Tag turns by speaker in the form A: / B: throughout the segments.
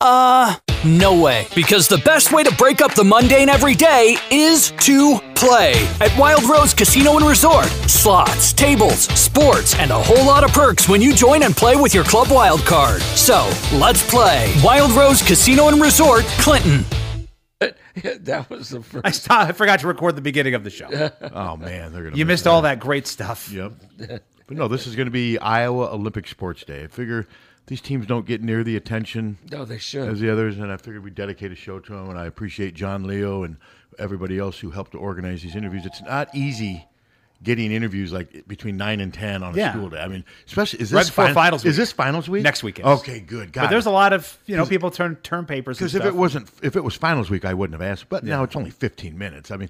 A: Uh, no way. Because the best way to break up the mundane every day is to play at Wild Rose Casino and Resort. Slots, tables, sports, and a whole lot of perks when you join and play with your Club Wild card. So, let's play Wild Rose Casino and Resort, Clinton.
B: that was the
C: I,
B: first.
C: stopped, I forgot to record the beginning of the show.
D: Oh man, they're gonna.
C: You
D: miss
C: missed all that great stuff.
D: Yep. But no, this is going to be Iowa Olympic Sports Day. I figure these teams don't get near the attention
B: No, they
D: as
B: should.
D: the others, and I figured we'd dedicate a show to them. And I appreciate John Leo and everybody else who helped to organize these interviews. It's not easy getting interviews like between nine and ten on a
C: Yeah.
D: school day. I mean, especially is this
C: Right before finals
D: Is
C: week.
D: this finals week?
C: Next weekend.
D: Okay, good.
C: But
D: God,
C: there's a lot of you know people turn turn papers and
D: Because if
C: stuff.
D: it wasn't, if it was finals week, I wouldn't have asked. But now it's only fifteen minutes. I mean,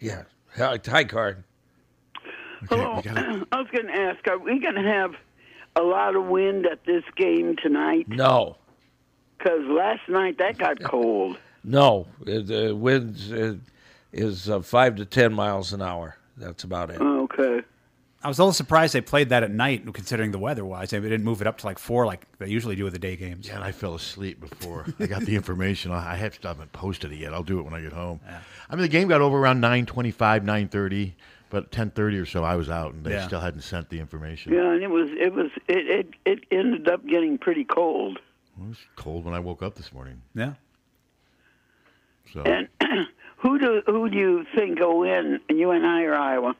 B: Yeah. Hi, Hi, card.
D: okay,
E: Hello.
D: we gotta-
E: I was going to ask, are we going to have a lot of wind at this game tonight?
B: No,
E: Because last night that got cold.
B: no. Uh, The winds uh, is uh, five to ten miles an hour. That's about it.
E: Oh, Okay.
C: I was a little surprised they played that at night, considering the weather wise. They didn't move it up to like four, like they usually do with the day games.
D: and I fell asleep before I got the information. I I have stuff I haven't posted it yet. I'll do it when I get home. I mean, the game got over around nine twenty-five, nine thirty, but ten thirty or so, I was out, and they
C: Yeah.
D: still hadn't sent the information.
E: Yeah, and it was it was it it, it ended up getting pretty cold.
D: It was cold when I woke up this morning.
C: Yeah.
D: So
E: And who do who do you think will win? You and I or Iowa?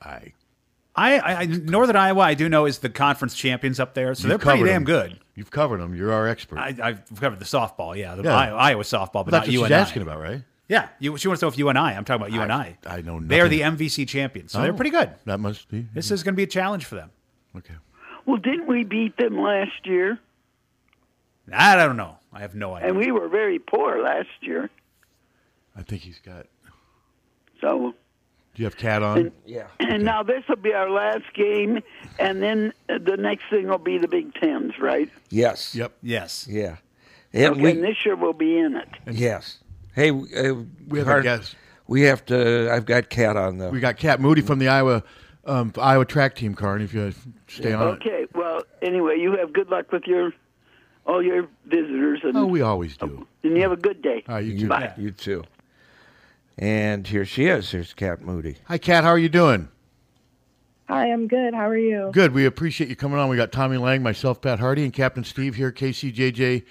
D: I
C: I, I, I Northern Iowa, I do know is the conference champions up there, so
D: you've
C: they're pretty
D: covered
C: damn
D: 'em.
C: good.
D: You've covered them. You're our expert.
C: I, I've covered the softball, yeah, the
D: Yeah.
C: Iowa, Iowa softball, but
D: That's
C: not
D: what
C: you
D: she's
C: and
D: asking
C: I.
D: about, right?
C: Yeah, you, she wants to know if you and I. I'm talking about you and I.
D: I know
C: They are
D: nothing.
C: the MVC champions, so they're
D: Oh,
C: pretty good.
D: That must be
C: This is going to be a challenge for them.
D: okay.
E: Well, didn't we beat them last year?
C: I don't know. Oh, I have no idea.
E: And we were very poor last year.
D: I think he's got.
E: So
D: Do you have cat on?
B: Yeah.
E: and now this will be our last game, and then uh, the next thing will be the Big Tens, right?
B: Yes.
D: Yep.
C: yes.
B: Yeah. And
E: Okay,
B: we,
E: and this year we'll be in it.
B: yes. Hey, uh,
D: We have a
B: Card,
D: guest.
B: We have to. I've got cat on the.
D: We got Cat Moody from the Iowa um, Iowa track team, Karn. If you stay on it.
E: Okay. Well, anyway, you have good luck with your all your visitors, and,
D: Oh, we always do.
E: and you have a good day.
D: All right, you
B: Oh, you,
D: too.
E: Bye.
B: you too. And here she is. Here's Cat Moody.
D: Hi, Kat. How are you doing?
F: Hi, I'm good. How are you?
D: Good. We appreciate you coming on. We got Tommy Lang, myself, Pat Hardy, and Captain Steve here, KCJJ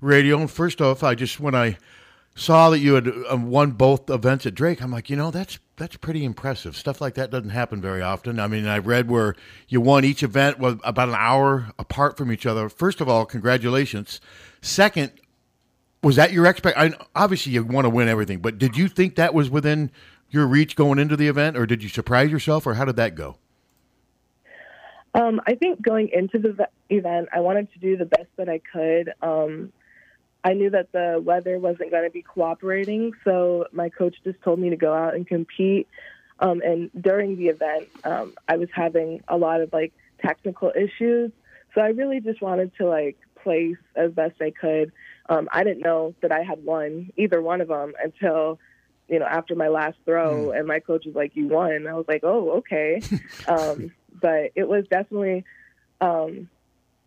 D: Radio. And first off, I just when I saw that you had um, won both events at Drake, I'm like, you know, that's that's pretty impressive. Stuff like that doesn't happen very often. I mean, I read where you won each event was about an hour apart from each other. First of all, congratulations. Second, was that your expect? I, obviously, you want to win everything, but did you think that was within your reach going into the event, or did you surprise yourself, or how did that go?
F: Um, I think going into the ve- event, I wanted to do the best that I could. Um, I knew that the weather wasn't going to be cooperating, so my coach just told me to go out and compete. Um, and during the event, um, I was having a lot of like technical issues, so I really just wanted to like place as best I could. Um, I didn't know that I had won either one of them until you know after my last throw, and my coach was like, "You won." I was like, "Oh, okay." um, but it was definitely. Um,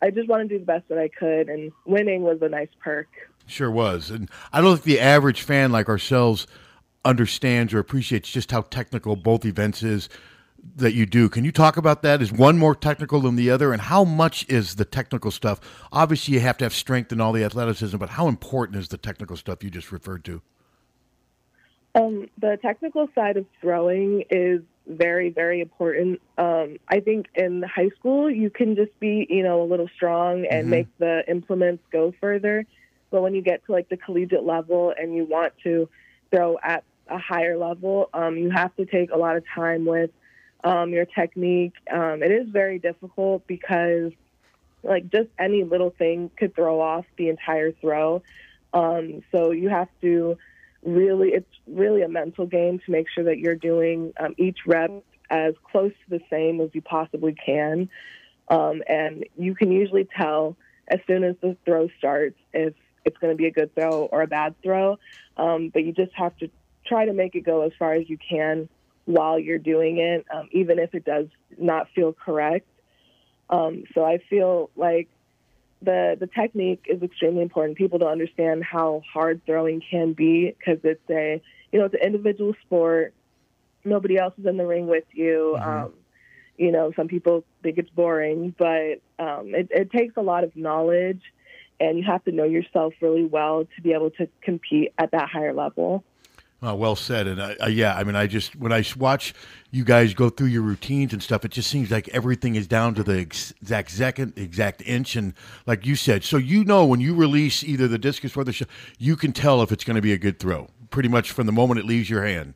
F: I just wanted to do the best that I could, and winning was a nice perk.
D: Sure was. And I don't think the average fan like ourselves understands or appreciates just how technical both events is. that you do. Can you talk about that? Is one more technical than the other, and how much is the technical stuff? Obviously, you have to have strength and all the athleticism, but how important is the technical stuff you just referred to?
F: Um, the technical side of throwing is very, very important. Um, I think in high school, you can just be, you know, a little strong and
G: Mhm.
F: make the implements go further. But when you get to like the collegiate level and you want to throw at a higher level, um, you have to take a lot of time with um, your technique. Um, it is very difficult because, like, just any little thing could throw off the entire throw. Um, so you have to really, it's really a mental game to make sure that you're doing um, each rep as close to the same as you possibly can. Um, and you can usually tell as soon as the throw starts if it's going to be a good throw or a bad throw. Um, but you just have to try to make it go as far as you can while you're doing it, um, even if it does not feel correct. Um, so I feel like the the technique is extremely important. People don't understand how hard throwing can be because it's a you know it's an individual sport. Nobody else is in the ring with you. Um, you know, some people think it's boring, but um, it, it takes a lot of knowledge, and you have to know yourself really well to be able to compete at that higher level.
D: Uh, well said, and I, I, yeah, I mean, I just when I s- watch you guys go through your routines and stuff, it just seems like everything is down to the ex- exact second, exact inch, and like you said, so you know when you release either the discus or the shot, you can tell if it's going to be a good throw, pretty much from the moment it leaves your hand.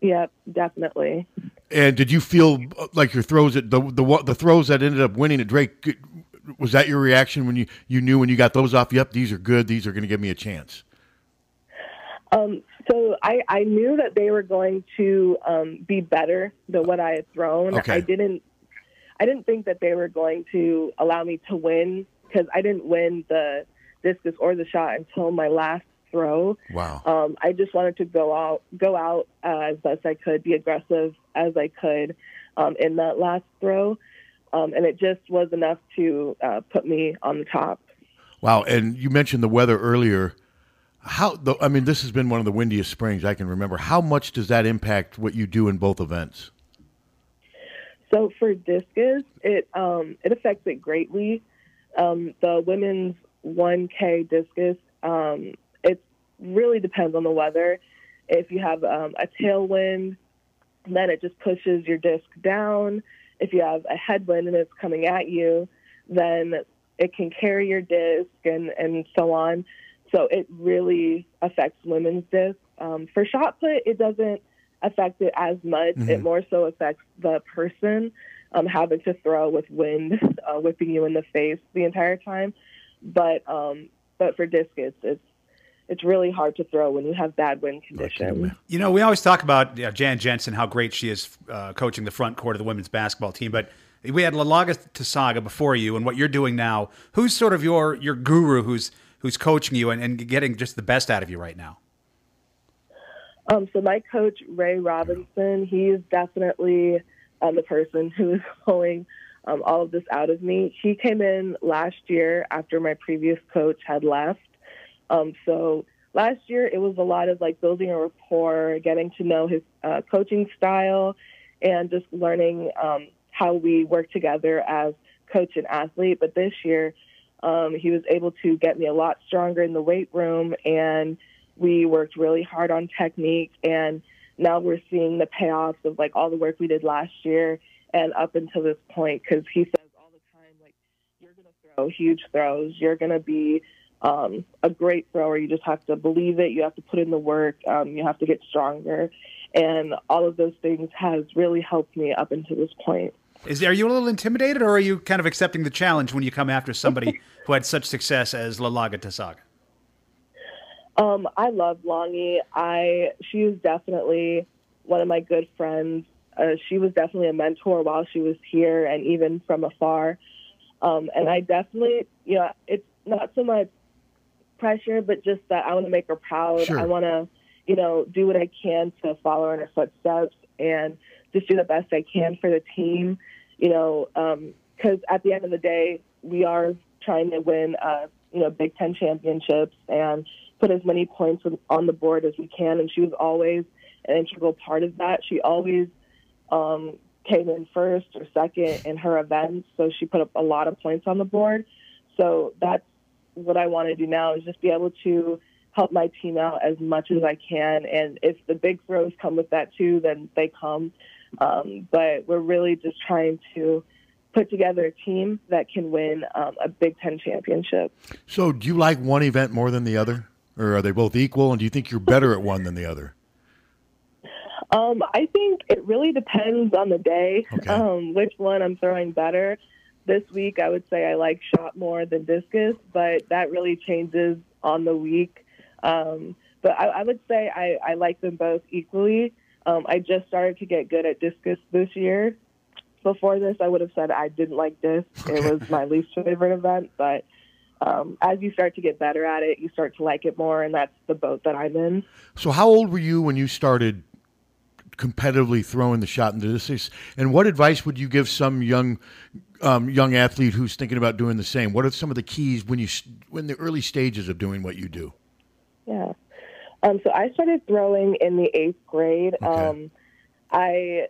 F: Yep, definitely.
D: And did you feel uh, like your throws at the the wa- the throws that ended up winning at Drake? g- Was that your reaction when you you knew when you got those off? Yep, these are good. These are going to give me a chance.
F: Um, so I, I knew that they were going to um, be better than what I had thrown.
D: Okay.
F: I didn't I didn't think that they were going to allow me to win because I didn't win the discus or the shot until my last throw.
D: Wow.
E: Uh,
F: Um, I just wanted to go out go out uh, as best I could, be aggressive as I could um, in that last throw, um, and it just was enough to uh, put me on the top.
D: Wow, and you mentioned the weather earlier. How the, I mean, this has been one of the windiest springs I can remember. How much does that impact what you do in both events?
F: So for discus, it um, it affects it greatly. Um, the women's 1K discus, um, it really depends on the weather. If you have um, a tailwind, then it just pushes your disc down. If you have a headwind and it's coming at you, then it can carry your disc and, and so on. So it really affects women's disc. Um, for shot put, it doesn't affect it as much. It
H: Mhm.
F: more so affects the person um, having to throw with wind uh, whipping you in the face the entire time. But um, but for discus, it's it's really hard to throw when you have bad wind conditions.
C: You know, we always talk about uh, Jan Jensen, how great she is uh, coaching the front court of the women's basketball team, but we had Lalaga Tasaga before you, and what you're doing now. Who's sort of your your guru? Who's who's coaching you and, and getting just the best out of you right now?
F: Um, so my coach Ray Robinson, he is definitely um, the person who is pulling um, all of this out of me. He came in last year after my previous coach had left. Um, so last year it was a lot of like building a rapport, getting to know his uh, coaching style, and just learning um, how we work together as coach and athlete. But this year, um, he was able to get me a lot stronger in the weight room, and we worked really hard on technique. And now we're seeing the payoffs of like all the work we did last year and up until this point because he says all the time like you're going to throw huge throws, you're going to be um, a great thrower. You just have to believe it. You have to put in the work. Um, you have to get stronger, and all of those things has really helped me up until this point.
C: Is are you a little intimidated, or are you kind of accepting the challenge when you come after somebody who had such success as Lalaga Tasaga?
F: Um, I love Longy. I she is definitely one of my good friends. Uh, she was definitely a mentor while she was here, and even from afar. Um, and I definitely, you know, it's not so much pressure, but just that I want to make her proud.
I: Sure.
F: I want to, you know, do what I can to follow in her footsteps and just do the best I can for the team. You know, because at the end of the day, we are trying to win, uh, you know, Big Ten championships and put as many points on the board as we can. And she was always an integral part of that. She always um, came in first or second in her events, so she put up a lot of points on the board. So that's what I want to do now is just be able to help my team out as much as I can. And if the big throws come with that too, then they come. Um, but we're really just trying to put together a team that can win um, a Big Ten championship.
D: So, do you like one event more than the other, or are they both equal? And do you think you're better at one than the other?
F: Um, I think it really depends on the day,
D: Okay.
F: um, which one I'm throwing better. This week, I would say I like shot more than discus, but that really changes on the week. Um, but I, I would say I, I like them both equally. Um, I just started to get good at discus this year. Before this, I would have said I didn't like disc. It was my least favorite event, but um, as you start to get better at it, you start to like it more, and that's the boat that I'm in.
D: So, how old were you when you started competitively throwing the shot into this? And what advice would you give some young um, young athlete who's thinking about doing the same? What are some of the keys when you s- when the early stages of doing what you do?
F: Yeah. Um, so I started throwing in the eighth grade. Um, I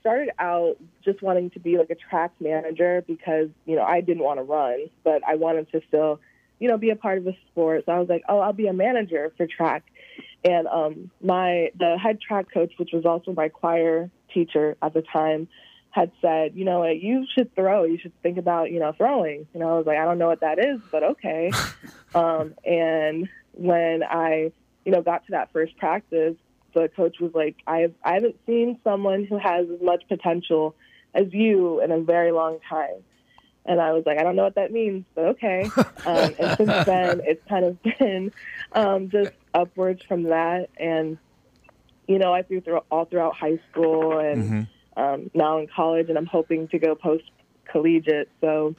F: started out just wanting to be like a track manager because, you know, I didn't want to run, but I wanted to still, you know, be a part of a sport. So I was like, oh, I'll be a manager for track. And um, my the head track coach, which was also my choir teacher at the time, had said, you know, what, you should throw. You should think about, you know, throwing. And I was like, I don't know what that is, but okay. Um, and when I, you know, got to that first practice, the coach was like, "I I haven't seen someone who has as much potential as you in a very long time." And I was like, "I don't know what that means, but okay." Um, and since then, it's kind of been um, just upwards from that. And you know, I threw through all throughout high school and um, now in college, and I'm hoping to go post collegiate. So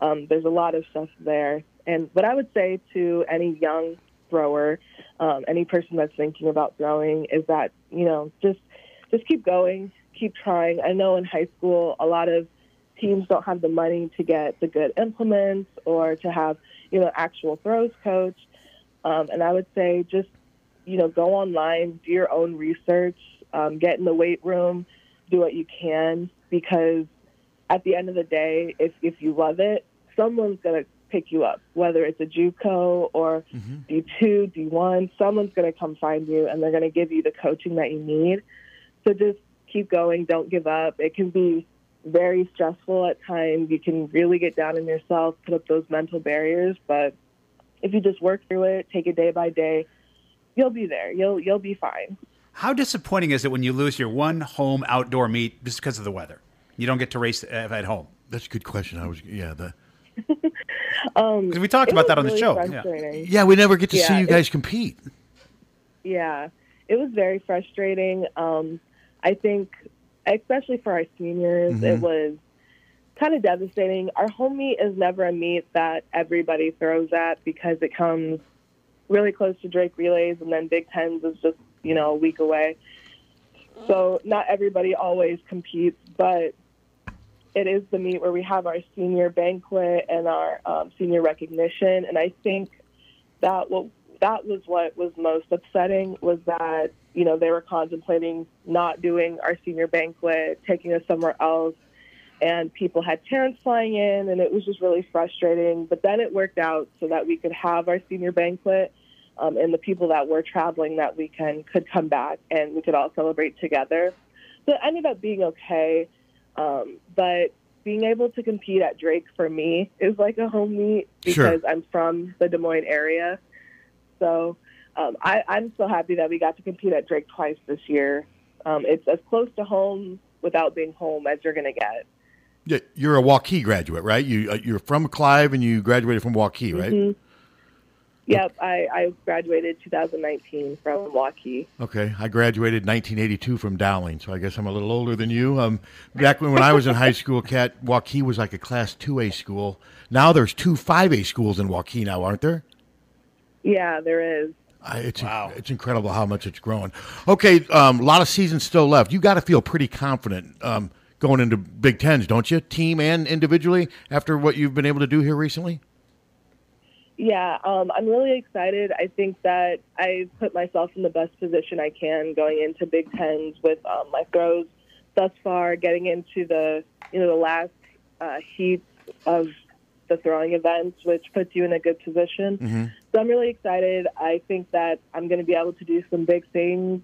F: um, there's a lot of stuff there. And what I would say to any young thrower, um, any person that's thinking about throwing, is that you know just just keep going, keep trying. I know in high school, a lot of teams don't have the money to get the good implements or to have you know actual throws coach. Um, and I would say just you know go online, do your own research, um, get in the weight room, do what you can because at the end of the day, if if you love it, someone's gonna pick you up. Whether it's a JUCO or
D: Mm-hmm.
F: D two, D one, someone's gonna come find you and they're gonna give you the coaching that you need. So just keep going. Don't give up. It can be very stressful at times. You can really get down on yourself, put up those mental barriers. But if you just work through it, take it day by day, you'll be there. You'll you'll be fine.
C: How disappointing is it when you lose your one home outdoor meet just because of the weather? You don't get to race uh, at home.
D: That's a good question. I was yeah the
F: Um,
C: 'Cause we talked
F: it
C: about that
F: was
C: on
F: really
C: the show, yeah.
F: frustrating.
D: yeah we never get to
F: Yeah,
D: see you
F: it's-
D: guys compete.
F: Yeah, it was very frustrating. Um, I think, especially for our seniors, it was kind of devastating. Our home meet is never a meet that everybody throws at because it comes really close to Drake Relays, and then Big Tens is just, you know, a week away. So not everybody always competes, but it is the meet where we have our senior banquet and our um, senior recognition. And I think that what that was what was most upsetting was that you know they were contemplating not doing our senior banquet, taking us somewhere else, and people had parents flying in, and it was just really frustrating. But then it worked out so that we could have our senior banquet, um, and the people that were traveling that weekend could come back, and we could all celebrate together. So it ended up being okay, um, but being able to compete at Drake for me is like a home meet
D: Sure.
F: because I'm from the Des Moines area. So um, I, I'm so happy that we got to compete at Drake twice this year. Um, it's as close to home without being home as you're going to get.
D: Yeah, You're a Waukee graduate, right? You uh, you're from Clive and you graduated from Waukee, right?
F: Mm-hmm. Yep, I, I graduated 2019 from Waukee.
D: Okay, I graduated 1982 from Dowling, so I guess I'm a little older than you. Um, back when, when I was in high school, Cat Waukee was like a Class 2A school. Now there's two 5A schools in Waukee now, aren't there?
F: Yeah, there is.
D: I, it's it's incredible how much it's growing. Okay, um, a lot of seasons still left. You got to feel pretty confident um, going into Big Tens, don't you? Team and individually, after what you've been able to do here recently.
F: Yeah, um, I'm really excited. I think that I put myself in the best position I can going into Big Tens with um, my throws. thus far getting into the you know the last uh, heats of the throwing events, which puts you in a good position.
D: Mm-hmm.
F: So I'm really excited. I think that I'm going to be able to do some big things.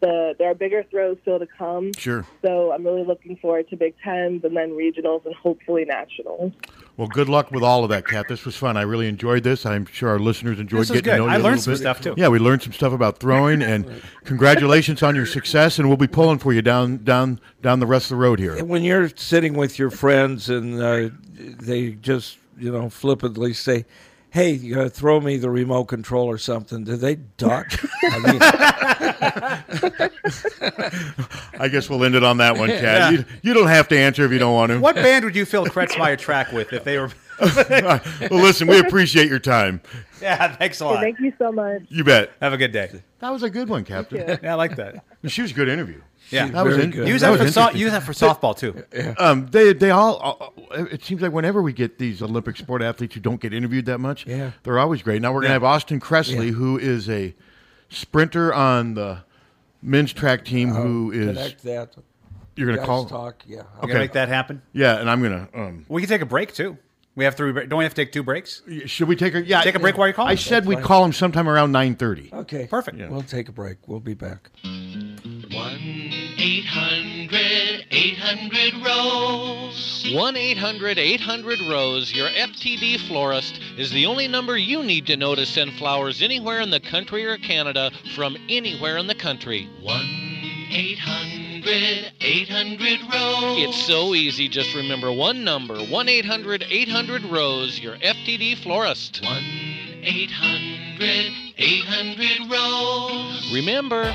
F: The there are bigger throws still to come.
D: Sure.
F: So I'm really looking forward to Big Tens and then regionals and hopefully nationals.
D: Well, good luck with all of that, Kat. This was fun. I really enjoyed this. I'm sure our listeners enjoyed
C: This was
D: getting to know
C: good.
D: you.
C: I
D: a
C: learned
D: little
C: some
D: bit.
C: stuff, too.
D: Yeah, we learned some stuff about throwing, and congratulations on your success. And we'll be pulling for you down, down, down the rest of the road here.
B: And when you're sitting with your friends and uh, they just, you know, flippantly say, "Hey, you gotta throw me the remote control or something," do they duck? I mean,
D: I guess we'll end it on that one, Kat. You, you don't have to answer if you don't want to.
C: What band would you fill Kretzmeyer track with if they were?
D: well, listen, we appreciate your time.
C: yeah, thanks a lot.
F: Thank you so much.
D: You bet.
C: Have a good day.
D: That was a good one, Captain.
C: Yeah, I like that.
D: She was a good interview.
C: Yeah,
D: That was
B: Very
D: in-
B: good.
C: use
D: that
C: that,
D: was
C: for so-
D: interesting.
C: use that for softball too.
D: Um, they they all. Uh, it seems like whenever we get these Olympic sport athletes who don't get interviewed that much,
B: Yeah.
D: they're always great. Now we're gonna have Austin Cressley, who is a sprinter on the men's track team. who is
B: connect that.
D: you're gonna
B: Guys
D: call?
B: talk. Yeah.
C: We're gonna make that happen.
D: Yeah, and I'm gonna. Um,
C: We can take a break too. We have three. bre- Don't we have to take two breaks?
D: should we take a yeah?
C: Take a break while you call
D: I
C: him.
D: said we'd call him sometime around nine thirty.
B: Okay.
C: Perfect.
B: We'll take a break. We'll be back.
G: 800 800 Rose. 1 800 800 Rose, your FTD florist, is the only number you need to know to send flowers anywhere in the country or Canada from anywhere in the country. 1 800 800 Rose. It's so easy, just remember one number 1 800 800 Rose, your FTD florist. 1 800 800 Rose. Remember,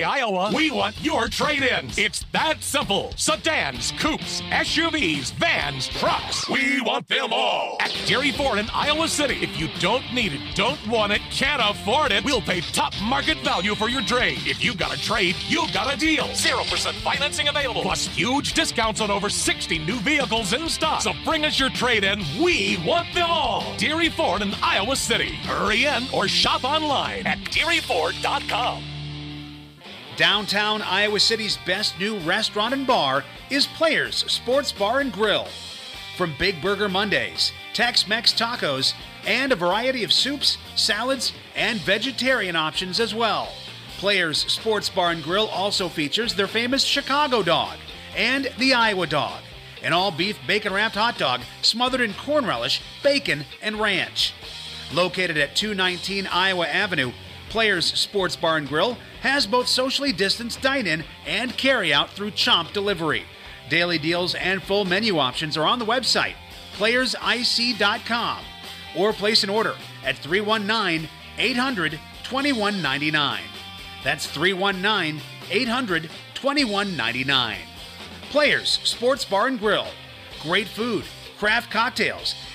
J: Hey, Iowa, we want your trade ins. It's that simple. Sedans, coupes, SUVs, vans, trucks. We want them all. At Dairy Ford in Iowa City. If you don't need it, don't want it, can't afford it, we'll pay top market value for your trade. If you got a trade, you got a deal. 0% financing available, plus huge discounts on over 60 new vehicles in stock. So bring us your trade in. We want them all. Dairy Ford in Iowa City. Hurry in or shop online at dairyford.com.
C: Downtown Iowa City's best new restaurant and bar is Players Sports Bar and Grill. From Big Burger Mondays, Tex Mex tacos, and a variety of soups, salads, and vegetarian options as well. Players Sports Bar and Grill also features their famous Chicago dog and the Iowa dog, an all beef bacon wrapped hot dog smothered in corn relish, bacon, and ranch. Located at 219 Iowa Avenue, Players Sports Bar and Grill has both socially distanced dine in and carry out through Chomp delivery. Daily deals and full menu options are on the website, playersic.com, or place an order at 319 800 2199. That's 319 800 2199. Players Sports Bar and Grill. Great food, craft cocktails,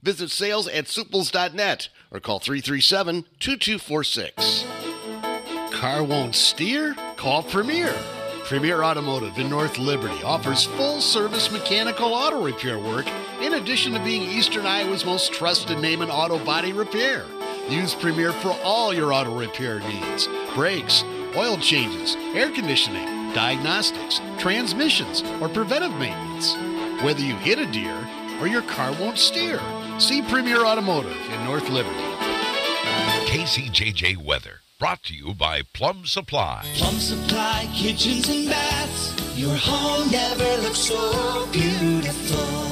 K: Visit sales at suples.net or call 337 2246. Car won't steer? Call Premier. Premier Automotive in North Liberty offers full service mechanical auto repair work in addition to being Eastern Iowa's most trusted name in auto body repair. Use Premier for all your auto repair needs brakes, oil changes, air conditioning, diagnostics, transmissions, or preventive maintenance. Whether you hit a deer or your car won't steer, see Premier Automotive in North Liberty.
L: KCJJ Weather, brought to you by Plum Supply.
M: Plum Supply Kitchens and Baths. Your home never looks so beautiful.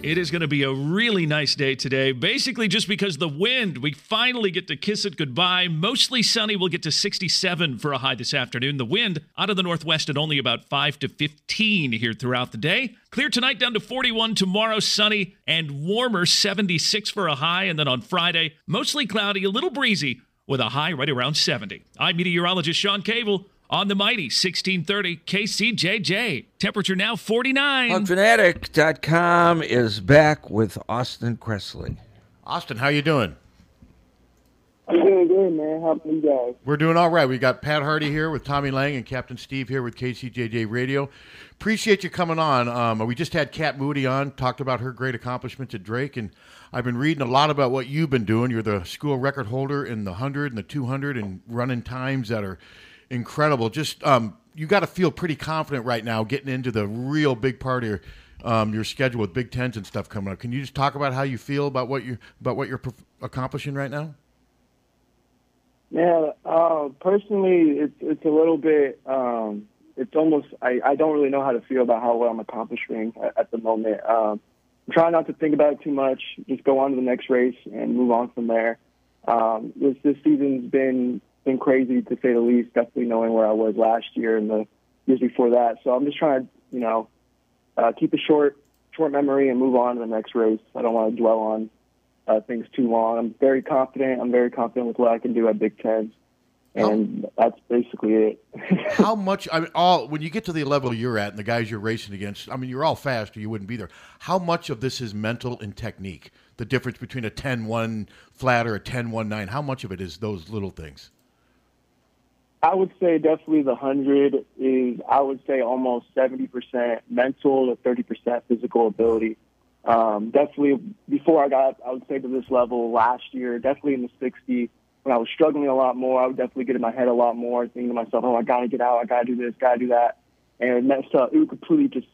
N: It is going to be a really nice day today. Basically, just because the wind, we finally get to kiss it goodbye. Mostly sunny. We'll get to 67 for a high this afternoon. The wind out of the northwest at only about 5 to 15 here throughout the day. Clear tonight down to 41. Tomorrow, sunny and warmer, 76 for a high. And then on Friday, mostly cloudy, a little breezy with a high right around 70. I'm meteorologist Sean Cable on the mighty 1630 KCJJ. Temperature now 49.
B: Fanatic.com is back with Austin Cressley.
D: Austin, how you doing?
O: I'm doing good, man. How about you guys?
D: We're doing all right. We got Pat Hardy here with Tommy Lang and Captain Steve here with KCJJ Radio. Appreciate you coming on. Um, we just had Kat Moody on, talked about her great accomplishments at Drake, and I've been reading a lot about what you've been doing. You're the school record holder in the 100 and the 200 and running times that are incredible. Just um, you got to feel pretty confident right now getting into the real big part of your, um, your schedule with Big Tens and stuff coming up. Can you just talk about how you feel about what you about what you're perf- accomplishing right now?
O: Yeah, uh, personally, it's it's a little bit. Um, it's almost I, I don't really know how to feel about how well I'm accomplishing at, at the moment. Um, I'm trying not to think about it too much. Just go on to the next race and move on from there. Um, this this season's been been crazy to say the least. Definitely knowing where I was last year and the years before that. So I'm just trying to you know uh, keep a short short memory and move on to the next race. I don't want to dwell on uh, things too long. I'm very confident. I'm very confident with what I can do at Big Ten, and that's basically it.
D: how much I mean, all when you get to the level you're at and the guys you're racing against, I mean you're all fast or you wouldn't be there. How much of this is mental and technique? The difference between a 10-1 flat or a 10-1-9, how much of it is those little things?
O: I would say definitely the hundred is I would say almost seventy percent mental or thirty percent physical ability. Um, definitely before I got, I would say to this level last year, definitely in the 60, when I was struggling a lot more, I would definitely get in my head a lot more, thinking to myself, oh, I got to get out, I got to do this, got to do that. And it messed up. It would completely just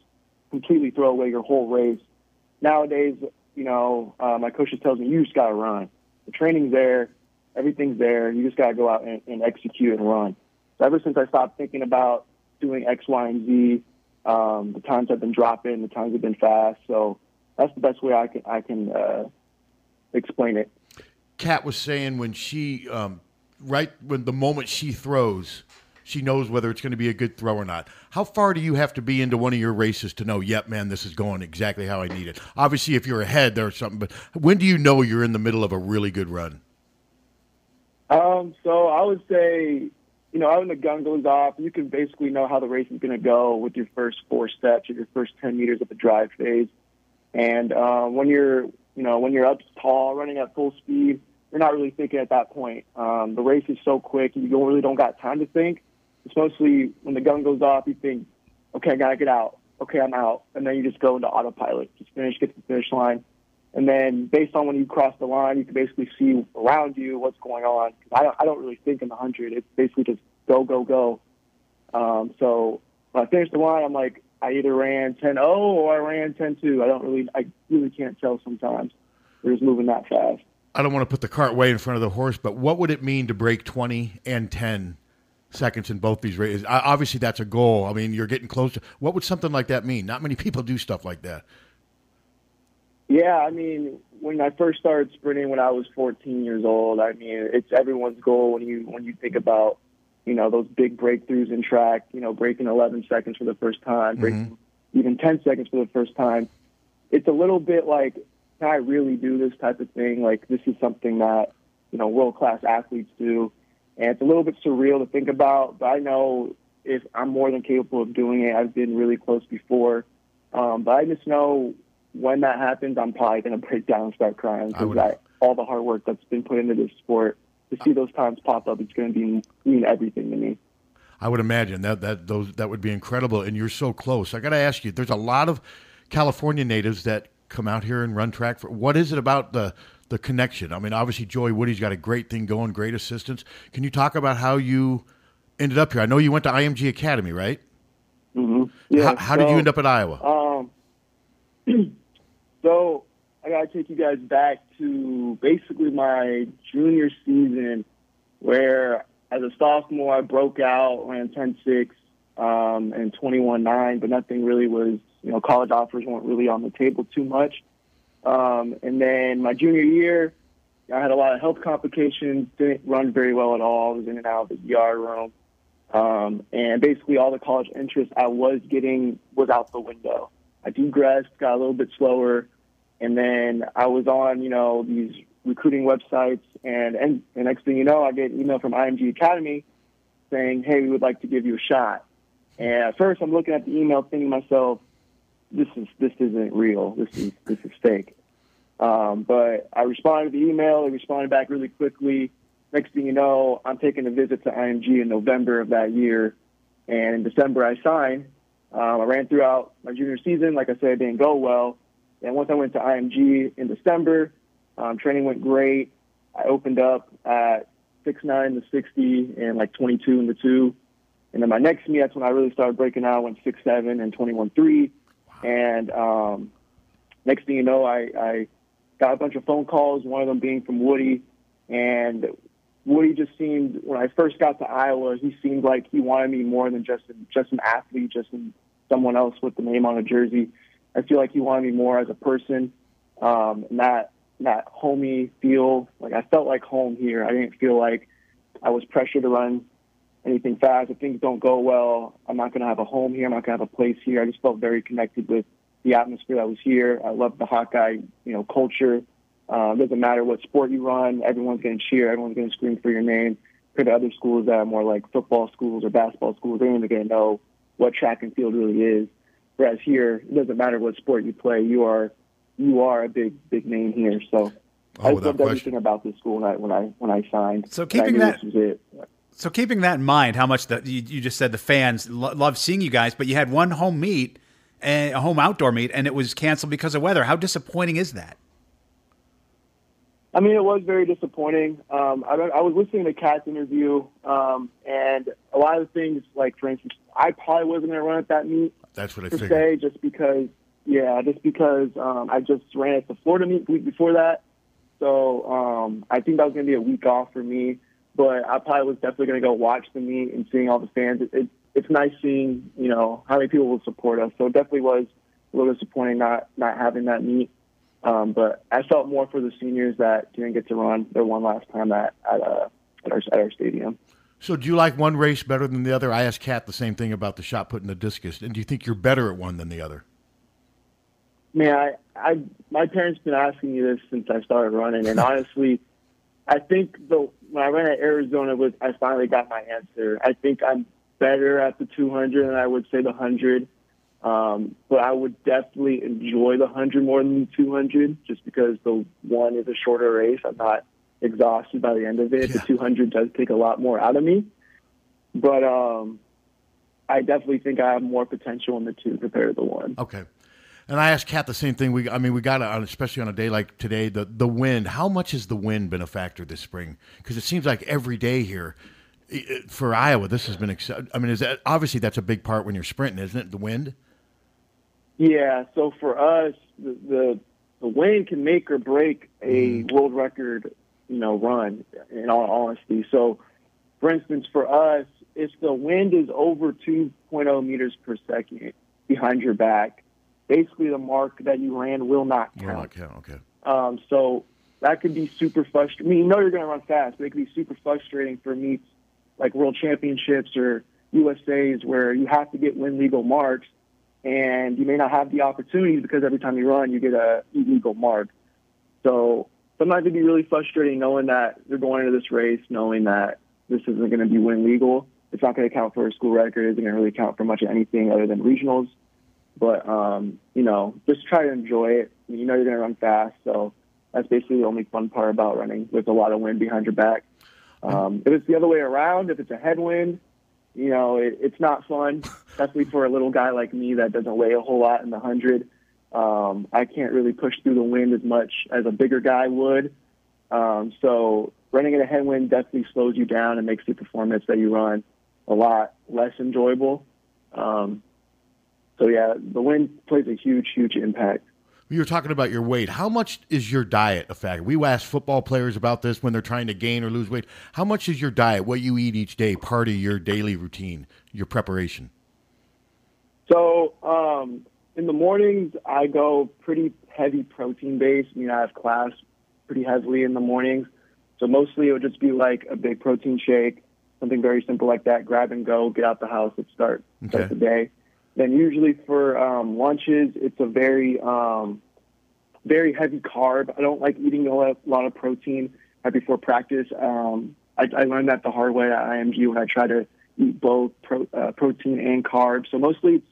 O: completely throw away your whole race. Nowadays, you know, uh, my coach just tells me, you just got to run. The training's there, everything's there. You just got to go out and, and execute and run. So ever since I stopped thinking about doing X, Y, and Z, um, the times I've been dropping, the times I've been fast. So, that's the best way I can I can uh, explain it.
D: Kat was saying when she um, right when the moment she throws, she knows whether it's going to be a good throw or not. How far do you have to be into one of your races to know? Yep, man, this is going exactly how I need it. Obviously, if you're ahead, there's something. But when do you know you're in the middle of a really good run?
O: Um, so I would say, you know, out when the gun goes off, you can basically know how the race is going to go with your first four steps or your first ten meters of the drive phase. And uh, when you're, you know, when you're up tall, running at full speed, you're not really thinking at that point. Um, the race is so quick, you don't, really don't got time to think. It's mostly when the gun goes off, you think, okay, I gotta get out. Okay, I'm out, and then you just go into autopilot. Just finish, get to the finish line, and then based on when you cross the line, you can basically see around you what's going on. I don't, I don't really think in the hundred. It's basically just go, go, go. Um, so when I finish the line, I'm like, I either ran 10 or I ran 10 2. I don't really, I really can't tell sometimes. We're just moving that fast.
D: I don't want to put the cart way in front of the horse, but what would it mean to break 20 and 10 seconds in both these races? I, obviously, that's a goal. I mean, you're getting close to what would something like that mean? Not many people do stuff like that.
O: Yeah, I mean, when I first started sprinting when I was 14 years old, I mean, it's everyone's goal when you when you think about you know, those big breakthroughs in track, you know, breaking 11 seconds for the first time,
D: Mm-hmm.
O: breaking even 10 seconds for the first time. It's a little bit like, can I really do this type of thing? Like, this is something that, you know, world class athletes do. And it's a little bit surreal to think about, but I know if I'm more than capable of doing it, I've been really close before. Um, but I just know when that happens, I'm probably going to break down and start crying because all the hard work that's been put into this sport to see those times pop up, it's going to be mean everything to me.
D: I would imagine that that those that would be incredible, and you're so close. I got to ask you, there's a lot of California natives that come out here and run track for? What is it about the the connection? I mean, obviously Joey Woody's got a great thing going, great assistance. Can you talk about how you ended up here? I know you went to IMG Academy, right?
O: Mm-hmm.
D: how how did you end up at Iowa?
O: Um, so I gotta take you guys back to basically my junior season, where as a sophomore I broke out, ran 10-6 um, and 21-9, but nothing really was. You know, college offers weren't really on the table too much. Um, and then my junior year, I had a lot of health complications. Didn't run very well at all. I was in and out of the ER room. Um, and basically, all the college interest I was getting was out the window. I degressed, got a little bit slower, and then I was on, you know, these recruiting websites. And, and the next thing you know, I get an email from IMG Academy saying, hey, we would like to give you a shot. And at first, I'm looking at the email thinking to myself, this is this isn't real. This is this is fake. Um, but I responded to the email. They responded back really quickly. Next thing you know, I'm taking a visit to IMG in November of that year, and in December I signed. Um, I ran throughout my junior season. Like I said, it didn't go well. And once I went to IMG in December, um, training went great. I opened up at six nine to sixty and like twenty two and the two. And then my next meet, that's when I really started breaking out. Went six seven and twenty one three. And um, next thing you know, I, I got a bunch of phone calls. One of them being from Woody, and Woody just seemed when I first got to Iowa, he seemed like he wanted me more than just just an athlete, just an, someone else with the name on a jersey. I feel like he wanted me more as a person, um, and that that homey feel. Like I felt like home here. I didn't feel like I was pressured to run anything fast. If things don't go well, I'm not going to have a home here. I'm not going to have a place here. I just felt very connected with the atmosphere that was here. I love the Hawkeye, you know, culture. Um, doesn't matter what sport you run, everyone's going to cheer. Everyone's going to scream for your name. Compared to other schools that are more like football schools or basketball schools, they're only going to know what track and field really is. Whereas here, it doesn't matter what sport you play. You are you are a big big name here. So I just
C: without
O: loved everything about this school when I when I when I signed. So
C: keeping
O: I knew
C: that-
O: this was it.
C: So keeping that in mind, how much the you, you just said the fans lo- love seeing you guys, but you had one home meet, and a home outdoor meet, and it was canceled because of weather. How disappointing is that?
O: I mean, it was very disappointing. Um, I, I was listening to Kat's interview, um, and a lot of things, like for instance, I probably wasn't going to run at that meet
D: That's what I
O: per
D: figured.
O: se, just because, yeah, just because um, I just ran at the Florida meet the week before that. So um, I think that was going to be a week off for me, but I probably was definitely going to go watch the meet and seeing all the fans. It, it, it's nice seeing, you know, how many people will support us. So it definitely was a little disappointing not not having that meet. Um, but I felt more for the seniors that didn't get to run their one last time at at, uh, at our at our stadium.
D: So, do you like one race better than the other? I asked Kat the same thing about the shot put and the discus. And do you think you're better at one than the other?
O: Man, I, I my parents been asking me this since I started running, and honestly, I think the when I ran at Arizona was I finally got my answer. I think I'm better at the 200 than I would say the 100, um, but I would definitely enjoy the 100 more than the 200 just because the one is a shorter race. I'm not exhausted by the end of it. The 200 does take a lot more out of me, but um, I definitely think I have more potential in the two compared to the one.
D: Okay. And I asked Kat the same thing. We, I mean, we got to, especially on a day like today, the, the wind. How much has the wind been a factor this spring? Because it seems like every day here i- i- for Iowa, this has been. ex- I mean, is that obviously that's a big part when you're sprinting, isn't it? The wind.
O: Yeah, so for us, the the, the win can make or break a world record, you know, run. In all honesty, so for instance, for us, if the wind is over 2.0 meters per second behind your back, basically the mark that you ran will not count.
D: Will not count. Okay.
O: Um, so that could be super frustrating. I mean, you know you're going to run fast, but it could be super frustrating for meets like World Championships or USA's where you have to get win legal marks, and you may not have the opportunities because every time you run, you get a illegal mark. So sometimes it'd be really frustrating knowing that you're going into this race, knowing that this isn't going to be win legal. It's not going to count for a school record. It isn't going to really count for much of anything other than regionals. But um, you know, just try to enjoy it. You know, you're going to run fast, so that's basically the only fun part about running with a lot of wind behind your back. Um, if it's the other way around, if it's a headwind, you know, it, it's not fun, especially for a little guy like me that doesn't weigh a whole lot in the hundred. Um, I can't really push through the wind as much as a bigger guy would. Um, so running in a headwind definitely slows you down and makes the performance that you run a lot less enjoyable. Um, so yeah, the wind plays a huge, huge impact.
D: You were talking about your weight. How much is your diet a factor? We ask football players about this when they're trying to gain or lose weight. How much is your diet, what you eat each day, part of your daily routine, your preparation?
O: So um, in the mornings, I go pretty heavy protein based. I mean, I have class pretty heavily in the mornings. So mostly it would just be like a big protein shake, something very simple like that. Grab and go, get out the house, let's start, start the day. Then usually for um, lunches, it's a very um, very heavy carb. I don't like eating a lot, lot of protein right before practice. Um, I, I learned that the hard way at IMG when I try to eat both pro, uh, protein and carbs. So mostly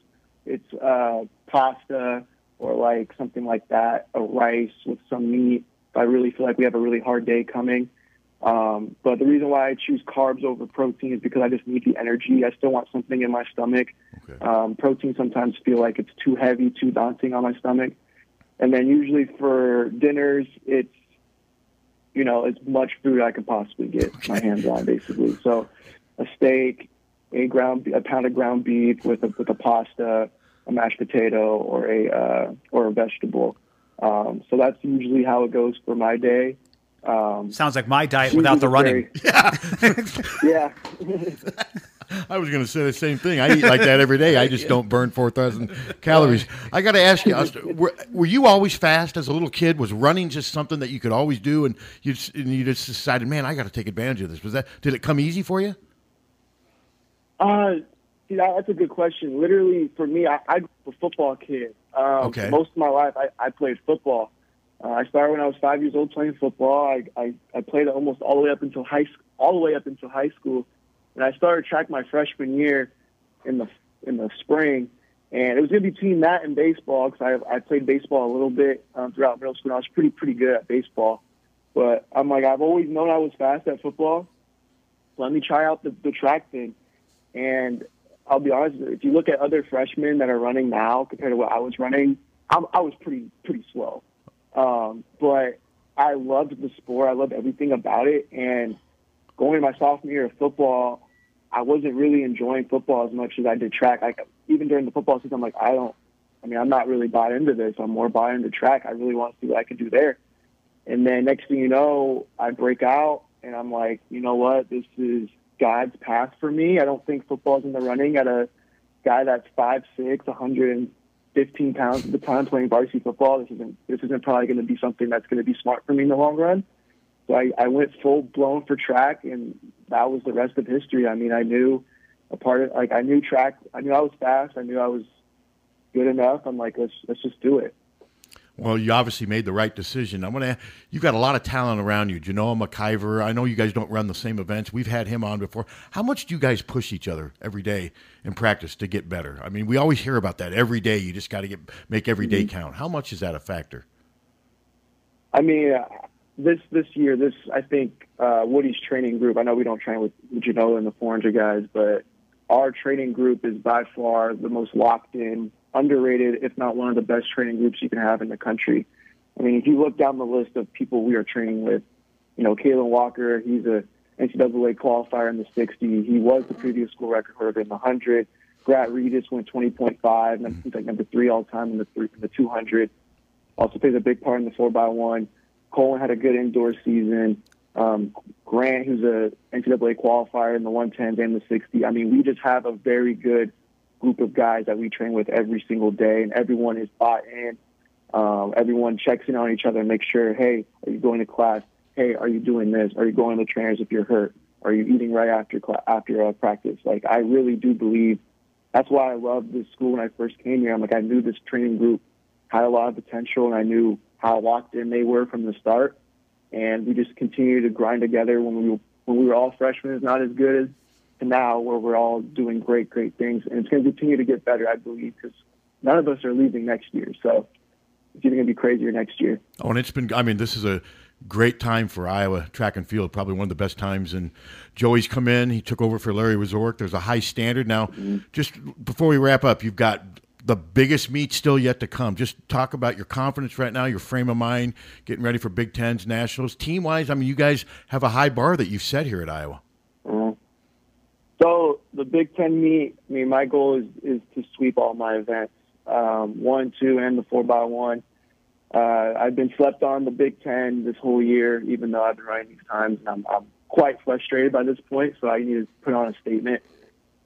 O: it's, it's uh, pasta or like something like that, a rice with some meat. If I really feel like we have a really hard day coming. Um, but the reason why I choose carbs over protein is because I just need the energy. I still want something in my stomach. Um, protein sometimes feel like it's too heavy, too daunting on my stomach. And then usually for dinners, it's you know as much food I could possibly get my hands on, basically. So a steak, a ground, a pound of ground beef with a, with a pasta, a mashed potato, or a uh, or a vegetable. Um, so that's usually how it goes for my day. Um,
C: Sounds like my diet without the running.
O: yeah.
D: I was going to say the same thing. I eat like that every day. I just don't burn 4,000 calories. I got to ask you, Austin, were, were you always fast as a little kid? Was running just something that you could always do and you just, and you just decided, man, I got to take advantage of this? Was that Did it come easy for you?
O: Uh, see, that, that's a good question. Literally, for me, I, I grew up a football kid. Um,
D: Okay.
O: Most of my life, I, I played football. Uh, I started when I was five years old playing football. I, I, I played almost all the way up until high sch- all the way up until high school, and I started track my freshman year in the in the spring. And it was in between that and baseball because I, I played baseball a little bit um, throughout middle school. And I was pretty pretty good at baseball, but I'm like I've always known I was fast at football. Let me try out the, the track thing, and I'll be honest. With you, if you look at other freshmen that are running now compared to what I was running, I'm, I was pretty pretty slow. Um, but I loved the sport. I loved everything about it. And going to my sophomore year of football, I wasn't really enjoying football as much as I did track. Like even during the football season, I'm like, I don't. I mean, I'm not really bought into this. I'm more bought into track. I really want to see what I can do there. And then next thing you know, I break out, and I'm like, you know what? This is God's path for me. I don't think football's in the running at a guy that's five six, 115 pounds at the time playing varsity football. This isn't this isn't probably going to be something that's going to be smart for me in the long run. So I, I went full blown for track, and that was the rest of history. I mean, I knew a part of like I knew track. I knew I was fast. I knew I was good enough. I'm like, let's let's just do it.
D: Well, you obviously made the right decision. I'm gonna. You've got a lot of talent around you. Genoa McIver. I know you guys don't run the same events. We've had him on before. How much do you guys push each other every day in practice to get better? I mean, we always hear about that every day. You just got to get make every day
O: Mhm.
D: count. How much is that a factor?
O: I mean, uh, this this year, this I think uh, Woody's training group. I know we don't train with Janola and the Foranger guys, but our training group is by far the most locked in, underrated, if not one of the best training groups you can have in the country. I mean, if you look down the list of people we are training with, you know, Kalen Walker, he's a NCAA qualifier in the 60. He was the previous school record holder in the 100. Grant Regis went 20.5, and he's like number three all time in the three, in the 200. Also plays a big part in the 4x1. Colin had a good indoor season. Um, Grant, who's a NCAA qualifier in the 110s and the 60. I mean, we just have a very good group of guys that we train with every single day, and everyone is bought in. Um, everyone checks in on each other and makes sure, hey, are you going to class? Hey, are you doing this? Are you going to trainers if you're hurt? Are you eating right after cla after uh, practice? Like, I really do believe that's why I loved this school when I first came here. I'm like, I knew this training group had a lot of potential, and I knew how locked in they were from the start. And we just continued to grind together when we when we were all freshmen, is not as good as to now, where we're all doing great, great things. And it's going to continue to get better, I believe, because none of us are leaving next year. So it's even going to be crazier next year.
D: Oh, and it's been, I mean, this is a great time for Iowa track and field, probably one of the best times. And Joey's come in, he took over for Larry Resork. There's a high standard. Now, just before we wrap up, you've got the biggest meet still yet to come. Just talk about your confidence right now, your frame of mind, getting ready for Big Tens, Nationals. Team wise, I mean, you guys have a high bar that you've set here at Iowa.
O: So the Big Ten meet, I mean, my goal is, is to sweep all my events, um, one, two, and the four by one. Uh, I've been slept on the Big Ten this whole year, even though I've been running these times, and I'm, I'm quite frustrated by this point. So I need to put on a statement.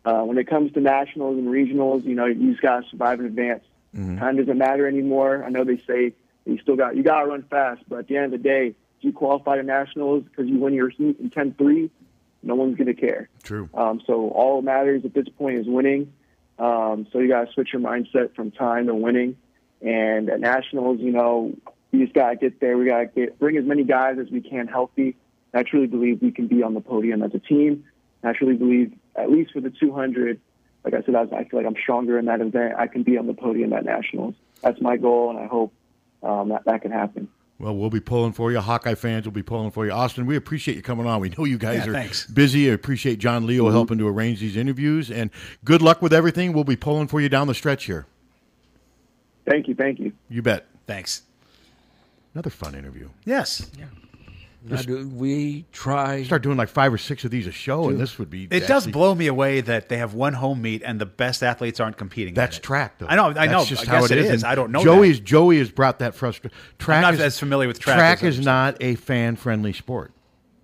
O: Uh, when it comes to nationals and regionals, you know, you just got to survive in advance. Time doesn't matter anymore. I know they say you still got you got to run fast, but at the end of the day, if you qualify to nationals because you win your heat in 10-3, no one's going to care.
D: True.
P: Mm-hmm. Uh,
O: Um, so all that matters at this point is winning. Um, so you got to switch your mindset from time to winning. And at nationals, you know, we just got to get there. We got to get bring as many guys as we can healthy. And I truly believe we can be on the podium as a team. And I truly believe, at least for the 200, like I said, I, was, I feel like I'm stronger in that event. I can be on the podium at nationals. That's my goal, and I hope um, that that can happen.
D: Well, we'll be pulling for you. Hawkeye fans will be pulling for you. Austin, we appreciate you coming on. We know you guys
C: Yeah,
D: are
C: thanks.
D: busy. I appreciate John Leo
C: Mhm.
D: helping to arrange these interviews. And good luck with everything. We'll be pulling for you down the stretch here.
O: Thank you. Thank you.
D: You bet.
C: Thanks.
D: Another fun interview.
C: Yes.
B: Now, do we try
D: start doing like five or six of these a show, and this would be
C: It does
D: actually-
C: blow me away that they have one home meet and the best athletes aren't competing. That's
D: track, though.
C: I know. I
D: That's
C: know.
D: Just
C: I
D: how
C: guess
D: it is.
C: is. I don't know.
D: Joey
C: that.
D: is Joey has brought that frustration. Track
C: not
D: is,
C: as familiar with track as I
D: is not a fan friendly sport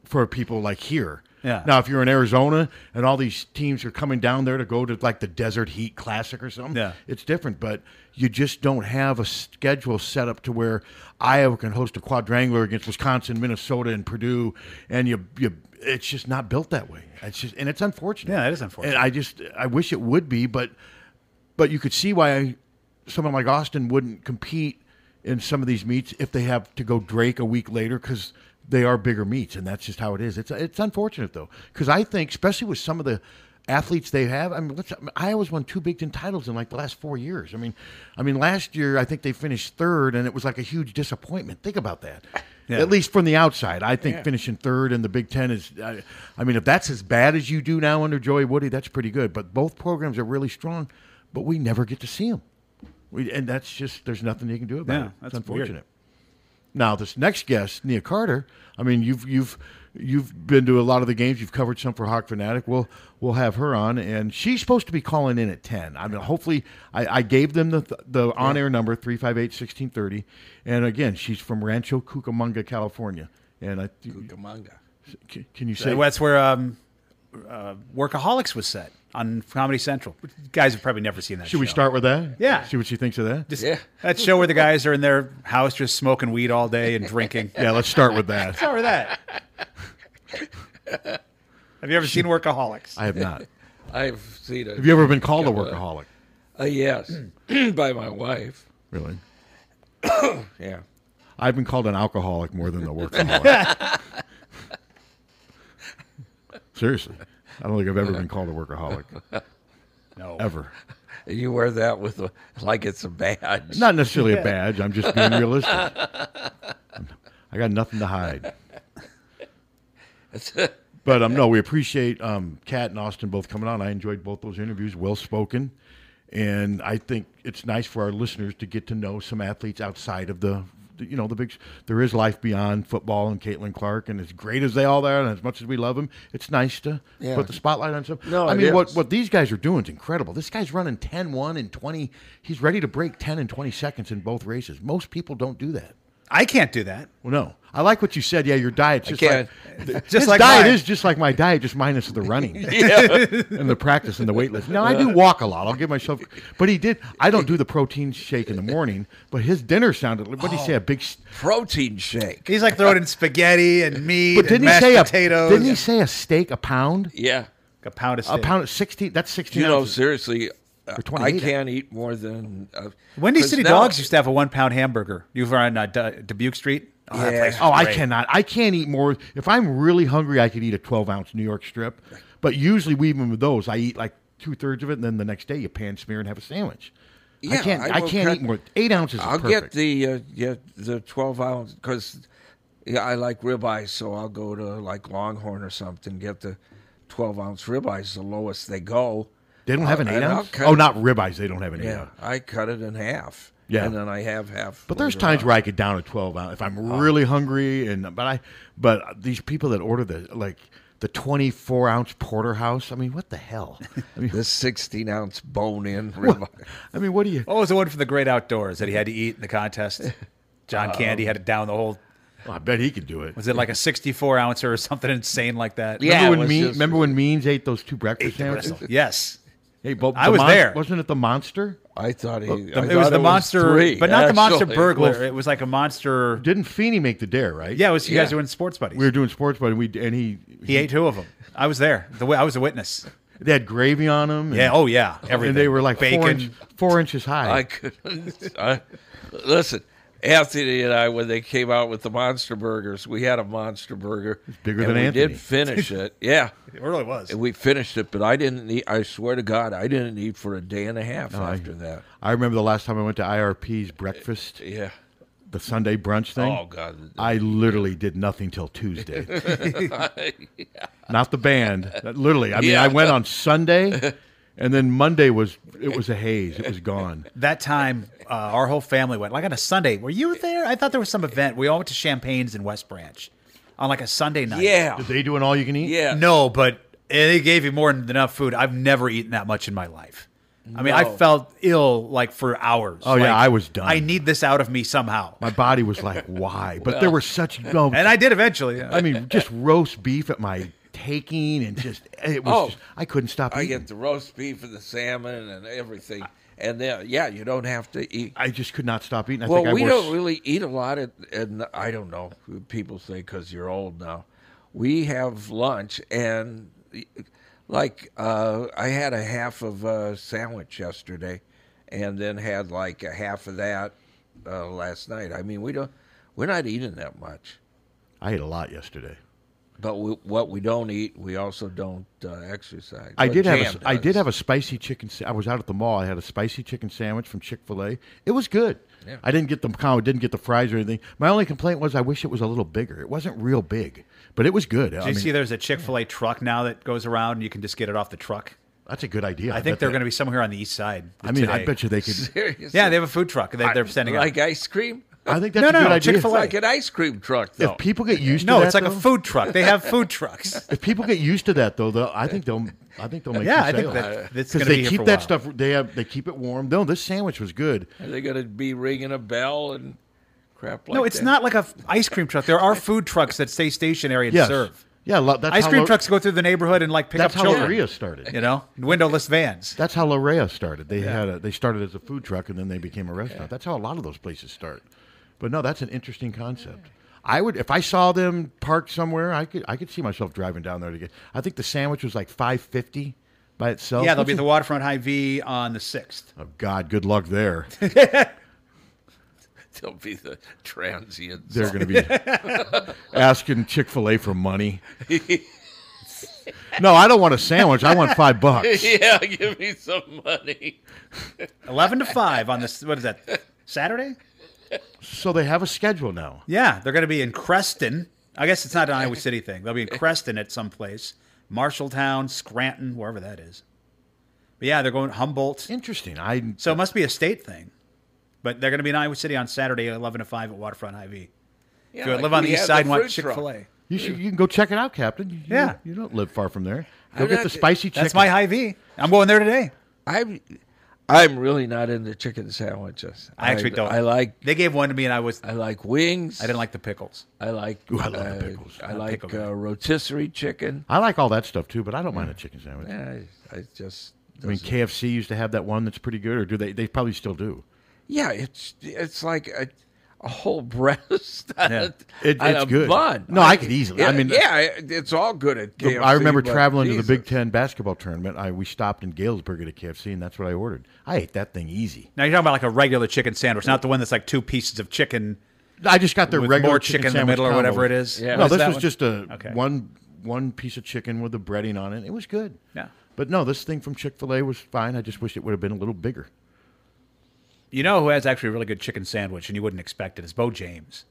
D: for people like here.
C: Yeah.
D: Now, if you're in Arizona and all these teams are coming down there to go to like the Desert Heat Classic or something,
C: Yeah.
D: it's different. But you just don't have a schedule set up to where Iowa can host a quadrangular against Wisconsin, Minnesota, and Purdue, and you you it's just not built that way. It's just and it's unfortunate.
C: Yeah, it is unfortunate.
D: And I just I wish it would be, but but you could see why someone like Austin wouldn't compete in some of these meets if they have to go Drake a week later because they are bigger meets, and that's just how it is. It's it's unfortunate though because I think especially with some of the athletes they have. I mean, let's, I mean, Iowa's won two Big Ten titles in like the last four years. I mean, I mean last year I think they finished third, and it was like a huge disappointment. Think about that.
C: Yeah.
D: At least from the outside, I think
C: Yeah.
D: finishing third in the Big Ten is. I, I mean, if that's as bad as you do now under Joey Woody, that's pretty good. But both programs are really strong, but we never get to see them. We, and that's just there's nothing you can do about
C: Yeah,
D: it.
C: that's
D: It's
C: weird.
D: unfortunate. Now this next guest, Nia Carter. I mean, you've you've you've been to a lot of the games. You've covered some for Hawk Fanatic. We'll we'll have her on, and she's supposed to be calling in at ten. I mean, hopefully, I, I gave them the the on air number 358-1630. and again, she's from Rancho Cucamonga, California. And I
B: Cucamonga.
D: Can, can you say
C: that's where um, uh, Workaholics was set on Comedy Central. You guys have probably never seen that.
D: Should we
C: show.
D: start with that?
C: Yeah.
D: See what she thinks of that.
C: Just that show where the guys are in their house just smoking weed all day and drinking.
D: Yeah, let's start with that.
C: Start with that. Have you ever seen Workaholics?
D: I have not.
B: I've seen it.
D: Have you ever been called a workaholic?
B: Uh, yes, by my wife.
D: Really?
B: Yeah.
D: I've been called an alcoholic more than a workaholic. Seriously, I don't think I've ever been called a workaholic.
C: No.
D: Ever.
B: You wear that with a, like it's a badge.
D: Not necessarily a badge. I'm just being realistic. I got nothing to hide. But um, no, we appreciate um, Kat and Austin both coming on. I enjoyed both those interviews, well spoken, and I think it's nice for our listeners to get to know some athletes outside of the, the- you know, the big. s- There is life beyond football and Caitlin Clark, and as great as they all are, and as much as we love them, it's nice to
B: Yeah.
D: put the spotlight on some.
B: No,
D: I
B: it
D: mean what
B: is.
D: what these guys are doing is incredible. This guy's running 10-1 in twenty. He's ready to break ten and twenty seconds in both races. Most people don't do that.
C: I can't do that.
D: Well, no. I like what you said. Yeah, your diet's
C: I
D: just
C: can't.
D: like th-
C: Just
D: his
C: like
D: diet
C: mine.
D: is just like my diet, just minus the running
C: Yeah.
D: and the practice and the weightlifting. Now I do walk a lot. I'll give myself, but he did. I don't do the protein shake in the morning, but his dinner sounded. What did he say? A big. s-
B: protein shake.
C: He's like throwing in spaghetti and meat
D: But didn't
C: and
D: he
C: mashed
D: say
C: potatoes.
D: a? Didn't he say a steak a pound?
B: Yeah.
C: a pound of
D: A
C: steak.
D: pound. Sixteen. That's sixteen.
B: You know,
D: ounces.
B: seriously, uh, I
D: 28.
B: can't eat more than. Uh,
C: Windy
B: 'cause
C: City
B: now-
C: Dogs used to have a one pound hamburger. You were on uh, Du- Dubuque Street. Oh, that place was
D: Oh, I
C: great.
D: cannot. I can't eat more. If I'm really hungry, I could eat a 12 ounce New York strip. But usually, we- even with those, I eat like two thirds of it, and then the next day you pan smear and have a sandwich. I can't. I,
B: will
D: can't
B: cut-
D: eat more. Eight ounces. Is
B: I'll
D: perfect.
B: get the uh, yeah the twelve ounce because yeah, I like ribeyes, so I'll go to like Longhorn or something. Get the twelve ounce ribeyes, the lowest they go,
D: They don't have an
B: Uh,
D: eight
B: and I'll
D: ounce.
B: cut
D: Oh,
B: it-
D: not ribeyes. They don't have uh, an eight
B: Yeah,
D: ounce.
B: I cut it in half.
D: Yeah.
B: and then I have half.
D: But there's
B: later
D: times
B: on.
D: where I get down to twelve ounce if I'm
C: Oh.
D: really hungry. And but I but these people that order the like the twenty four ounce porterhouse. I mean, what the hell? I mean,
B: the sixteen ounce bone in
D: I mean, what do you?
C: Oh, it was the one for the great outdoors that he had to eat in the contest. John
B: Um,
C: Candy had it down the whole.
D: I bet he could do it.
C: Was it like a 64 ouncer or something insane like that?
D: remember when, mean, remember when Means ate those two breakfast
C: breakfast.
D: sandwiches?
C: Yes.
D: Hey, but
C: I
D: the
C: was
D: Mon-
C: there.
D: Wasn't it the monster?
B: I thought he.
C: The- it was the monster, but not the monster burglar. It was like a monster.
D: Didn't Feeney make the dare? Right?
C: Yeah, it was you guys doing sports buddies.
D: We were doing sports buddies. We and he
C: He ate two of them. I was there. The wi- I was a witness.
D: They had gravy on them. and-
C: Yeah, oh, yeah,
D: And
C: everything.
D: they were like four,
C: Bacon.
D: inch, four inches high.
B: I couldn't. I, listen, Anthony and I, when they came out with the monster burgers, we had a monster burger.
D: bigger
B: and
D: than
B: we
D: Anthony.
B: did finish it. Yeah,
C: It really was.
B: And we finished it, but I didn't eat. I swear to God, I didn't eat for a day and a half
D: No, I-
B: after that. Uh,
D: I remember the last time I went to IRP's breakfast.
B: Yeah.
D: The Sunday brunch thing.
B: Oh, God.
D: I literally did nothing till Tuesday. Not the band. That- Literally. I mean,
C: Yeah.
D: I went on Sunday, and then Monday was it was a haze. It was gone.
C: That time, uh, our whole family went. Like on a Sunday, were you there? I thought there was some event. We all went to Champagne's in West Branch on like a Sunday night.
B: Yeah.
D: Did they do an all you can eat?
B: Yeah.
C: No, but they gave you more than enough food. I've never eaten that much in my life. I mean, I
D: No.
C: felt ill like for hours.
D: Oh, yeah,
C: Like,
D: I was done.
C: I need this out of me somehow.
D: My body was like, why? But there were such no.
C: and I did eventually.
D: I mean, just roast beef at my taking, and just it was.
B: Oh.
D: just- I couldn't stop.
B: I
D: eating.
B: get the roast beef and the salmon and everything. And then, yeah, you don't have to eat.
D: I just could not stop eating. I
B: well,
D: think I
B: we
D: wore
B: don't
D: s-
B: really eat a lot, at, and I don't know. People say because you're old now. We have lunch, and like uh, I had a half of a sandwich yesterday, and then had like a half of that uh, last night. I mean, we don't, we're not eating that much.
D: I ate a lot yesterday.
B: But we, what we don't eat, we also don't uh, exercise.
D: I
B: But
D: did have a,
B: Jan
D: s- I
B: does.
D: did have a spicy chicken. sa- I was out at the mall. I had a spicy chicken sandwich from Chick Fil A. It was good.
B: Yeah.
D: I didn't get the I didn't get the fries or anything. My only complaint was I wish it was a little bigger. It wasn't real big, but it was good.
C: Did
D: I
C: you
D: mean,
C: see there's a Chick fil A truck now that goes around and you can just get it off the truck?
D: That's a good idea.
C: I,
D: I
C: think
D: bet
C: they're
D: they-
C: going to be somewhere on the east side.
D: I mean, I
C: today.
D: bet you they could-
B: Seriously?
C: Yeah, they have a food truck. They, they're sending
B: like
C: out.
B: ice cream.
D: I think that's a good idea.
B: Chick-fil-A. It's like an ice cream truck, though.
D: if people get used
C: No,
D: to that,
C: it's like a
D: though-
C: food truck. They have food trucks.
D: If people get used to that, though, they'll, I think they'll. I think they'll make.
C: Yeah,
D: some
C: I think
D: sales.
C: that- uh, that's
D: 'Cause
C: gonna
D: they
C: be here
D: keep
C: for a
D: that
C: while.
D: stuff. They have they keep it warm. No, this sandwich was good.
B: Are they going to be ringing a bell and crap like
C: no, it's
B: that?
C: not like a f- ice cream truck. There are food trucks that stay stationary and
D: Yes.
C: serve.
D: Yeah, lo- that's
C: ice
D: how
C: cream
D: lo-
C: trucks go through the neighborhood and like pick
D: That's
C: up
D: how
C: children.
D: Maria started.
C: You know, windowless vans.
D: That's how La Rea started. They
C: Yeah.
D: had a, they started as a food truck and then they became a restaurant. That's how a lot of those places start. But no, that's an interesting concept. I would if I saw them parked somewhere, I could I could see myself driving down there to get. I think the sandwich was like five fifty by itself.
C: yeah, there'll
D: which
C: be
D: is-
C: the waterfront high V on the sixth.
D: Oh God, good luck there.
B: They'll be the transients.
D: They're going to be asking Chick Fil A for money. No, I don't want a sandwich. I want five bucks.
B: yeah, give me some money.
C: Eleven to five on this. What is that? Saturday?
D: So they have a schedule now.
C: Yeah, they're going to be in Creston. I guess it's not an Iowa City thing. They'll be in Creston at some place, Marshalltown, Scranton, wherever that is. But yeah, they're going Humboldt.
D: Interesting. I
C: so it must be a state thing. But they're going to be in Iowa City on Saturday, at eleven to five at Waterfront IV.
B: Yeah,
C: if you
B: like
C: live on
B: we
C: the east
B: had
C: side,
B: the
C: and want
B: fruit
C: Chick
B: truck.
C: Fil A.
D: You should you can go check it out, Captain. You,
C: Yeah.
D: you don't live far from there. Go
B: I'm
D: get
B: not-
D: the spicy chicken.
C: That's my high V. I'm going there today.
B: I'm, I'm really not into chicken sandwiches.
C: I actually don't.
B: I like.
C: They gave one to me, and I was.
B: I like wings.
C: I didn't like the pickles.
B: I like.
D: Ooh, I love
B: uh,
D: the pickles.
B: I
D: I'm a
B: like
D: pickle
B: uh, rotisserie chicken.
D: I like all that stuff too, but I don't mind a chicken sandwich.
B: Yeah, I, I just.
D: I mean, KFC used to have that one that's pretty good, or do they? They probably still do.
B: Yeah, it's it's like a, a whole breast. on
D: Yeah.
B: a-
D: It-
B: on
D: it's
B: a
D: good.
B: bun.
D: No, I could easily- I mean-
B: yeah, it- it's all good at KFC.
D: I remember
B: but
D: traveling to the
B: Jesus.
D: Big Ten basketball tournament. I we stopped in Galesburg at a KFC, and that's what I ordered. I ate that thing easy.
C: Now you're talking about like a regular chicken sandwich, not the one that's like two pieces of chicken.
D: I just got their
C: with
D: regular
C: more chicken, in the
D: sandwich
C: middle or
D: combo.
C: whatever it is.
D: No,
C: What is
D: this
C: that
D: was
C: one?
D: just a
C: Okay.
D: one one piece of chicken with the breading on it. It was good.
C: Yeah.
D: But no, this thing from Chick Fil A was fine. I just wish it would have been a little bigger.
C: You know who has actually a really good chicken sandwich, and you wouldn't expect it is Bo James.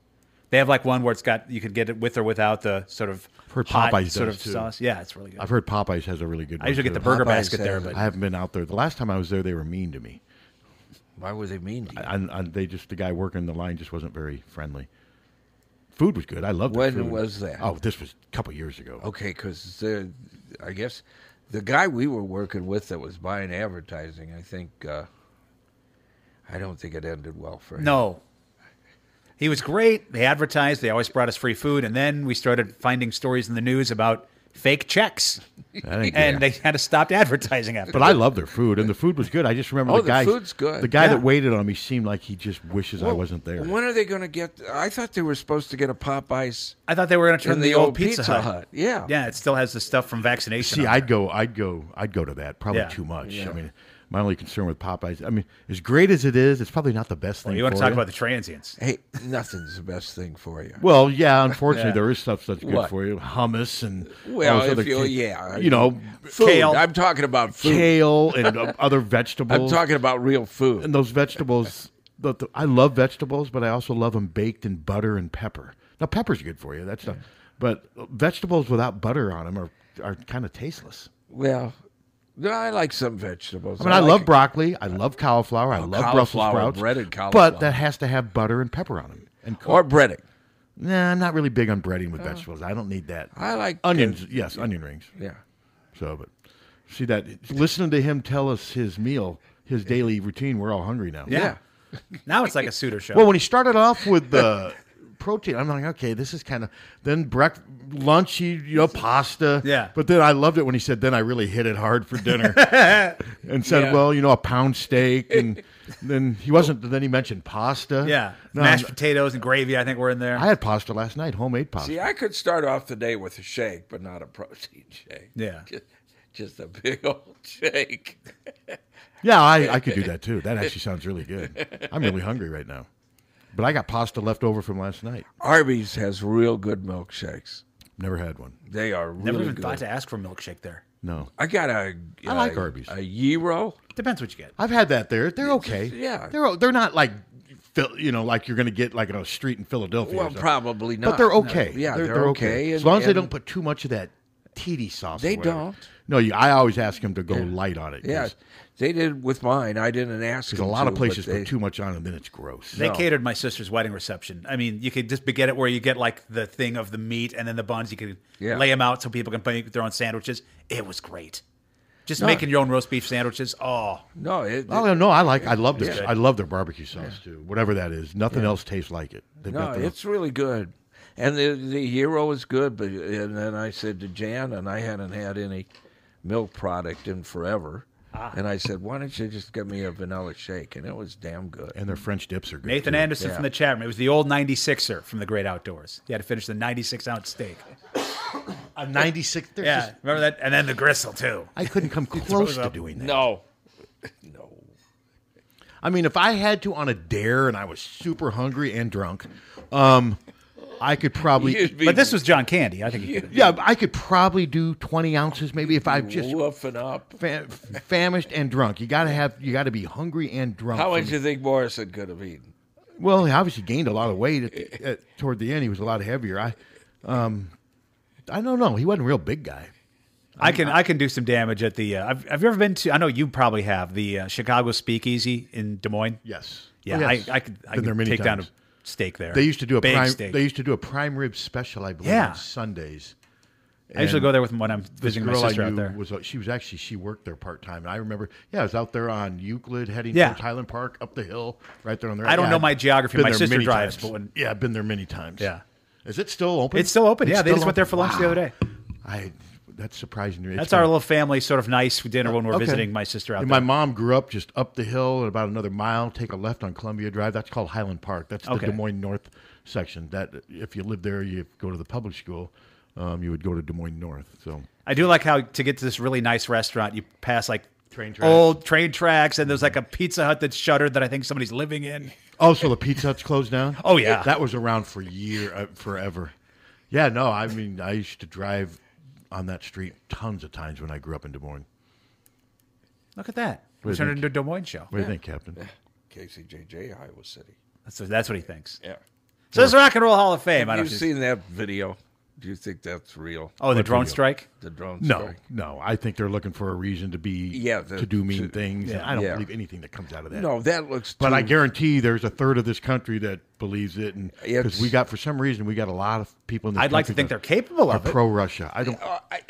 C: They have like one where it's got you could get it with or without the sort of
D: For
C: hot
D: Popeyes
C: sort
D: does,
C: of
D: too.
C: sauce. Yeah, it's really good.
D: I've heard Popeyes has a really good.
C: I
D: one,
C: usually get
D: too.
C: the burger Popeyes basket there, has- but-
D: I haven't been out there. The last time I was there, they were mean to me.
B: Why were they mean to you?
D: And, and they just the guy working the line just wasn't very friendly. Food was good. I loved. the
B: When
D: food.
B: was that?
D: Oh, this was a couple years ago.
B: Okay, because uh, I guess the guy we were working with that was buying advertising, I think, uh, I don't think it ended well for him.
C: No. He was great. They advertised. They always brought us free food. And then we started finding stories in the news about fake checks.
D: ain't
C: And they had to stop advertising after
D: But I love their food, and the food was good. I just remember
B: Oh,
D: the
B: the
D: guy.
B: food's good.
D: The guy
B: Yeah.
D: that waited on me seemed like he just wishes I wasn't there.
B: When are they going to get? I thought they were supposed to get a Popeyes.
C: I thought they were going to turn the, old, Pizza, Hut.
B: Yeah.
C: Yeah, it still has the stuff from vaccination.
D: See,
C: on it.
D: I'd go, I'd go, I'd go to that. Probably
C: Yeah.
D: too much.
C: Yeah.
D: I mean, my only concern with Popeyes. I mean, as great as it is, it's probably not the best
C: Well,
D: thing.
C: you want to
D: for
C: talk
D: ya.
C: about the transients.
B: Hey, nothing's the best thing for you.
D: Well, yeah. Unfortunately,
B: Yeah.
D: there is stuff that's good
B: What?
D: for you, hummus and all
B: Well,
D: those
B: if
D: other
B: you,
D: ki-
B: yeah,
D: you know,
B: food.
D: kale.
B: I'm talking about food.
D: kale and uh, other vegetables.
B: I'm talking about real food.
D: And those vegetables, the, the- I love vegetables, but I also love them baked in butter and pepper. Now, pepper's good for you. That's not, but vegetables without butter on them are are kind of tasteless.
B: Well, no, I like some vegetables.
D: I mean, I,
B: like Oh,
D: love broccoli. I love cauliflower. I love Brussels
B: cauliflower,
D: sprouts.
B: breaded
D: But
B: cauliflower.
D: that has to have butter and pepper on them. And
B: Or breading.
D: Nah, I'm not really big on breading with
B: Oh.
D: vegetables. I don't need that.
B: I like, uh,
D: onions. yes, onion rings.
B: Yeah.
D: So, but see that listening to him tell us his meal, his daily routine, we're all hungry now.
C: Yeah. now it's like a suitor show.
D: Well, when he started off with the protein, I'm like, okay, this is kind of. Then breakfast, lunch, he you know pasta.
C: Yeah.
D: But then I loved it when he said, "Then I really hit it hard for dinner," and said,
C: Yeah.
D: "Well, you know, a pound steak." And then he wasn't. Then he mentioned pasta.
C: yeah,
D: No,
C: mashed
D: I'm-
C: potatoes and gravy. I think were in there.
D: I had pasta last night, homemade pasta.
B: See, I could start off the day with a shake, but not a protein shake.
D: Yeah.
B: Just, just a big old shake.
D: Yeah, I, I could do that too. That actually sounds really good. I'm really hungry right now, but I got pasta left over from last night.
B: Arby's has real good milkshakes.
D: Never had one.
B: They are really
C: Never even
B: good.
C: thought to ask for a milkshake there.
D: No,
B: I uh, got a.
D: I like
B: a-
D: Arby's.
B: A gyro.
C: Depends what you get.
D: I've had that there. They're okay.
B: yeah.
D: they're o- they're not like Phil- you know like you're going to get like on a street in Philadelphia. or
B: Well,
D: something.
B: probably
D: But
B: not.
D: they're
B: No.
D: okay.
B: Yeah, they're okay,
D: as
B: and-
D: long as they
B: and-
D: don't put too much of that titi sauce.
B: They
D: or whatever.
B: don't.
D: No, you, I always ask them to go light on it.
B: Yeah, they did with mine. I didn't ask.
D: because a
B: them
D: lot of
B: to, but
D: places
B: they-
D: put too much on, and then it's gross.
C: They catered my sister's wedding reception. I mean, you could just be- get it where you get like the thing of the meat and then the buns. You could
D: Yeah.
C: lay them out so people can make their own sandwiches. It was great. Just
D: No.
C: making your own roast beef sandwiches. Oh
B: no, it,
D: Oh no, I like I love their
C: Yeah.
D: I love their barbecue sauce too. Whatever that is, nothing else tastes like it. They've
B: No,
D: got their-
B: it's really good. And the the hero is good, but and then I said to Jan, and I hadn't had any milk product in forever.
C: Ah.
B: And I said, why don't you just get me a vanilla shake? And it was damn good.
D: And their French dips are
C: Nathan Anderson from the chat room. It was the old 96er from the Great Outdoors. He had to finish the 96 ounce steak.
D: a 96. there's
C: Yeah,
D: just-
C: remember that? And then the gristle too.
D: I couldn't come
C: He throws
D: close to
C: up.
D: doing that.
B: No.
D: I mean, if I had to on a dare and I was super hungry and drunk, um, I could probably.
B: You'd be- But this
C: was John Candy. I think.
B: he could-
D: yeah, I could probably do twenty ounces, maybe if I'm just
B: woofing up.
D: fa- famished and drunk. You gotta have. You gotta be hungry and drunk.
B: How
D: for
B: much
D: me.
B: do you think Morrison could have eaten?
D: Well, he obviously gained a lot of weight at, at, toward the end. He was a lot heavier. I, um, I don't know. He wasn't a real big guy.
C: I can I can do some damage at the. Uh, I've, have you ever been to? I know you probably have the uh, Chicago Speakeasy in Des Moines.
D: Yes.
C: Yeah,
D: Oh, yes.
C: I, I could. I
D: Been
C: could
D: there many
C: take down a
D: times.
C: steak there.
D: They used to do a
C: big
D: prime.
C: steak.
D: They used to do a prime rib special, I believe,
C: Yeah.
D: on Sundays.
C: I usually
D: And
C: go there with when I'm
D: this
C: visiting my
D: girl I
C: sister out
D: knew
C: there.
D: Was she was actually she worked there part time, and I remember. Yeah, I was out there on Euclid, heading
C: Yeah.
D: towards Highland Park, up the hill, right there on the.
C: I don't
D: yeah,
C: know my
D: I've
C: geography.
D: been
C: My
D: there
C: sister
D: many
C: drives,
D: times.
C: but when-
D: yeah, I've been there many times.
C: Yeah.
D: is it still open?
C: It's still open.
D: It's
C: yeah, they
D: still
C: just went there for lunch the
D: Wow.
C: other day.
D: I that's surprising to me. It's
C: That's our
D: been-
C: little family sort of nice dinner when we're
D: Oh, Okay.
C: visiting my sister out
D: And
C: there.
D: My mom grew up just up the hill and about another mile. Take a left on Columbia Drive. That's called Highland Park. That's the
C: Okay.
D: Des Moines North section. That if you live there, you go to the public school. Um, you would go to Des Moines North. So
C: I do like how to get to this really nice restaurant, you pass like
D: train tracks.
C: old train tracks, and there's like a Pizza Hut that's shuttered that I think somebody's living in.
D: oh, so the Pizza Hut's closed down.
C: Oh, yeah.
D: that was around for year uh, forever. Yeah, no, I mean I used to drive on that street tons of times when I grew up in Des Moines.
C: Look at that.
D: What do
C: We
D: you
C: turned
D: think?
C: it into a Des Moines show.
D: What do you think, Captain?
B: KCJJ, Iowa City.
C: That's, that's what he thinks.
B: Yeah.
C: So this is Rock and Roll Hall of Fame. I
B: Have
C: don't
B: you
C: know.
B: seen that video? Do you think that's real?
C: Oh, the
B: What
C: drone
B: video?
C: strike?
B: The drone
D: No,
B: strike.
D: no. I think they're looking for a reason to be
B: Yeah, the-
D: to do mean
B: to-
D: things. and
B: yeah.
D: I don't
B: Yeah.
D: believe anything that comes out of that.
B: No, that looks
D: But I
B: too-
D: guarantee there's a third of this country that believes it, and because
B: It's-
D: we got for some reason we got a lot of people in this
C: I'd like to
D: country
C: think they're
D: that
C: capable of
D: are
C: it.
D: pro Russia. I don't.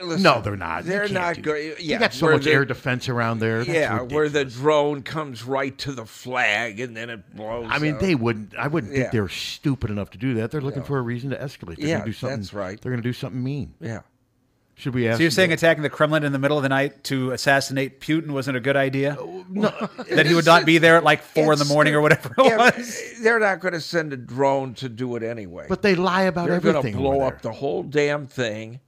B: listen,
D: no, they're not. They
B: they're
D: can't
B: not
D: do
B: go-
D: that.
B: yeah,
D: they got so
B: where
D: much air
B: they're-
D: defense around there. That's
B: yeah,
D: ridiculous.
B: where the drone comes right to the flag and then it blows.
D: I mean,
B: up.
D: they wouldn't. I wouldn't think
B: Yeah.
D: they're stupid enough to do that. They're looking
B: No.
D: for a reason to escalate. They're
B: Yeah,
D: gonna do something,
B: that's right.
D: They're going to do something mean.
B: Yeah.
D: Should we ask?
C: So you're
D: them
C: saying attacking the Kremlin in the middle of the night to assassinate Putin wasn't a good idea?
B: Uh,
D: No,
C: that he would not be there at like four in the
B: It's-
C: morning or whatever.
B: yeah, They're not going to send a drone to do it anyway.
D: But they lie about
B: they're
D: everything
B: They're going to blow
D: over
B: up the whole damn thing,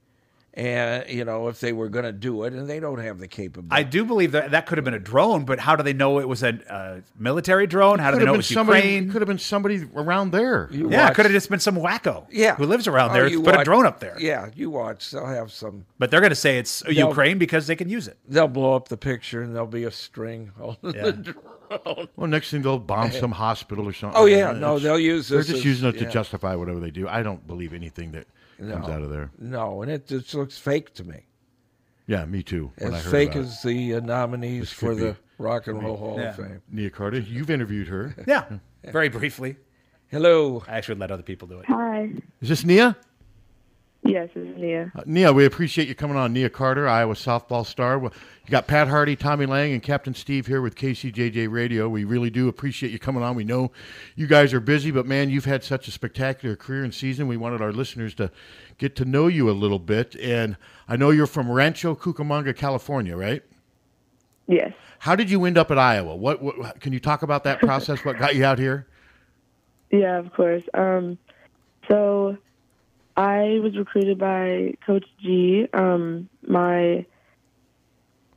B: and you know if they were going to do it, and they don't have the capability.
C: I do believe that that could have been a drone, but how do they know it was a uh, military drone? How do
D: Could
C: they
D: have
C: know it
D: been
C: was
D: somebody.
C: Ukraine?
D: Could have been somebody around there.
C: yeah, it could have just been some wacko
B: Yeah.
C: who lives around
B: Oh,
C: there.
B: you
C: Put a
B: watch-
C: drone up there.
B: Yeah, you watch. They'll have some.
C: But they're going to say it's
B: They'll-
C: Ukraine because they can use it.
B: They'll blow up the picture, and there'll be a string on
C: Yeah.
B: the drone.
D: Well, next thing they'll bomb some hospital or something.
B: Oh, yeah.
D: It's-
B: No, they'll use
D: They're
B: this
D: just
B: as-
D: using it to
B: yeah.
D: justify whatever they do. I don't believe anything that comes
B: No.
D: out of there.
B: No, and it just looks fake to me.
D: Yeah, me too. when I
B: As
D: heard
B: fake
D: about
B: as the uh, nominees
D: This
B: for
D: could
B: the
D: be-
B: Rock and
D: could be-
B: Roll Hall
C: Yeah.
B: of Fame.
D: it. Nia Carter, you've interviewed her.
C: Yeah, very briefly.
B: Hello.
C: I actually let other people do it.
M: Hi.
D: Is this Nia?
M: Yes, it's Nia.
D: Uh, Nia, we appreciate you coming on. Nia Carter, Iowa softball star. Well, You got Pat Hardy, Tommy Lang, and Captain Steve here with KCJJ Radio. We really do appreciate you coming on. We know you guys are busy, but man, you've had such a spectacular career and season. We wanted our listeners to get to know you a little bit. And I know you're from Rancho Cucamonga, California, right?
M: Yes.
D: How did you end up at Iowa? What, what can you talk about that process? what got you out here?
M: Yeah, of course. Um, so I was recruited by Coach G. Um, my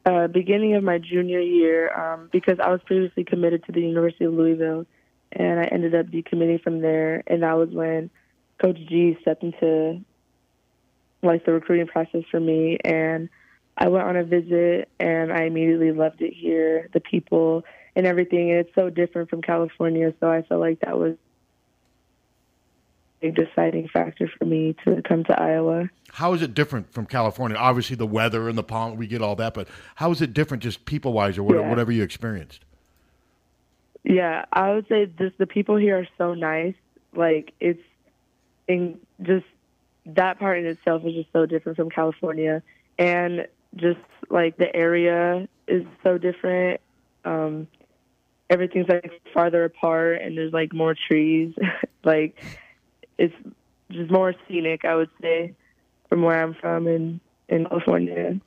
M: uh, beginning of my junior year um, because I was previously committed to the University of Louisville, and I ended up decommitting from there. And that was when Coach G stepped into like the recruiting process for me, and I went on a visit, and I immediately loved it here, the people and everything. And it's so different from California, so I felt like that was a big deciding factor for me to come to Iowa.
D: How is it different from California? Obviously, the weather and the palm, we get all that, but how is it different just people wise or what,
M: Yeah.
D: whatever you experienced?
M: Yeah, I would say just the people here are so nice. Like it's in just that part in itself is just so different from California, and just like the area is so different. Um, everything's like farther apart, and there's like more trees. like it's just more scenic, I would say, from where I'm from in in California.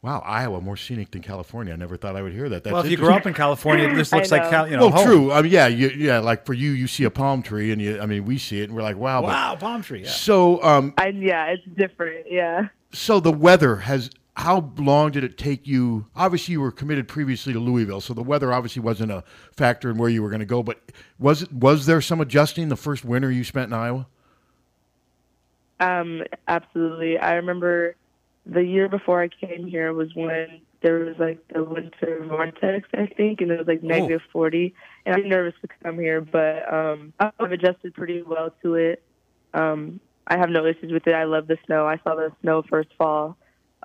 D: Wow, Iowa more scenic than California. I never thought I would hear that. That's
C: well, if you grew up
D: interesting.
C: in California, it just looks
M: I
C: like
M: know.
C: Cal- you know.
D: well,
C: home.
D: true. Um, yeah, you, yeah. Like for you, you see a palm tree, and you, I mean, we see it, and we're like, wow. but-
C: Wow, palm tree. Yeah.
D: So, um,
M: I yeah, it's different. Yeah.
D: so the weather has. How long did it take you? Obviously, you were committed previously to Louisville, so the weather obviously wasn't a factor in where you were going to go. But was it, was there some adjusting the first winter you spent in Iowa?
M: Um, absolutely. I remember the year before I came here was when there was like the winter vortex, I think, and it was like negative 40. And I'm nervous to come here, but um, I've adjusted pretty well to it. Um, I have no issues with it. I love the snow. I saw the snow first fall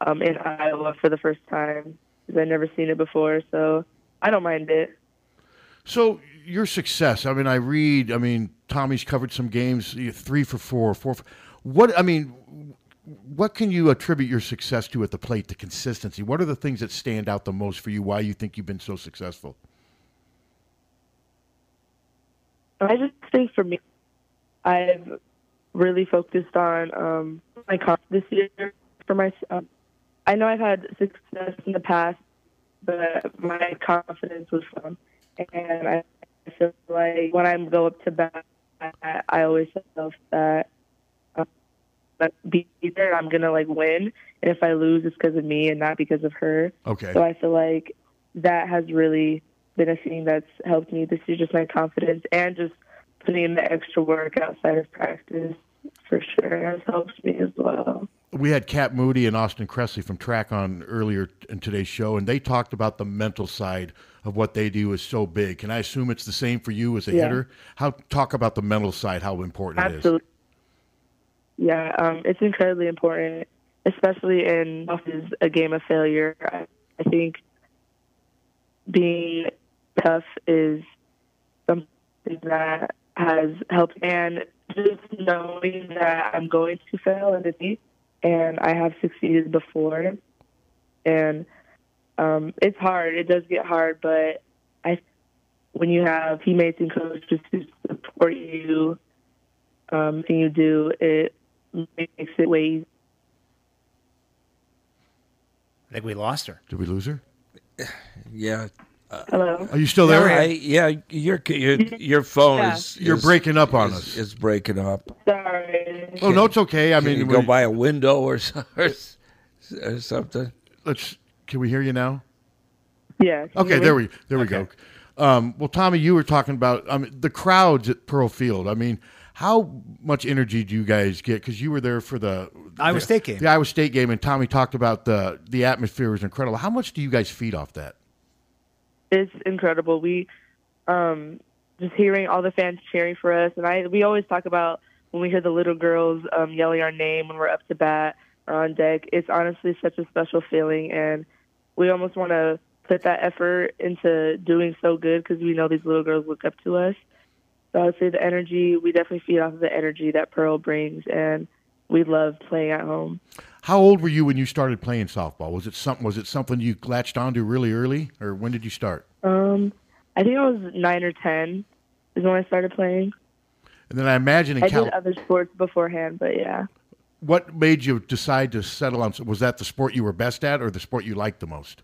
M: um, in Iowa for the first time because I'd never seen it before. So I don't mind it.
D: So your success. I mean, I read. I mean, Tommy's covered some games, you- three for four, four. For, what I mean, what can you attribute your success to at the plate? The consistency. What are the things that stand out the most for you? Why you think you've been so successful?
M: I just think for me, I've really focused on um, my comp this year for myself. I know I've had success in the past, but my confidence was gone, and I feel like when I go up to bat, I, I always tell myself that um, that be there, I'm gonna like win, and if I lose, it's because of me and not because of her.
D: Okay.
M: So I feel like that has really been a thing that's helped me. This is just my confidence and just putting in the extra work outside of practice for sure has helped me as well.
D: we had Cat Moody and Austin Cressley from Track on earlier in today's show, and they talked about the mental side of what they do is so big. And I assume it's the same for you as a
M: Yeah.
D: hitter. How talk about the mental side, how important it is.
M: Absolutely. Yeah, um, it's incredibly important, especially in golf is a game of failure. I, I think being tough is something that has helped, and just knowing that I'm going to fail and defeat, and I have succeeded before, and um, it's hard. It does get hard, but I, when you have teammates and coaches who support you um, thing you do, it makes it way easier.
C: I think we lost her.
D: Did we lose her?
B: Yeah. Uh,
M: Hello?
D: Are you still there?
B: Yeah, I- yeah, your your your phone
M: Yeah.
B: is
D: You're
B: is-
D: breaking up on
B: is-
D: us.
B: Is breaking up.
M: Sorry.
D: Oh, no, it's okay. I
B: Can
D: mean,
B: you go
D: we-
B: by a window or, so- or s- or something.
D: Let's can we hear you now?
M: Yeah.
D: Okay, there we there we go. Um, well, Tommy, you were talking about um, the crowds at Pearl Field. I mean, how much energy do you guys get? Because you were there for the
C: Iowa
D: the-
C: State game.
D: the Iowa State game, and Tommy talked about the the atmosphere was incredible. How much do you guys feed off that?
M: It's incredible. We um, just hearing all the fans cheering for us, and I we always talk about when we hear the little girls um, yelling our name when we're up to bat or on deck. It's honestly such a special feeling, and we almost want to put that effort into doing so good because we know these little girls look up to us. So I would say the energy we definitely feed off of the energy that Pearl brings, and we love playing at home.
D: How old were you when you started playing softball? Was it something? Was it something you latched onto really early, or when did you start?
M: Um, I think I was nine or ten is when I started playing.
D: And then I imagine in
M: I
D: Cal-
M: did other sports beforehand, but yeah,
D: what made you decide to settle on? Was that the sport you were best at, or the sport you liked the most?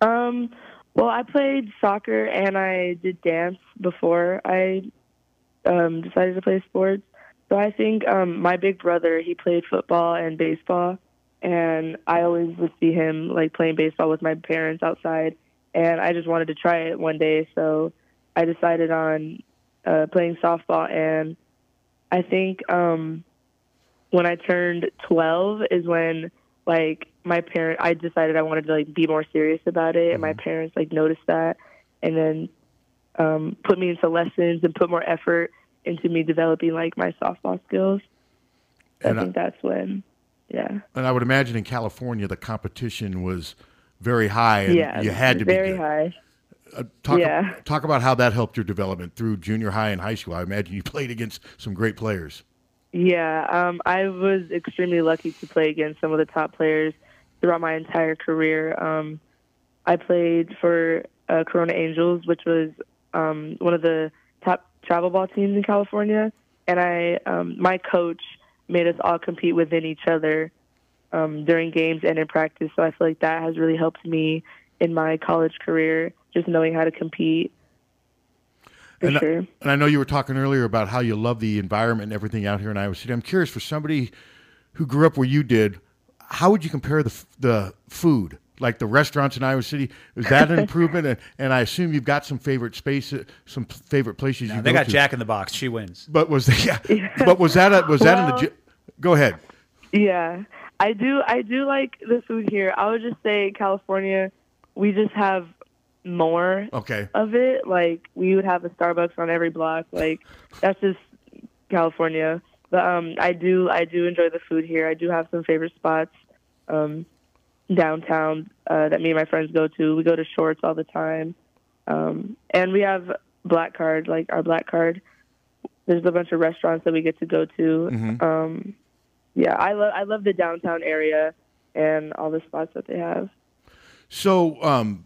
M: Um, well, I played soccer and I did dance before I um, decided to play sports. So I think um, my big brother he played football and baseball, and I always would see him like playing baseball with my parents outside, and I just wanted to try it one day. So I decided on uh, playing softball, and I think um, when I turned 12 is when like my parent I decided I wanted to like be more serious about it and my
D: Mm-hmm.
M: parents like noticed that and then um put me into lessons and put more effort into me developing like my softball skills. So
D: And
M: I
D: I-
M: think that's when yeah.
D: And I would imagine in California the competition was very high, and
M: yeah.
D: you had to be
M: very
D: good.
M: high.
D: Uh, talk,
M: yeah.
D: talk about how that helped your development through junior high and high school. I imagine you played against some great players.
M: Yeah, um, I was extremely lucky to play against some of the top players throughout my entire career. Um, I played for uh, Corona Angels, which was um, one of the top travel ball teams in California, and I um, my coach made us all compete within each other um, during games and in practice. So I feel like that has really helped me in my college career, just knowing how to compete. For
D: and,
M: sure.
D: I, and I know you were talking earlier about how you love the environment and everything out here in Iowa City. I'm curious for somebody who grew up where you did, how would you compare the f- the food, like the restaurants in Iowa City? Is that an improvement? and, and I assume you've got some favorite spaces, some favorite places. you
C: They
D: go
C: got
D: to.
C: Jack in the Box. She wins.
D: But was yeah, But was that a, was that an
M: Well-
D: agi- Go ahead.
M: Yeah, I do. I do like the food here. I would just say California. We just have more
D: Okay.
M: of it. Like we would have a Starbucks on every block. Like that's just California. But um, I do. I do enjoy the food here. I do have some favorite spots um, downtown uh, that me and my friends go to. We go to Shorts all the time, um, and we have Black Card. Like our Black Card. There's a bunch of restaurants that we get to go to.
F: Mhm.
M: Um, yeah, I love I love the downtown area and all the spots that they have.
D: So, um,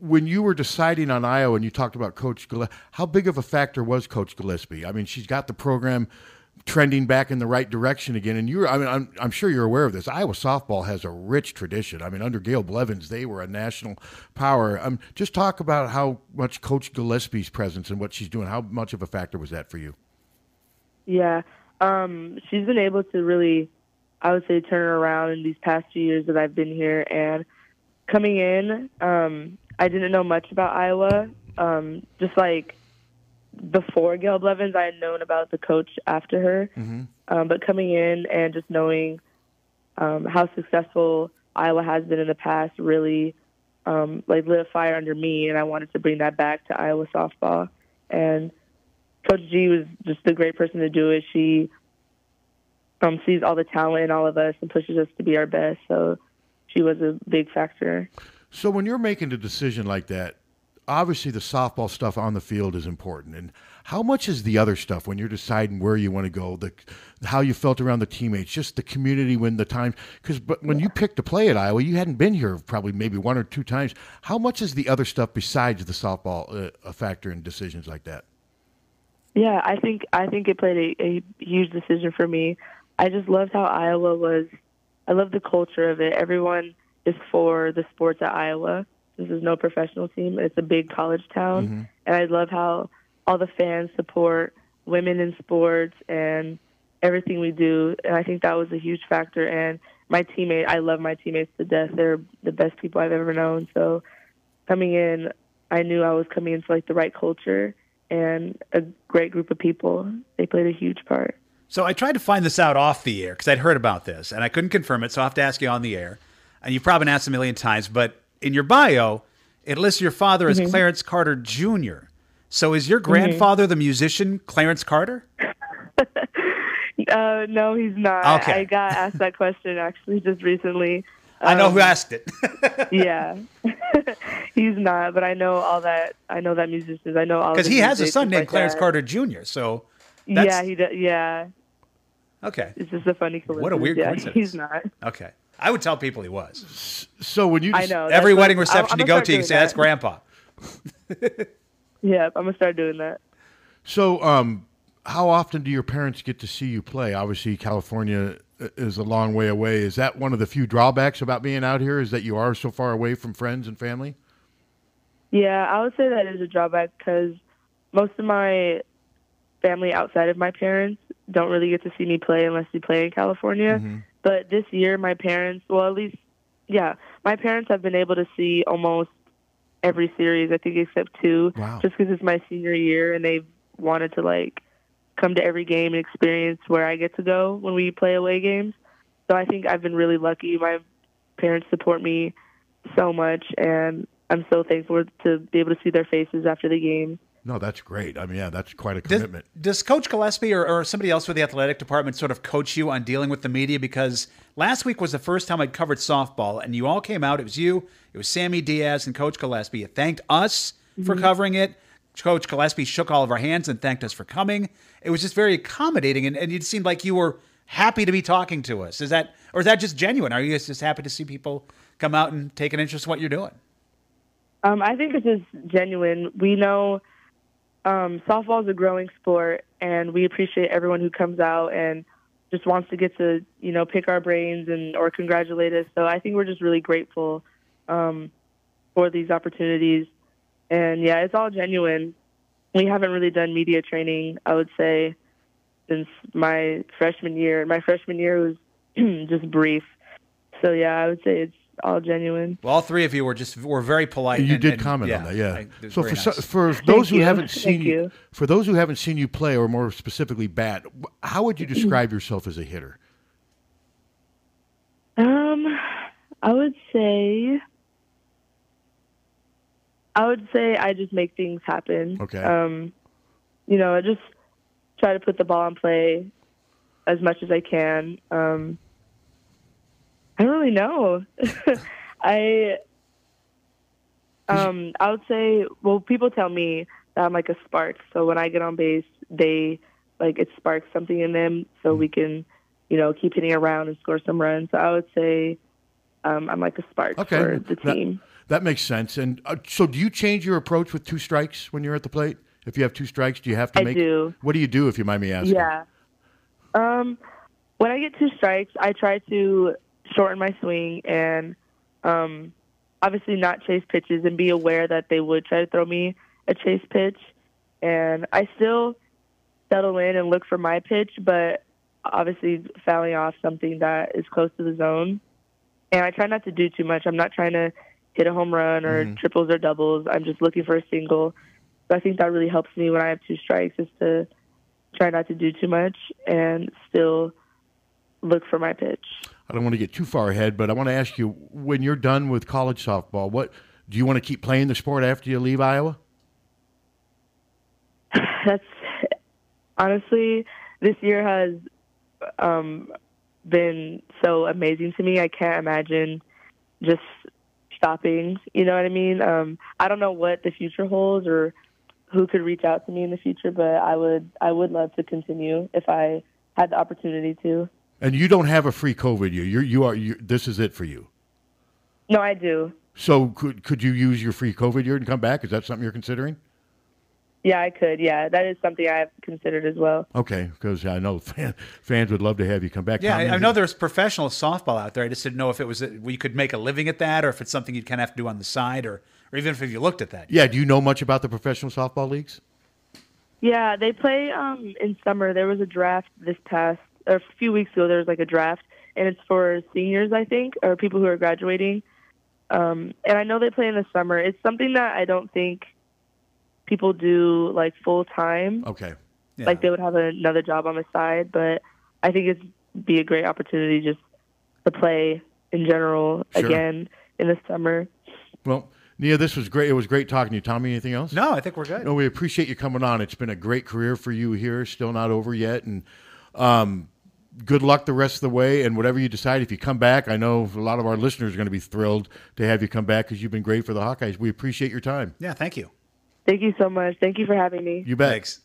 D: when you were deciding on Iowa and you talked about Coach Gillespie, how big of a factor was Coach Gillespie? I mean, she's got the program trending back in the right direction again. And you're, I mean, I'm, I'm sure you're aware of this. Iowa softball has a rich tradition. I mean, under Gail Blevins, they were a national power. Um, just talk about how much Coach Gillespie's presence and what she's doing, how much of a factor was that for you?
M: Yeah, um, she's been able to really, I would say, turn her around in these past few years that I've been here. And coming in, um, I didn't know much about Iowa. Um, just like before Gail Blevins, I had known about the coach after her.
F: Mm-hmm.
M: Um, but coming in and just knowing um, how successful Iowa has been in the past really um, like lit a fire under me, and I wanted to bring that back to Iowa softball. And Coach G was just a great person to do it. She um, sees all the talent in all of us and pushes us to be our best. So she was a big factor.
D: So when you're making a decision like that, obviously the softball stuff on the field is important. And how much is the other stuff when you're deciding where you want to go, the how you felt around the teammates, just the community when the time cuz but when you picked to play at Iowa, you hadn't been here probably maybe one or two times. How much is the other stuff besides the softball uh, a factor in decisions like that?
M: Yeah, I think I think it played a, a huge decision for me. I just loved how Iowa was. I love the culture of it. Everyone is for the sports at Iowa. This is no professional team. It's a big college town,
F: Mhm.
M: and I love how all the fans support women in sports and everything we do. And I think that was a huge factor. And my teammate, I love my teammates to death. They're the best people I've ever known. So coming in, I knew I was coming into like the right culture and a great group of people. They played a huge part.
C: So I tried to find this out off the air because I'd heard about this and I couldn't confirm it. So I have to ask you on the air. And you've probably been asked a million times, but in your bio, it lists your father as
M: Mhm.
C: Clarence Carter Jr. So is your
M: Mm-hmm.
C: grandfather the musician Clarence Carter?
M: Uh, no, he's not.
C: Okay.
M: I got asked that question actually just recently.
C: I know
M: Um,
C: who asked it.
M: yeah, he's not. But I know all that. I know that musicians. I know all because
C: Because he has a son named Clarence
M: that.
C: Carter Jr. So that's
M: Yeah, he does. Yeah,
C: okay.
M: it's just a funny coincidence.
C: What a weird
M: yeah,
C: coincidence.
M: He's not.
C: Okay. I would tell people he was.
D: So when you
M: I know, that's
C: every
M: what-
C: wedding
M: I'm-
C: reception
M: I'm
C: you
M: gonna start
C: go to, you
M: doing
C: say that's
M: that."
C: grandpa.
M: Yeah, I'm gonna start doing that.
D: So, um, how often do your parents get to see you play? Obviously, California uh, is a long way away. Is that one of the few drawbacks about being out here? Is that you are so far away from friends and family?
M: Yeah, I would say that is a drawback because most of my family outside of my parents don't really get to see me play unless you play in California. But this year, my parents, well, at least, yeah, my parents have been able to see almost every series, I think, except two,
F: Wow.
M: just because it's my senior year and they've wanted to, like, come to every game and experience where I get to go when we play away games. So I think I've been really lucky. My parents support me so much, and I'm so thankful to be able to see their faces after the game.
D: No, that's great. I mean, yeah, that's quite a
C: Does-
D: commitment.
C: Does Coach Gillespie or, or somebody else with the athletic department sort of coach you on dealing with the media? Because last week was the first time I'd covered softball, and you all came out. It was you, it was Sammy Diaz, and Coach Gillespie. You thanked us for
M: Mm-hmm.
Q: Mhm.
C: covering it. Coach Gillespie shook all of our hands and thanked us for coming. It was just very accommodating, and, and it seemed like you were happy to be talking to us. Is that, or is that just genuine? Are you guys just happy to see people come out and take an interest in what you're doing?
M: Um, I think it's just genuine. We know um, softball is a growing sport, and we appreciate everyone who comes out and just wants to get to you know pick our brains and or congratulate us. So I think we're just really grateful um, for these opportunities, and yeah, it's all genuine. We haven't really done media training, I would say, since my freshman year. My freshman year was just brief. So yeah, I would say it's all genuine.
C: Well, all three of you were just were very polite.
D: You
C: and-
D: did
C: and-
D: comment on that, yeah.
C: I- it was
D: so for
C: very
D: so,
C: nice.
D: for
C: Thank
D: those who
C: you.
D: haven't seen
C: Thank
D: you,
C: you.
D: for those who haven't seen you play, or more specifically bat, wh- how would you describe yourself as a hitter?
M: Um, I would say, I would say I just make things happen.
D: Okay.
M: Um, you know, I just try to put the ball in play as much as I can. Um, I don't really know. I, um, I would say, well, people tell me that I'm like a spark. So when I get on base, they like it sparks something in them, so we can you know, keep hitting around and score some runs. So I would say um, I'm like a spark for the
D: That-
M: team.
D: That, makes sense. And uh, so, do you change your approach with two strikes when you're at the plate? If you have two strikes, do you have to
M: I
D: make?
M: do.
D: What do you do if you mind me asking?
M: yeah. Um, when I get two strikes, I try to shorten my swing and um, obviously not chase pitches and be aware that they would try to throw me a chase pitch. And I still settle in and look for my pitch, but obviously fouling off something that is close to the zone. And I try not to do too much. I'm not trying to hit a home run or
F: Mhm.
M: triples or doubles. I'm just looking for a single. So I think that really helps me when I have two strikes is to try not to do too much and still look for my pitch.
D: I don't want to get too far ahead, but I want to ask you when you're done with college softball, what do you want to keep playing the sport after you leave Iowa?
M: That's honestly, this year has um, been so amazing to me. I can't imagine just stopping. You know what I mean? Um, I don't know what the future holds or who could reach out to me in the future, but I would I would love to continue if I had the opportunity to.
D: And you don't have a free COVID year. You're, you are. You, this is it for you.
M: No, I do.
D: So could could you use your free COVID year and come back? Is that something you're considering?
M: Yeah, I could. Yeah, that is something I've considered as well.
D: Okay, because I know fan, fans would love to have you come back.
C: Yeah,
D: Tommy,
C: I, I know there's professional softball out there. I just didn't know if it was we could make a living at that, or if it's something you'd kind of have to do on the side, or or even if you looked at that.
D: Yeah, do you know much about the professional softball leagues?
M: Yeah, they play um, in summer. There was a draft this past or a few weeks ago. There was like a draft, and it's for seniors, I think, or people who are graduating. Um, and I know they play in the summer. It's something that I don't think people do like full
C: Oh,
M: time.
D: Okay.
M: Like they would have another job on the side, but I think it'd be a great opportunity just to play in general
D: Sure.
M: again in the summer.
D: Well, Nia, this was great. It was great talking to you, Tommy. Anything else?
C: No, I think we're good.
D: No, we appreciate you coming on. It's been a great career for you here. Still not over yet, and um, good luck the rest of the way. And whatever you decide, if you come back, I know a lot of our listeners are going to be thrilled to have you come back because you've been great for the Hawkeyes. We appreciate your time.
C: Yeah, thank you.
M: Thank you so much. Thank you for having me.
D: You bet.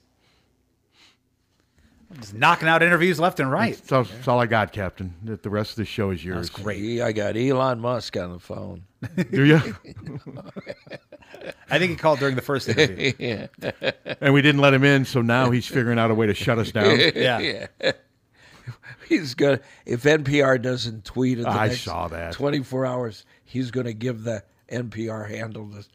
C: Just knocking out interviews left and right.
D: That's all, that's all I got, Captain. The the rest of the show is yours.
B: great. I got Elon Musk on the phone.
D: Do you?
C: I think he called during the first interview.
B: yeah.
D: and we didn't let him in, so now he's figuring out a way to shut us down.
B: yeah. He's gonna if NPR doesn't tweet in the
D: I
B: next
D: saw that.
B: 24 hours, he's gonna give the NPR handle this.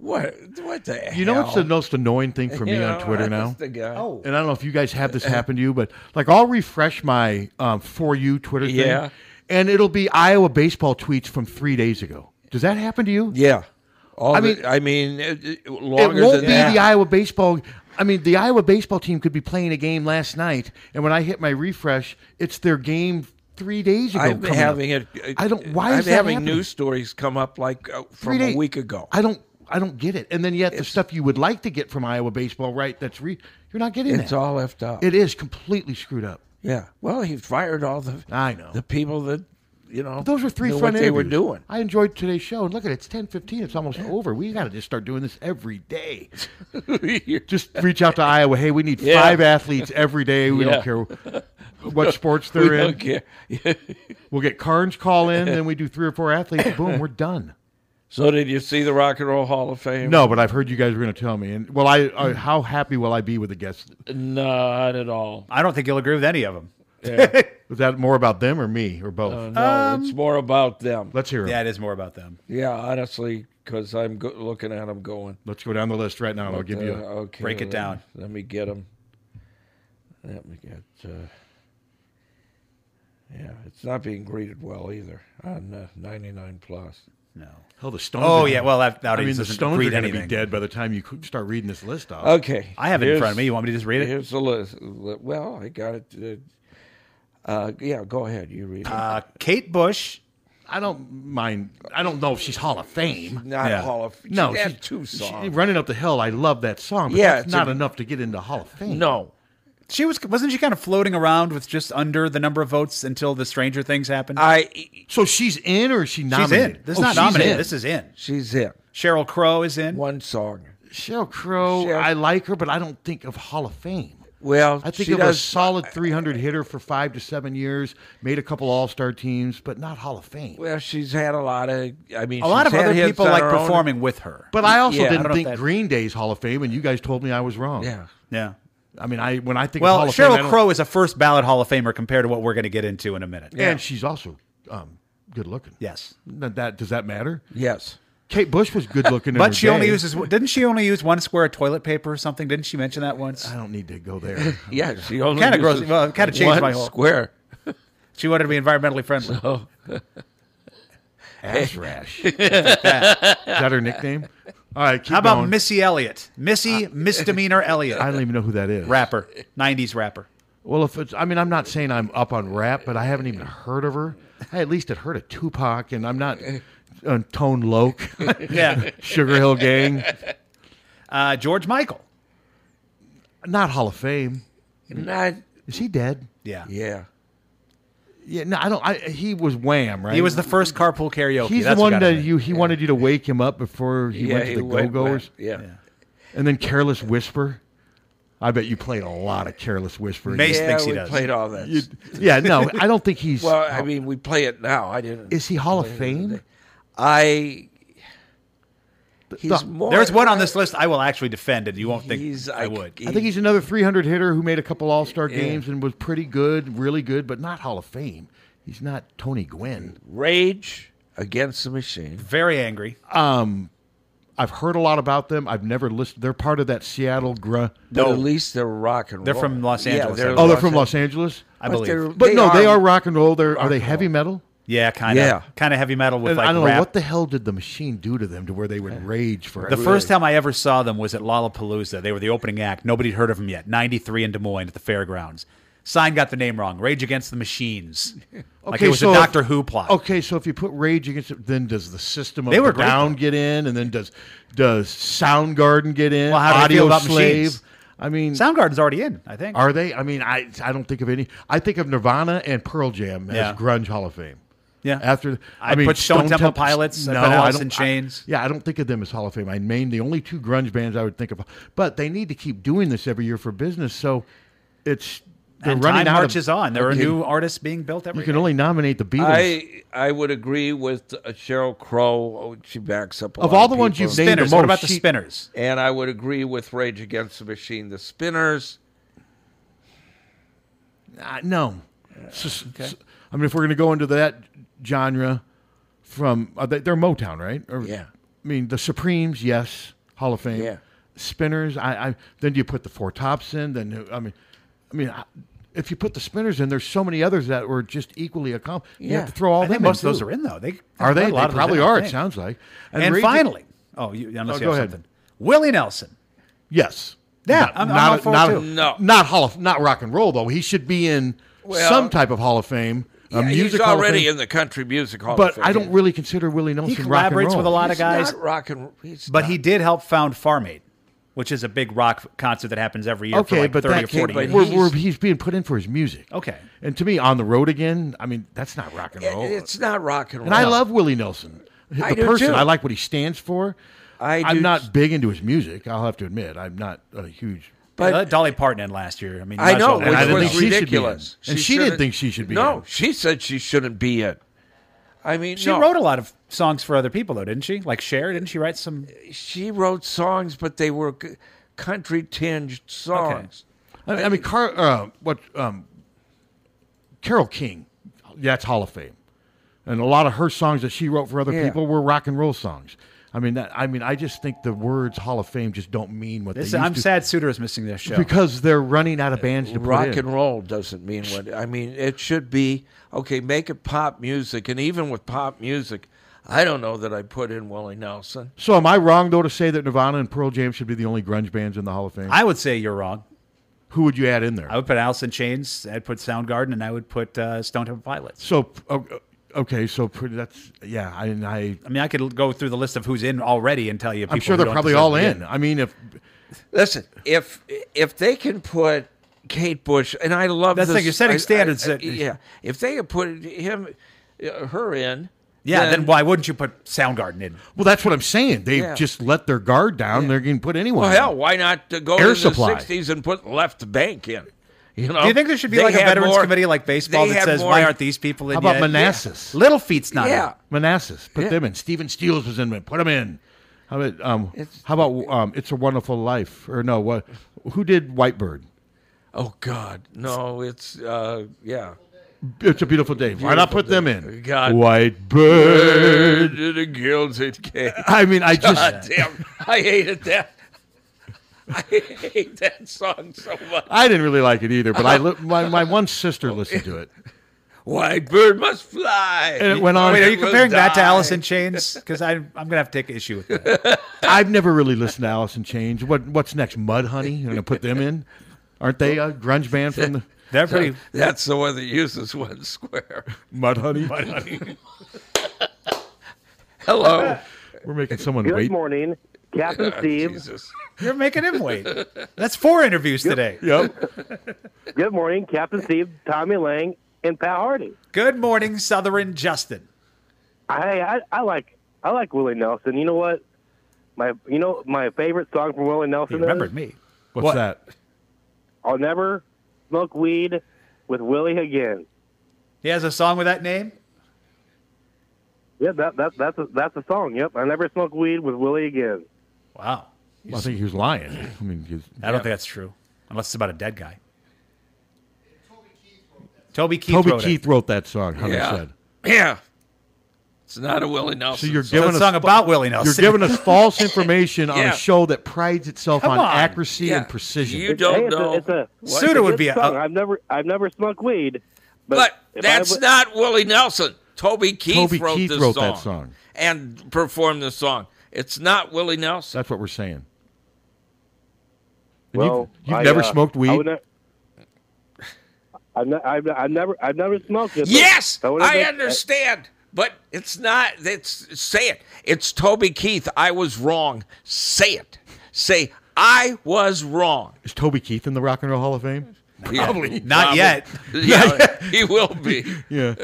B: What what the
D: You know what's the
B: hell?
D: most annoying thing for me
B: You
D: on
B: know,
D: Twitter
B: honest
D: now?
B: to God. Oh.
D: And I don't know if you guys have this happen to you, but like I'll refresh my um, for you Twitter thing,
B: Yeah.
D: and it'll be Iowa baseball tweets from three days ago. Does that happen to you?
B: Yeah. All
D: I
B: I
D: mean-
B: mean, I mean, it, it- longer
D: it won't
B: than
D: be
B: that.
D: the Iowa baseball. I mean, the Iowa baseball team could be playing a game last night, and when I hit my refresh, it's their game three days ago.
B: I'm
D: coming up.
B: having it. uh,
D: I don't. Why
B: I'm
D: is that
B: having
D: happening?
B: news stories come up like uh,
D: Three
B: from a
D: day-
B: week ago?
D: I don't. I don't get it. And then yet, the stuff you would like to get from Iowa baseball, right? That's re. You're not getting
B: It's
D: that.
B: all left up.
D: It is completely screwed up.
B: Yeah. Well, he fired all the
D: I know
B: the people that you know.
D: Those were three
B: knew
D: front
B: what they were
D: interviews.
B: doing.
D: I enjoyed today's show, and look at it, it's ten fifteen. It's almost over. We got to just start doing this every day. just reach out to Iowa. Hey, we need
B: Yeah.
D: five athletes every day. We
B: Yeah.
D: don't care what sports they're
B: We
D: in.
B: don't care.
D: we'll get Carnes call in, then we do three or four athletes. Boom, we're done.
B: So did you see the Rock and Roll Hall of Fame?
D: No, but I've heard you guys were going to tell me. And well, I, I how happy will I be with the guests?
B: not at all.
C: I don't think you'll agree with any of them.
B: Yeah.
D: Was that more about them or me or
C: Uh,
D: both?
B: Uh, no, it's more about them.
D: Um, Let's hear it.
C: Yeah, it is more about them.
B: Yeah, honestly, because I'm go- looking at them going.
D: Let's go down the list right now, and I'll give you. A,
B: uh, okay,
C: break it
B: let-
C: down.
B: Let me get them. Let me get. Uh, yeah, it's not being greeted well either on uh, 99 plus.
C: No.
D: Hell, the Stones.
C: Oh,
D: are-
C: yeah, well, that- that
D: I mean, the
C: doesn't
D: Stones are
C: breed
D: going to be
C: anything.
D: dead by the time you c- start reading this list off.
B: Okay.
C: I have it in
B: here's-
C: front of me. You want me to just read it?
B: Here's the list. Well, I got it. Uh, uh, yeah, go ahead. You read it.
C: Uh, Kate Bush.
D: I don't mind. I don't know if she's Hall of Fame.
B: Not
C: yeah.
B: Hall of
D: No,
B: she had
D: she's-
B: two
D: she-
B: songs.
D: running up the hill. I love that song. But
B: Yeah,
D: that's
B: it's
D: not
B: a-
D: enough to get into Hall of Fame.
B: no.
C: She was wasn't she kind of floating around with just under the number of votes until the Stranger Things happened?
B: I.
D: So she's in, or is she
C: she's
D: nominated?
C: in. This is
D: Oh,
C: not
D: she's
C: nominated.
D: in.
C: This is in.
B: She's in
C: Cheryl Crow is in.
B: one song.
D: Cheryl Crow.
B: Cheryl-
D: I like her, but I don't think of Hall of Fame.
B: Well,
D: I think
B: she
D: of a
B: does-
D: solid 300 hitter for five to seven years, made a couple All Star teams, but not Hall of Fame.
B: Well, she's had a lot of. I mean,
C: A lot
B: she's
C: of
B: had
C: other
B: hits
C: people
B: on
C: like
B: her own.
C: performing with her.
D: But I also
B: Yeah, I
D: didn't
C: don't know if
D: think
C: that-
D: Green Day's Hall of Fame, and you guys told me I was wrong.
B: Yeah.
C: Yeah.
D: I mean, I when I think
C: Well,
D: of Hall of Fame, I
C: Cheryl
D: don't-
C: Crow is a first ballot Hall of Famer compared to what we're going to get into in a minute.
D: and she's also um, good looking.
C: Yes.
D: That, that does that matter?
B: Yes.
D: Kate Bush was good looking, in her
C: But she only
D: day.
C: uses didn't she only use one square of toilet paper or something? Didn't she mention that once?
D: I don't need to go there.
B: Yeah, she only
C: Kinda gross-
B: uses
C: well, it kinda changed
B: one
C: my whole-
B: square.
C: She wanted to be environmentally friendly.
D: Ass rash. Is that her nickname? All right. Keep
C: How about
D: going.
C: Missy Elliott? Missy misdemeanor Elliott,
D: I don't even know who that is.
C: rapper, '90s rapper.
D: Well, if it's, I mean, I'm not saying I'm up on rap, but I haven't even heard of her. I at least had heard of Tupac, and I'm not on Tone Loke.
C: Yeah.
D: Sugar Hill Gang.
C: Uh, George Michael.
D: Not Hall of Fame.
B: Not.
D: Is he dead?
C: Yeah.
B: Yeah.
D: Yeah. No, I don't. I, he was Wham, right?
C: He was the first carpool karaoke.
D: He's
C: That's
D: the
C: what
D: one
C: got
D: that
C: him in.
D: you. He wanted you to wake him up before he
C: Yeah,
D: went to
C: he
D: the Go
C: went-
D: Go's.
B: Yeah.
D: And then Careless Whisper. I bet you played a lot of Careless Whisper.
B: Mace Yeah, thinks he we does. played all that.
D: You- yeah, no, I don't think he's.
B: Well, I mean, we play it now. I didn't.
D: Is he Hall of
B: play it
D: Fame?
B: today. I. He's
D: the-
B: more.
C: There's one on this list I will actually defend, and you won't think I would.
D: I think he's another 300 hitter who made a couple All Star
C: Yeah.
D: games and was pretty good, really good, but not Hall of Fame. He's not Tony Gwynn.
B: Rage Against the Machine.
C: Very angry.
D: Um, I've heard a lot about them. I've never listened. They're part of that Seattle grunge.
B: But at least they're rock and
C: They're
B: roll.
C: from Los Angeles, I
D: oh,
C: believe.
D: they're from Los Angeles.
C: I But believe. they're-
D: But
C: they
D: no, they
C: are
D: are rock and roll. They're are they heavy metal?
C: Yeah, kind of.
D: Yeah.
C: Kind of heavy metal with
D: And
C: like
D: I don't
C: rap.
D: know what the hell did the machine do to them to where they would rage for
C: The first time I ever saw them was at Lollapalooza. They were the opening act. Nobody'd heard of them yet. 93 in Des Moines at the fairgrounds. Sign got the name wrong. Rage Against the Machines. like it was a Doctor Who plot.
D: Okay, so if you put Rage Against, it, then does the system of
C: They
D: they
C: were
D: were
C: great,
D: down get in, and then does does Soundgarden get in?
C: Well, how do they
D: Audio
C: feel about
D: Slave.
C: machines?
D: I mean,
C: Soundgarden's already in. I think.
D: Are they? I mean, I I don't think of any. I think of Nirvana and Pearl Jam as
C: Yeah.
D: grunge Hall of Fame.
C: Yeah.
D: After I,
C: I'd
D: mean,
C: put Stone Temple Pilots, I'd
D: No,
C: put
D: I
C: Alice
D: don't.
C: in Chains.
D: I- yeah, I don't think of them as Hall of Fame. I named the only two grunge bands I would think of, but they need to keep doing this every year for business. So it's they're
C: And
D: running
C: time
D: out of-
C: marches on. There are
D: You-
C: new artists being built every
D: You can only nominate the Beatles.
B: I I would agree with uh, Cheryl Crow. Oh, She backs up a
D: Of
B: lot
D: all the ones
B: people.
D: you've named the Spinners. What most, about the she-
C: Spinners?
B: And I would agree with Rage Against the Machine. The Spinners.
D: Uh, no. S- s- s- I mean, if we're going to go into that genre from, uh, they, they're Motown, right? Or-
B: Yeah.
D: I mean, the Supremes, yes, Hall of Fame.
B: Yeah.
D: Spinners, I, I then do you put the Four Tops in? Then who- I mean, I mean, I- if you put the Spinners in, there's so many others that were just equally accomplished. You
C: Yeah.
D: have to throw all
C: I
D: them.
C: think
D: in,
C: most of those
D: too.
C: are in, though. They-
D: are
C: a
D: they?
C: lot of
D: They
C: them
D: probably
C: in, I
D: are. It
C: think.
D: sounds like.
C: And,
D: Rage-
C: finally, oh, you, unless
D: Oh,
C: you
D: go
C: have
D: ahead.
C: something. Willie Nelson.
D: Yes.
C: Yeah,
D: Not-
C: I'm- I'm
D: not
C: all for it,
D: not
C: too.
B: No.
D: not hall of, not rock and roll though. He should be in
B: Well-
D: some type of Hall of Fame. a
B: Yeah,
D: music
B: he's
D: Hall of
B: already
D: Fame.
B: in the Country Music Hall. of
D: But
B: Fame.
D: I don't really consider Willie Nelson
C: He
D: rock and
C: collaborates
D: roll.
C: with a lot of
B: He's not
C: guys.
B: rock and- he's
C: but
B: not.
C: he did help found Farm Aid, which is a big rock concert that happens every year for
D: Okay,
C: like
D: but
C: 30
D: that
C: or 40
D: but
C: years.
D: we're, we're, he's being put in for his music.
C: Okay.
D: And to me, on the road again. I mean, that's not rock and roll.
B: It's not rock and roll.
D: and I love Willie Nelson, the
B: I do,
D: person.
B: too.
D: I like what he stands for.
B: I do
D: I'm not big into his music. I'll have to admit, I'm not a huge.
C: But Uh, Dolly Parton in last year. I mean, you
B: I
C: might as
B: know,
C: well-
B: which
D: didn't
B: was
D: think she should be in.
B: ridiculous.
D: And she didn't
B: shouldn't-
D: think she should be
B: No,
D: in.
B: she said she shouldn't be in. I mean,
C: She
B: no.
C: wrote a lot of songs for other people, though, didn't she? Like Cher, didn't she write some?
B: She wrote songs, but they were c- country tinged songs.
D: I, I mean, Car, uh, what um, Carol King, that's Hall of Fame, and a lot of her songs that she wrote for other
C: Yeah.
D: people were rock and roll songs. I mean, that, I mean, I just think the words Hall of Fame just don't mean what
C: This-
D: they used
C: I'm
D: to.
C: sad Suter is missing this show.
D: because they're running out of bands to put
B: Rock
D: in.
B: and roll doesn't mean what I mean. It should be okay. Make it pop music, and even with pop music, I don't know that I put in Willie Nelson.
D: So am I wrong though to say that Nirvana and Pearl Jam should be the only grunge bands in the Hall of Fame?
C: I would say you're wrong.
D: Who would you add in there?
C: I would put Alice in Chains. I'd put Soundgarden, and I would put uh, Stone Temple Pilots.
D: So o- okay, so pretty, that's yeah. I I
C: I mean, I could go through the list of who's in already and tell you.
D: I'm
C: people
D: sure
C: who
D: they're
C: don't
D: probably
C: deserve
D: all
C: to be
D: in. I mean, if
B: Listen, if if they can put Kate Bush, and I love
C: That's the
B: this,
C: thing, you're setting
B: I- I-
C: standards
B: I-
C: that-
B: yeah, if they could put him, uh, her in,
C: Yeah, then, why wouldn't you put Soundgarden in?
D: well, that's what I'm saying. They've
B: Yeah.
D: just let their guard down. They're getting put anyone.
B: Well,
D: in.
B: hell, why not uh, go
D: Air
B: to
D: Supply.
B: the '60s and put Left Bank in? You know,
C: Do you think there should be
B: They
C: like a
B: had
C: veterans
B: more-
C: committee like baseball
B: they
C: that
B: had
C: says
B: more-
C: why aren't these people in
D: How about
C: yet?
D: Manassas?
C: Yeah. Little Feet's not. in.
B: Yeah.
D: Manassas, put
B: Yeah.
D: them in. Steven Steeles was in it. Put them in. How about um? how about um? It's a Wonderful Life or no? What? Who did Whitebird?
B: Oh God, no! It's uh, yeah.
D: It's a beautiful day. Why not
B: Beautiful
D: put them
B: Day.
D: in?
B: God.
D: White bird.
B: Bird of the Gilded Cage.
D: I mean, I just-
B: God damn, I hated that. I hate that song so much.
D: I didn't really like it either, but I li- my my one sister listened to it.
B: White bird must fly.
D: And it went on-
C: Wait, are you
D: It will
C: comparing that to
D: die.
C: Alice in Chains? Because I'm gonna have to take issue with that.
D: I've never really listened to Alice in Chains. What what's next? Mud Honey? You're gonna put them in? Aren't they a grunge band from the?
B: That's
R: That pretty-
B: that's the one that uses one square.
D: Mud honey.
B: Mud honey. Hello.
D: We're making someone
S: Good
D: wait.
S: morning, Captain
D: Yeah,
S: Steve.
C: You're making him wait. That's four interviews today.
D: Yep.
S: Good morning, Captain Steve, Tommy Lang, and Pat Hardy.
C: Good morning, Southern Justin.
S: I, I I like I like Willie Nelson. You know what? My you know my favorite song from Willie Nelson.
C: He remembered
S: is?
C: me.
D: What's
C: What?
D: that?
S: I'll never smoke weed with Willie again.
C: He has a song with that name.
S: Yeah, that, that that's a, that's a song. Yep, I'll never smoke weed with Willie again.
C: Wow.
D: Well, I think he was lying. I mean, he's-
C: I don't think that's true, unless it's about a dead guy. Toby Keith.
D: Toby
C: wrote it.
D: Keith wrote that song. Hunter
C: Yeah.
D: said.
B: Yeah. It's not a Willie
D: So
B: Nelson.
D: you're
B: song.
D: giving us You're giving us false information on
B: Yeah.
D: a show that prides itself
S: Come
D: on,
S: on.
D: accuracy
S: Yeah.
D: and precision.
S: It's- hey, it's A, it's a,
D: Suda
S: it's a
D: would
S: good
D: be a-
S: Song. I've never I've never smoked weed, but, if I
B: That's
S: would-
B: not Willie Nelson. Toby Keith
D: Toby
B: wrote
D: Keith
B: this
D: wrote
B: song
D: that song.
B: and performed the song. It's not Willie Nelson.
D: That's what we're saying. And
S: Well,
D: you've, you've
S: I,
D: never
S: uh,
D: smoked
S: I
D: weed.
S: would ne- I've, ne- I've, I've never I've never smoked it. but
B: Yes,
S: I, would've
B: I
S: been- uh,
B: understand, but it's not. It's say it. It's Toby Keith. I was wrong. Say it. Say I was wrong.
D: Is Toby Keith in the Rock and Roll Hall of Fame?
B: Yeah,
D: Probably.
B: probably.
D: Not
B: Yeah,
D: yet.
B: he will be.
D: Yeah.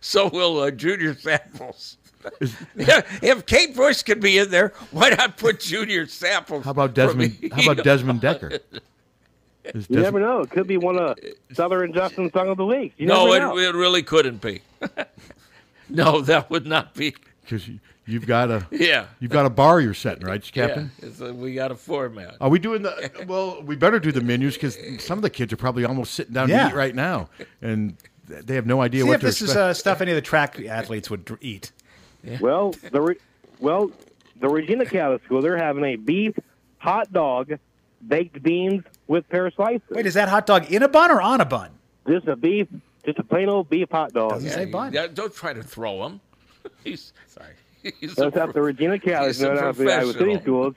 B: So will uh, Junior Samples. Yeah, if Kate Bush could be in there, why not put Junior Samples?
D: How about
B: from
D: Desmond?
B: E-
D: How about Desmond Decker? Is
S: You
D: Des-
S: never know. It could be one of Southern Justin Song of the Week. You
B: no,
S: never
B: it,
S: know.
B: it really couldn't be. no, that would not be.
D: 'cause you- you've got a
B: Yeah.
D: You've got a bar you're setting, right, Captain?
B: Yeah, it's, uh, we got a format.
D: Are we doing the? Well, we better do the menus because some of the kids are probably almost sitting down
C: Yeah.
D: to eat right now, and th- they have no idea
C: See
D: what
C: if
D: to
C: this
D: expect.
C: is uh, stuff any of the track athletes would dr- eat.
S: Well, the re- well, the Regina Catholic School they're having a beef hot dog, baked beans with pear slices. Wait,
C: is that hot dog in a bun or on a bun?
S: Just a beef, just a plain old beef hot dog.
B: Yeah, you- yeah, don't try to throw him. He's sorry. He's
S: That's
B: a
S: at the
B: pro-
S: Regina Catholic
B: he's a
S: School, not the Iowa City
B: professional.
S: schools.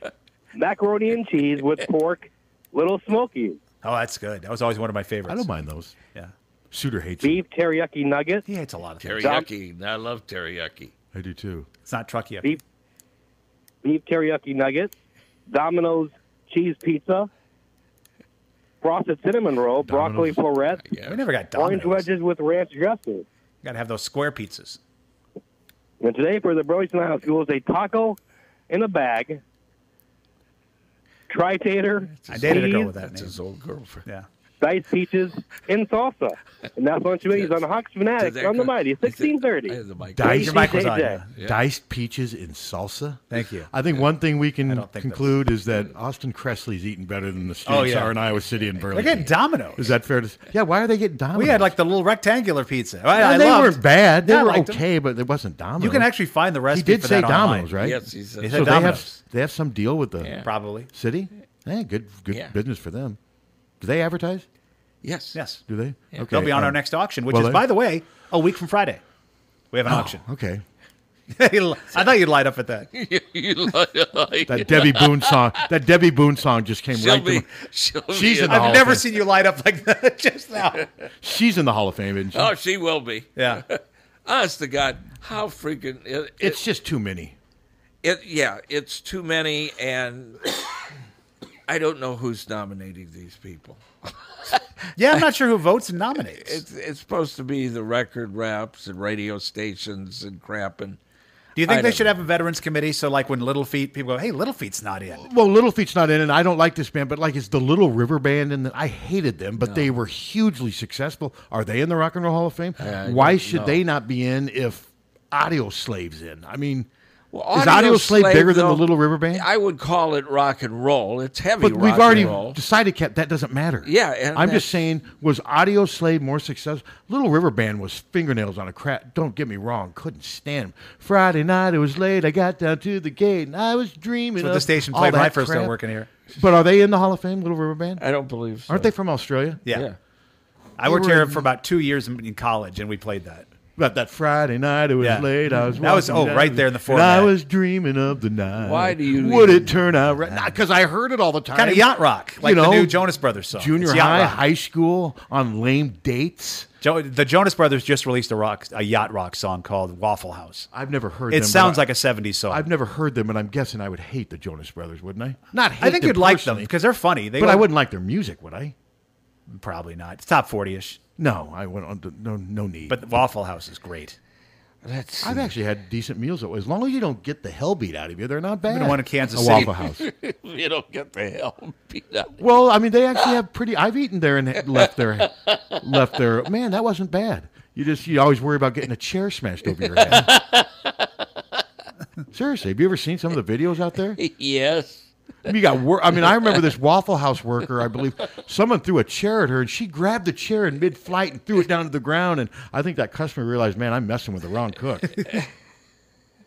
S: Macaroni and cheese with pork, little smokies,
C: Oh, that's good. That was always one of my favorites. I don't
D: mind those.
C: Yeah.
D: Suter hates
S: beef teriyaki nuggets.
C: He hates a lot of
B: Teriyaki. I love teriyaki.
D: I do too.
C: It's not truck yet.
S: Beef, beef teriyaki nuggets, Domino's cheese pizza, frosted cinnamon roll, broccoli florets,
C: We never got
S: orange
C: Domino's.
S: wedges with ranch dressing.
C: Got to have those square pizzas.
S: And today for the Burlington High School is a taco in a bag, tri tater,
C: I dated a girl with that
B: That's his old girlfriend.
C: Yeah.
S: diced peaches, and salsa. And that's on Chili's on Hawks Fanatics on the Mighty, 1630.
D: Diced,
S: JJ.
D: diced peaches in salsa.
C: Thank you.
D: I think one thing we can conclude is that Austin Cressley's eating better than the students
C: Oh, yeah.
D: are in Iowa City and Burlington.
C: They're getting Domino's.
D: Is that fair to? s- Yeah. Why are they getting Domino's?
C: We had like the little rectangular pizza. I,
D: Yeah,
C: I
D: they
C: loved-
D: weren't bad. They
C: Yeah, I
D: were
C: liked 'em.
D: okay, but it wasn't Domino's.
C: You can actually find the
D: He
C: recipe.
D: did
C: for
D: say
C: that online.
D: Domino's, right?
C: Yes, he said
D: so They have,
C: Domino's.
D: they have some deal with the
C: Yeah. Probably.
D: city. Yeah, good good
C: Yeah.
D: business for them. Do they advertise?
B: Yes.
C: Yes.
D: Do they?
C: Yeah. They'll be on our
D: um,
C: next auction, which
D: well,
C: is,
D: they-
C: by the way, a week from Friday. We have an
D: Oh,
C: auction.
D: Okay.
C: I thought you'd light up at that.
B: you like
D: That Debbie Boone song. That Debbie Boone song just came right. to my- she's in the Hall
C: I've
D: of
C: never
D: Fame.
C: seen you light up like that just now.
D: She's in the Hall of Fame, isn't she?
B: Oh, she will be.
C: Yeah.
B: Honest to God, how freaking it, it,
D: it's just too many.
B: it- Yeah, it's too many, and I don't know who's nominating these people.
C: Yeah, I'm not sure who votes and nominates.
B: It's it's supposed to be the record reps and radio stations and crap. And
C: Do you think
B: I
C: they
B: don't
C: should have a veterans committee? So, like when Little Feet, people go, "Hey, Little Feet's not in."
D: Well, Little Feet's not in, and I don't like this band, but like it's the Little River Band, and I hated them, but they were hugely successful. Are they in the Rock and Roll Hall of Fame? Why
B: Uh, don't
D: should
B: know.
D: they not be in if Audio Slave's in? I mean,
B: Well,
D: is Audio Slave, bigger than
B: though,
D: the Little River Band?
B: I would call it rock and roll. It's heavy
D: But
B: rock
D: we've already
B: and roll.
D: decided Cap, that doesn't matter.
B: Yeah, and
D: I'm
B: that's-
D: just saying, was Audio Slave more successful? Little River Band was fingernails on a crack. Don't get me wrong, couldn't stand 'em. Friday night, it was late. I got down to the gate, and I was dreaming.
C: That's what
D: of
C: the station
D: all
C: played when
D: that
C: I first started
D: crap.
C: working here.
D: But are they in the Hall of Fame, Little River Band?
B: I don't believe so.
D: Aren't they from Australia?
C: Yeah. I
D: They
C: worked
D: were
C: here
D: in-
C: for about two years in in college, and we played that.
D: About that Friday night, it was
C: Yeah.
D: late. I was
C: That was-
D: walking
C: oh,
D: down
C: right there in the
D: and I
C: format.
D: was dreaming of the night.
C: Why do you
D: Would
C: even-
D: it turn out right? Because I heard it all the time.
C: Kind of yacht rock, like the new Jonas Brothers song.
D: Junior
C: It's yacht
D: high,
C: rock.
D: high school on lame dates.
C: Jo- the Jonas Brothers just released a rock, a yacht rock song called Waffle House.
D: I've never heard.
C: It
D: them,
C: sounds
D: but I-
C: like a '70s song.
D: I've never heard them, and I'm guessing I would hate the Jonas Brothers, wouldn't I?
C: I think you'd like them because they're funny. They
D: but I
C: don't-
D: wouldn't like their music, would I?
C: Probably not. It's top forty ish.
D: No, I wouldn't. No, no need.
C: But Waffle House is great.
B: That's
D: I've actually had decent meals that way. As long as you don't get the hell beat out of you, they're not bad.
C: I've been to one in Kansas
D: a
C: City.
D: Waffle House.
B: you don't get the hell beat up.
D: Well, I mean, they actually have pretty. I've eaten there and left their left their. Man, that wasn't bad. You just you always worry about getting a chair smashed over your head. Seriously, have you ever seen some of the videos out there?
B: yes.
D: I mean, You got wor- I mean, I remember this Waffle House worker. I believe someone threw a chair at her, and she grabbed the chair in mid-flight and threw it down to the ground. And I think that customer realized, man, I'm messing with the wrong cook.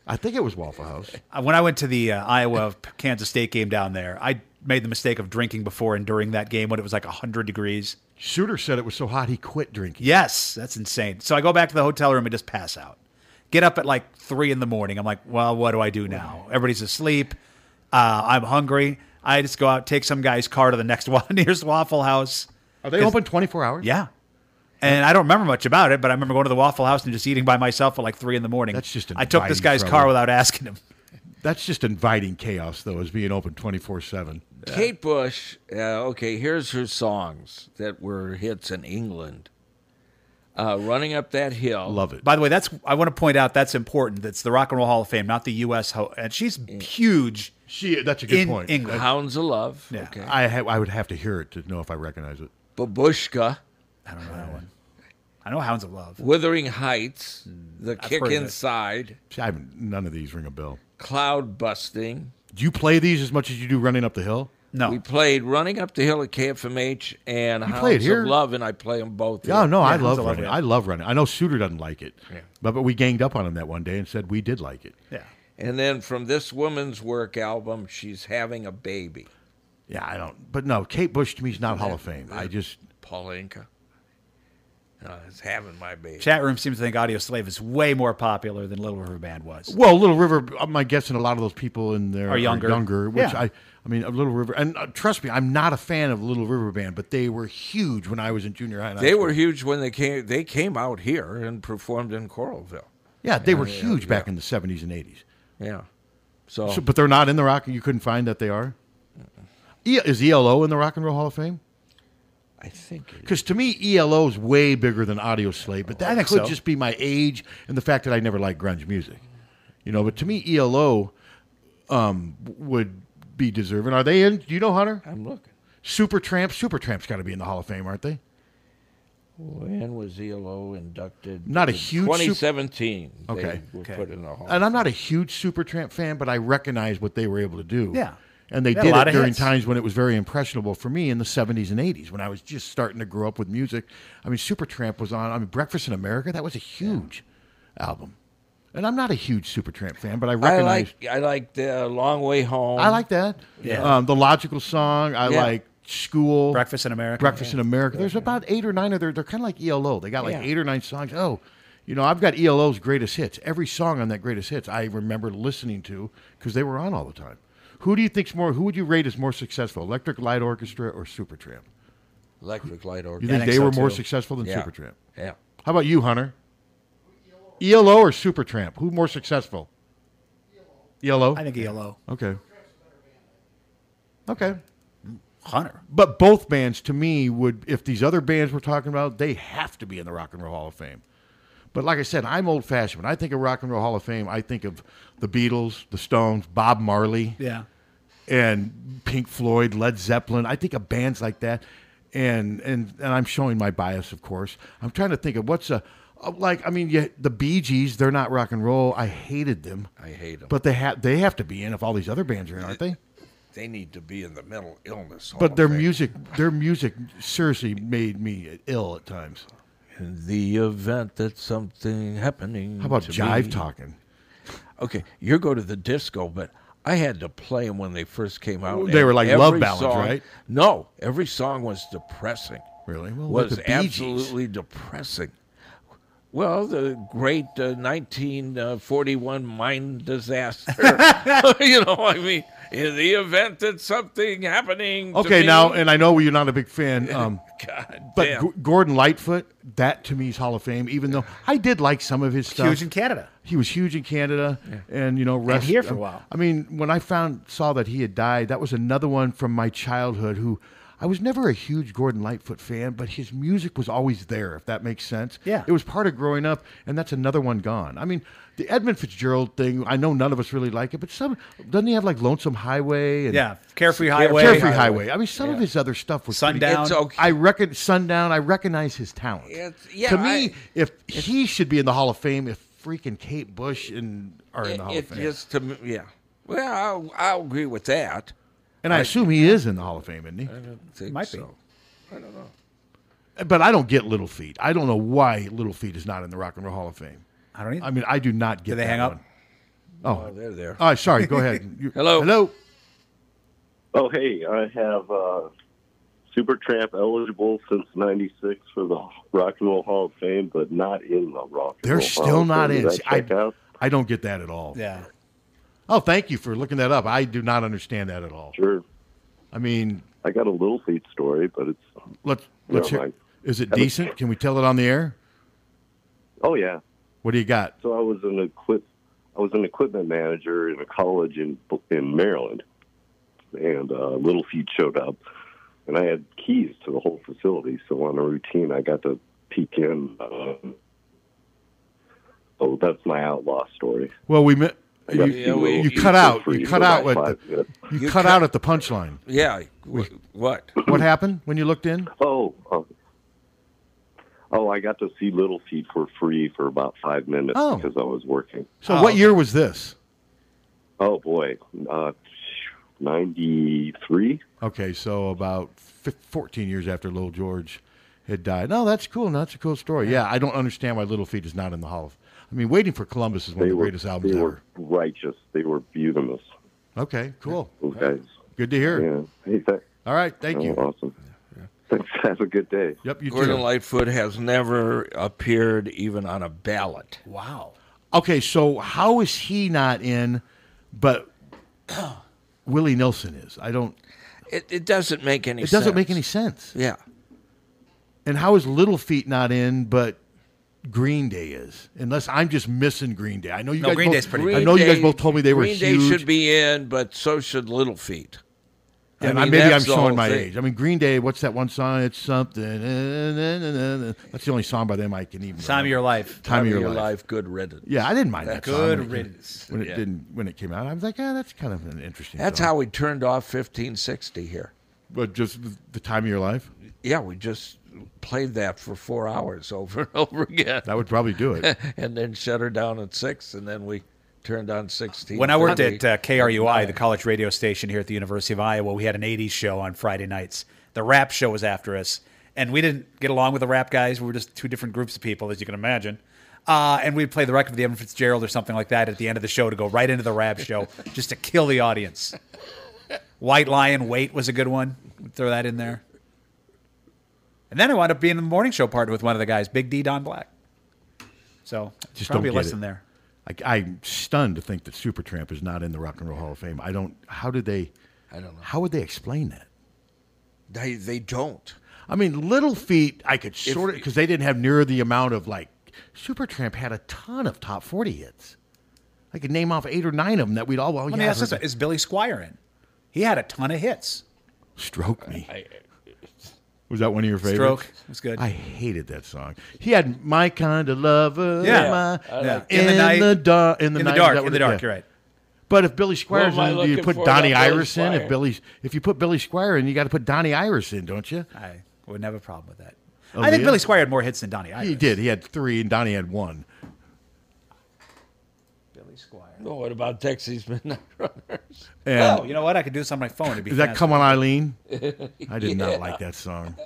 D: I think it was Waffle House.
C: Uh, When I went to the uh, Iowa Kansas State game down there, I made the mistake of drinking before and during that game when it was like 100 degrees.
D: Shooter said it was so hot he quit drinking.
C: Yes, that's insane. So I go back to the hotel room and just pass out. Get up at like three in the morning. I'm like, well, what do I do now? Everybody's asleep. Uh, I'm hungry. I just go out, take some guy's car to the next one nearest Waffle House.
D: Are they open 24 hours?
C: Yeah. And I don't remember much about it, but I remember going to the Waffle House and just eating by myself at like three in the morning. That's just I took this
D: inviting
C: guy's
D: trouble.
C: car without asking him.
D: That's just inviting chaos, though, as being open 24 seven.
B: Kate Bush, uh, okay, here's her songs that were hits in England. Uh, running up that hill.
C: By the way, that's I want to point out that's important. That's the Rock and Roll Hall of Fame, not the U.S. Ho- and she's huge.
D: She that's a good
C: in
D: point.
C: England.
B: Hounds of Love.
C: Yeah.
B: Okay.
D: I ha- I would have to hear it to know if I recognize it.
B: Babushka.
C: I don't know that one. I know Hounds of Love.
B: Withering Heights.
D: Hmm,
B: The
C: I've
B: Kick
C: heard of it.
B: Inside.
D: See, I haven't, none of these ring a bell.
B: Cloud Busting.
D: Do you play these as much as you do running up the hill?
C: No.
B: We played Running Up the Hill at KFMH and
D: You
B: Hounds
D: play it here?
B: of Love, and I play them both.
D: Yeah,
B: here.
D: Oh, no, I love running. I love running. I know Suter doesn't like it, but but we ganged up on him that one day and said we did like it.
C: Yeah.
B: And then from this woman's work album, she's having a baby.
D: Yeah, I don't. But no, Kate Bush to me is not Hall of Fame. I just
B: Paulinka. Uh, is having my baby.
C: Chat room seems to think Audio Slave is way more popular than Little River Band was.
D: well, Little River. I'm my guessing a lot of those people in there
C: Are younger.
D: younger, which
C: Yeah.
D: I I mean, Little River. And uh, trust me, I'm not a fan of Little River Band, but they were huge when I was in junior high. and high
B: They
D: school.
B: were huge when they came. They came out here and performed in Coralville.
D: Yeah, they were
B: yeah,
D: huge back in the 70s and 80s.
B: Yeah. So,
D: So, but they're not in the rock. You couldn't find that they are. E- is ELO in the Rock and Roll Hall of Fame?
B: I think
D: because to me ELO is way bigger than Audio Slave, but that
C: Oh, I think
D: could
C: so.
D: just be my age and the fact that I never liked grunge music. You know, but to me ELO um, would be deserving. Are they in? Do you know Hunter?
B: I'm looking.
D: Super Tramp. Super Tramp's got to be in the Hall of Fame, aren't they?
B: when was ELO inducted?
D: Not a
B: It was
D: huge. sup-
B: 2017. they
D: okay.
B: were put in the hall.
D: And I'm not a huge Supertramp fan, but I recognize what they were able to do.
B: Yeah.
D: And they
C: They had a
D: did it
C: lot of
D: during
C: hits.
D: times when it was very impressionable for me in the 70s and 80s when I was just starting to grow up with music. I mean, Supertramp was on. I mean, Breakfast in America, that was a huge album. And I'm not a huge Supertramp fan, but I
B: I
D: recognize.
B: like I like the uh, Long Way Home.
D: I like that.
B: Yeah.
D: Um, the logical song. I
B: Yeah.
D: like school.
C: Breakfast in America.
D: Breakfast in America. There's about eight or nine of their. They're kind of like ELO. They got like
C: Yeah.
D: eight or nine songs. Oh, you know, I've got ELO's greatest hits. Every song on that greatest hits, I remember listening to because they were on all the time. Who do you think's more? Who would you rate as more successful, Electric Light Orchestra or Supertramp?
B: Electric Light
D: You
B: Orchestra.
D: think, they were more successful than
B: Yeah.
D: Supertramp?
B: Yeah.
D: How about you, Hunter? ELO or Supertramp? Who more successful? ELO.
C: I think E ELO.
D: Okay. Okay.
C: Hunter.
D: But both bands, to me, would if these other bands we're talking about, they have to be in the Rock and Roll Hall of Fame. But like I said, I'm old fashioned. When I think of Rock and Roll Hall of Fame, I think of the Beatles, the Stones, Bob Marley,
C: Yeah.
D: and Pink Floyd, Led Zeppelin. I think of bands like that, and and and I'm showing my bias, of course. I'm trying to think of what's a uh, like. I mean, yeah, the Bee Gees, they're not rock and roll. I hated them.
B: I hate them.
D: But they have they have to be in if all these other bands are in, aren't they?
B: They need to be in the mental illness. Hall
D: But
B: of
D: their
B: Fame.
D: music, their music, seriously made me ill at times.
B: In the event that something happening.
D: How about
B: to
D: jive
B: me-
D: talking?
B: Okay, you go to the disco, but I had to play them when they first came out.
D: They
B: and
D: were like love
B: every
D: ballads,
B: song-
D: right?
B: No, every song was depressing.
D: Really? Well, look
B: was
D: at the Bee Gees.
B: absolutely depressing. Well, the great uh, 1941 mine disaster. you know, I mean, in the event that something happening. to
D: Okay,
B: me-
D: now, and I know you're not a big fan. Um,
B: God
D: but
B: damn.
D: G- Gordon Lightfoot, that to me is Hall of Fame. Even though I did like some of his stuff.
C: Huge in Canada.
D: He was huge in Canada, and you know, rest,
C: here for a
D: um,
C: while.
D: I mean, when I found saw that he had died, that was another one from my childhood. Who I was never a huge Gordon Lightfoot fan, but his music was always there. If that makes sense,
C: Yeah.
D: it was part of growing up, and that's another one gone. I mean, the Edmund Fitzgerald thing. I know none of us really like it, but some doesn't he have like Lonesome Highway? And
C: Yeah, Carefree Highway.
D: Carefree Highway. I mean, some of his other stuff was pretty-
C: Sundown. It's okay.
D: I reckon Sundown. I recognize his talent.
B: It's- yeah,
D: to me,
B: I-
D: if he should be in the Hall of Fame, if freaking Kate Bush and are in the Hall
B: it
D: of Fame,
B: just to me- yeah. Well, I'll, I'll agree with that.
D: and I, assume he is in the Hall of Fame, isn't he?
B: I don't think
D: Might be.
B: so. I don't know.
D: But I don't get Little Feet. I don't know why Little Feet is not in the Rock and Roll Hall of Fame.
C: I don't. Either.
D: I mean, I do not get.
C: Did they
D: that
C: hang up?
D: one. Oh,
B: Oh, they're there.
D: Oh, sorry. Go ahead. You- Hello.
P: Oh, hey, I have uh, Super eligible since 96 for the Rock and Roll Hall of Fame, but not in the Rock and
D: They're
P: Roll Hall
D: still
P: of
D: not
P: Fame.
D: in.
P: Did
D: See,
P: I
D: I,
P: check out?
D: I don't get that at all.
C: Yeah.
D: Oh, thank you for looking that up. I do not understand that at all.
P: Sure.
D: I mean,
P: I got a Little Feet story, but it's.
D: let's
P: you
D: let's
P: know,
D: hear.
P: like-
D: Is it decent? Can we tell it on the air?
P: Oh, yeah.
D: What do you got?
P: So I was an equip, I was an equipment manager in a college in in Maryland, and uh, Little Feet showed up, and I had keys to the whole facility. So on a routine, I got to peek in. Uh, so that's my outlaw story.
D: Well, we mi- you,
P: Yeah,
D: you,
P: we-
D: you
P: you
D: cut
P: go
D: out.
P: free,
D: You
P: you
D: cut
P: go
D: out
P: back
D: at the,
P: five minutes.
D: you,
P: You
D: cut
P: cut-
D: out at the punchline.
B: Yeah. What?
D: What happened when you looked in?
P: Oh, oh, oh! I got to see Little Feet for free for about five minutes
D: Oh.
P: because I was working.
D: So what year was this?
P: Oh boy, uh, ninety-three.
D: Okay, so about fif 14 years after Little George had died. No, that's cool. No, that's a cool story. Yeah, I don't understand why Little Feet is not in the Hall of. I mean, Waiting for Columbus is one of the greatest albums
P: They
D: ever.
P: were righteous. They were beautimous.
D: Okay, cool.
P: Those guys.
D: Good to hear.
P: Yeah. Hey, th-
D: All right,
P: Oh,
D: thank you.
P: Awesome. Thanks. Have a good day.
D: Yep. You
B: Gordon
D: too.
B: Lightfoot has never appeared even on a ballot.
C: Wow.
D: Okay, so how is he not in, but Willie Nelson is? I don't.
B: It, it doesn't make any.
D: it doesn't
B: sense.
D: make any sense.
B: Yeah.
D: And how is Little Feet not in, but Green Day is? Unless I'm just missing Green Day. I know you
C: No,
D: guys.
C: Green
D: both,
C: Day's pretty
D: I
C: good.
D: know you guys
B: Day-
D: both told me they were
B: Green
D: huge.
B: Day should be in, but so should Little Feet. I
D: and I
B: mean,
D: maybe I'm
B: that's the
D: showing
B: whole
D: my
B: thing.
D: age. I mean, Green Day. What's that one song? It's something. eh, eh, eh, eh, eh. That's the only song by them I can even.
C: Time of
D: remember.
C: your life.
D: Time, of your, life.
B: Good riddance.
D: Yeah, I didn't mind that.
B: That's
D: song
B: good
D: when it-
B: riddance.
D: When it
B: Yeah.
D: didn't, when it came out, I was like, ah, that's kind of an interesting.
B: That's
D: song.
B: how we turned off 1560 here.
D: But just the time of your life.
B: Yeah, we just played that for four hours over and over again.
D: That would probably do it.
B: and then shut her down at six, and then we turned on 16.
C: When I worked at uh, KRUI, the college radio station here at the University of Iowa, we had an 80s show on Friday nights. The rap show was after us, and we didn't get along with the rap guys. We were just two different groups of people, as you can imagine. Uh, and we'd play the record of the Edmund Fitzgerald or something like that at the end of the show to go right into the rap show just to kill the audience. White Lion Wait was a good one. We'd throw that in there. And then I wound up being in the morning show partner with one of the guys, Big D Don Black. So
D: Just
C: probably
D: don't
C: a
D: get
C: lesson
D: it.
C: there.
D: I, I'm stunned to think that Supertramp is not in the Rock and Roll Hall of Fame. I don't. How did they? I don't know. How would they explain that?
B: They, they don't.
D: I mean, Little Feet, I could sort of because they didn't have near the amount of like Supertramp had a ton of top forty hits. I could name off eight or nine of them that we'd all well.
C: Let
D: yeah,
C: me
D: I
C: ask
D: heard
C: this: Is Billy Squire in? He had a ton of hits.
D: that. Stroke Me. was that one of your favorites?
C: Stroke was good.
D: I hated that song. He had My Kind of Lover.
C: Yeah.
D: my-
C: I like
D: in,
C: it.
D: the night,
C: dark-
D: in the,
C: in the
D: night,
C: dark,
D: that what
C: in the
D: it-
C: dark, you're right.
D: But if Billy Squire's
C: am I
D: in, do you
C: looking
D: put
C: for
D: Donny
C: about Billy
D: Iris in? If
C: Squire?
D: Billy, if you put Billy Squire in, you got to put Donny Iris in, don't you?
C: I wouldn't have a problem with that. I think
D: Aaliyah?
C: Billy Squire had more hits than Donny Iris.
D: He did. He had three, and Donnie had one.
C: Billy Squire.
B: Well, what about Texas Midnight Runners?
D: And-
C: oh, you know what? I could do this on my phone. It'd be
D: Is that
C: fantastic.
D: Come On Eileen? I did
C: Yeah.
D: not like that song.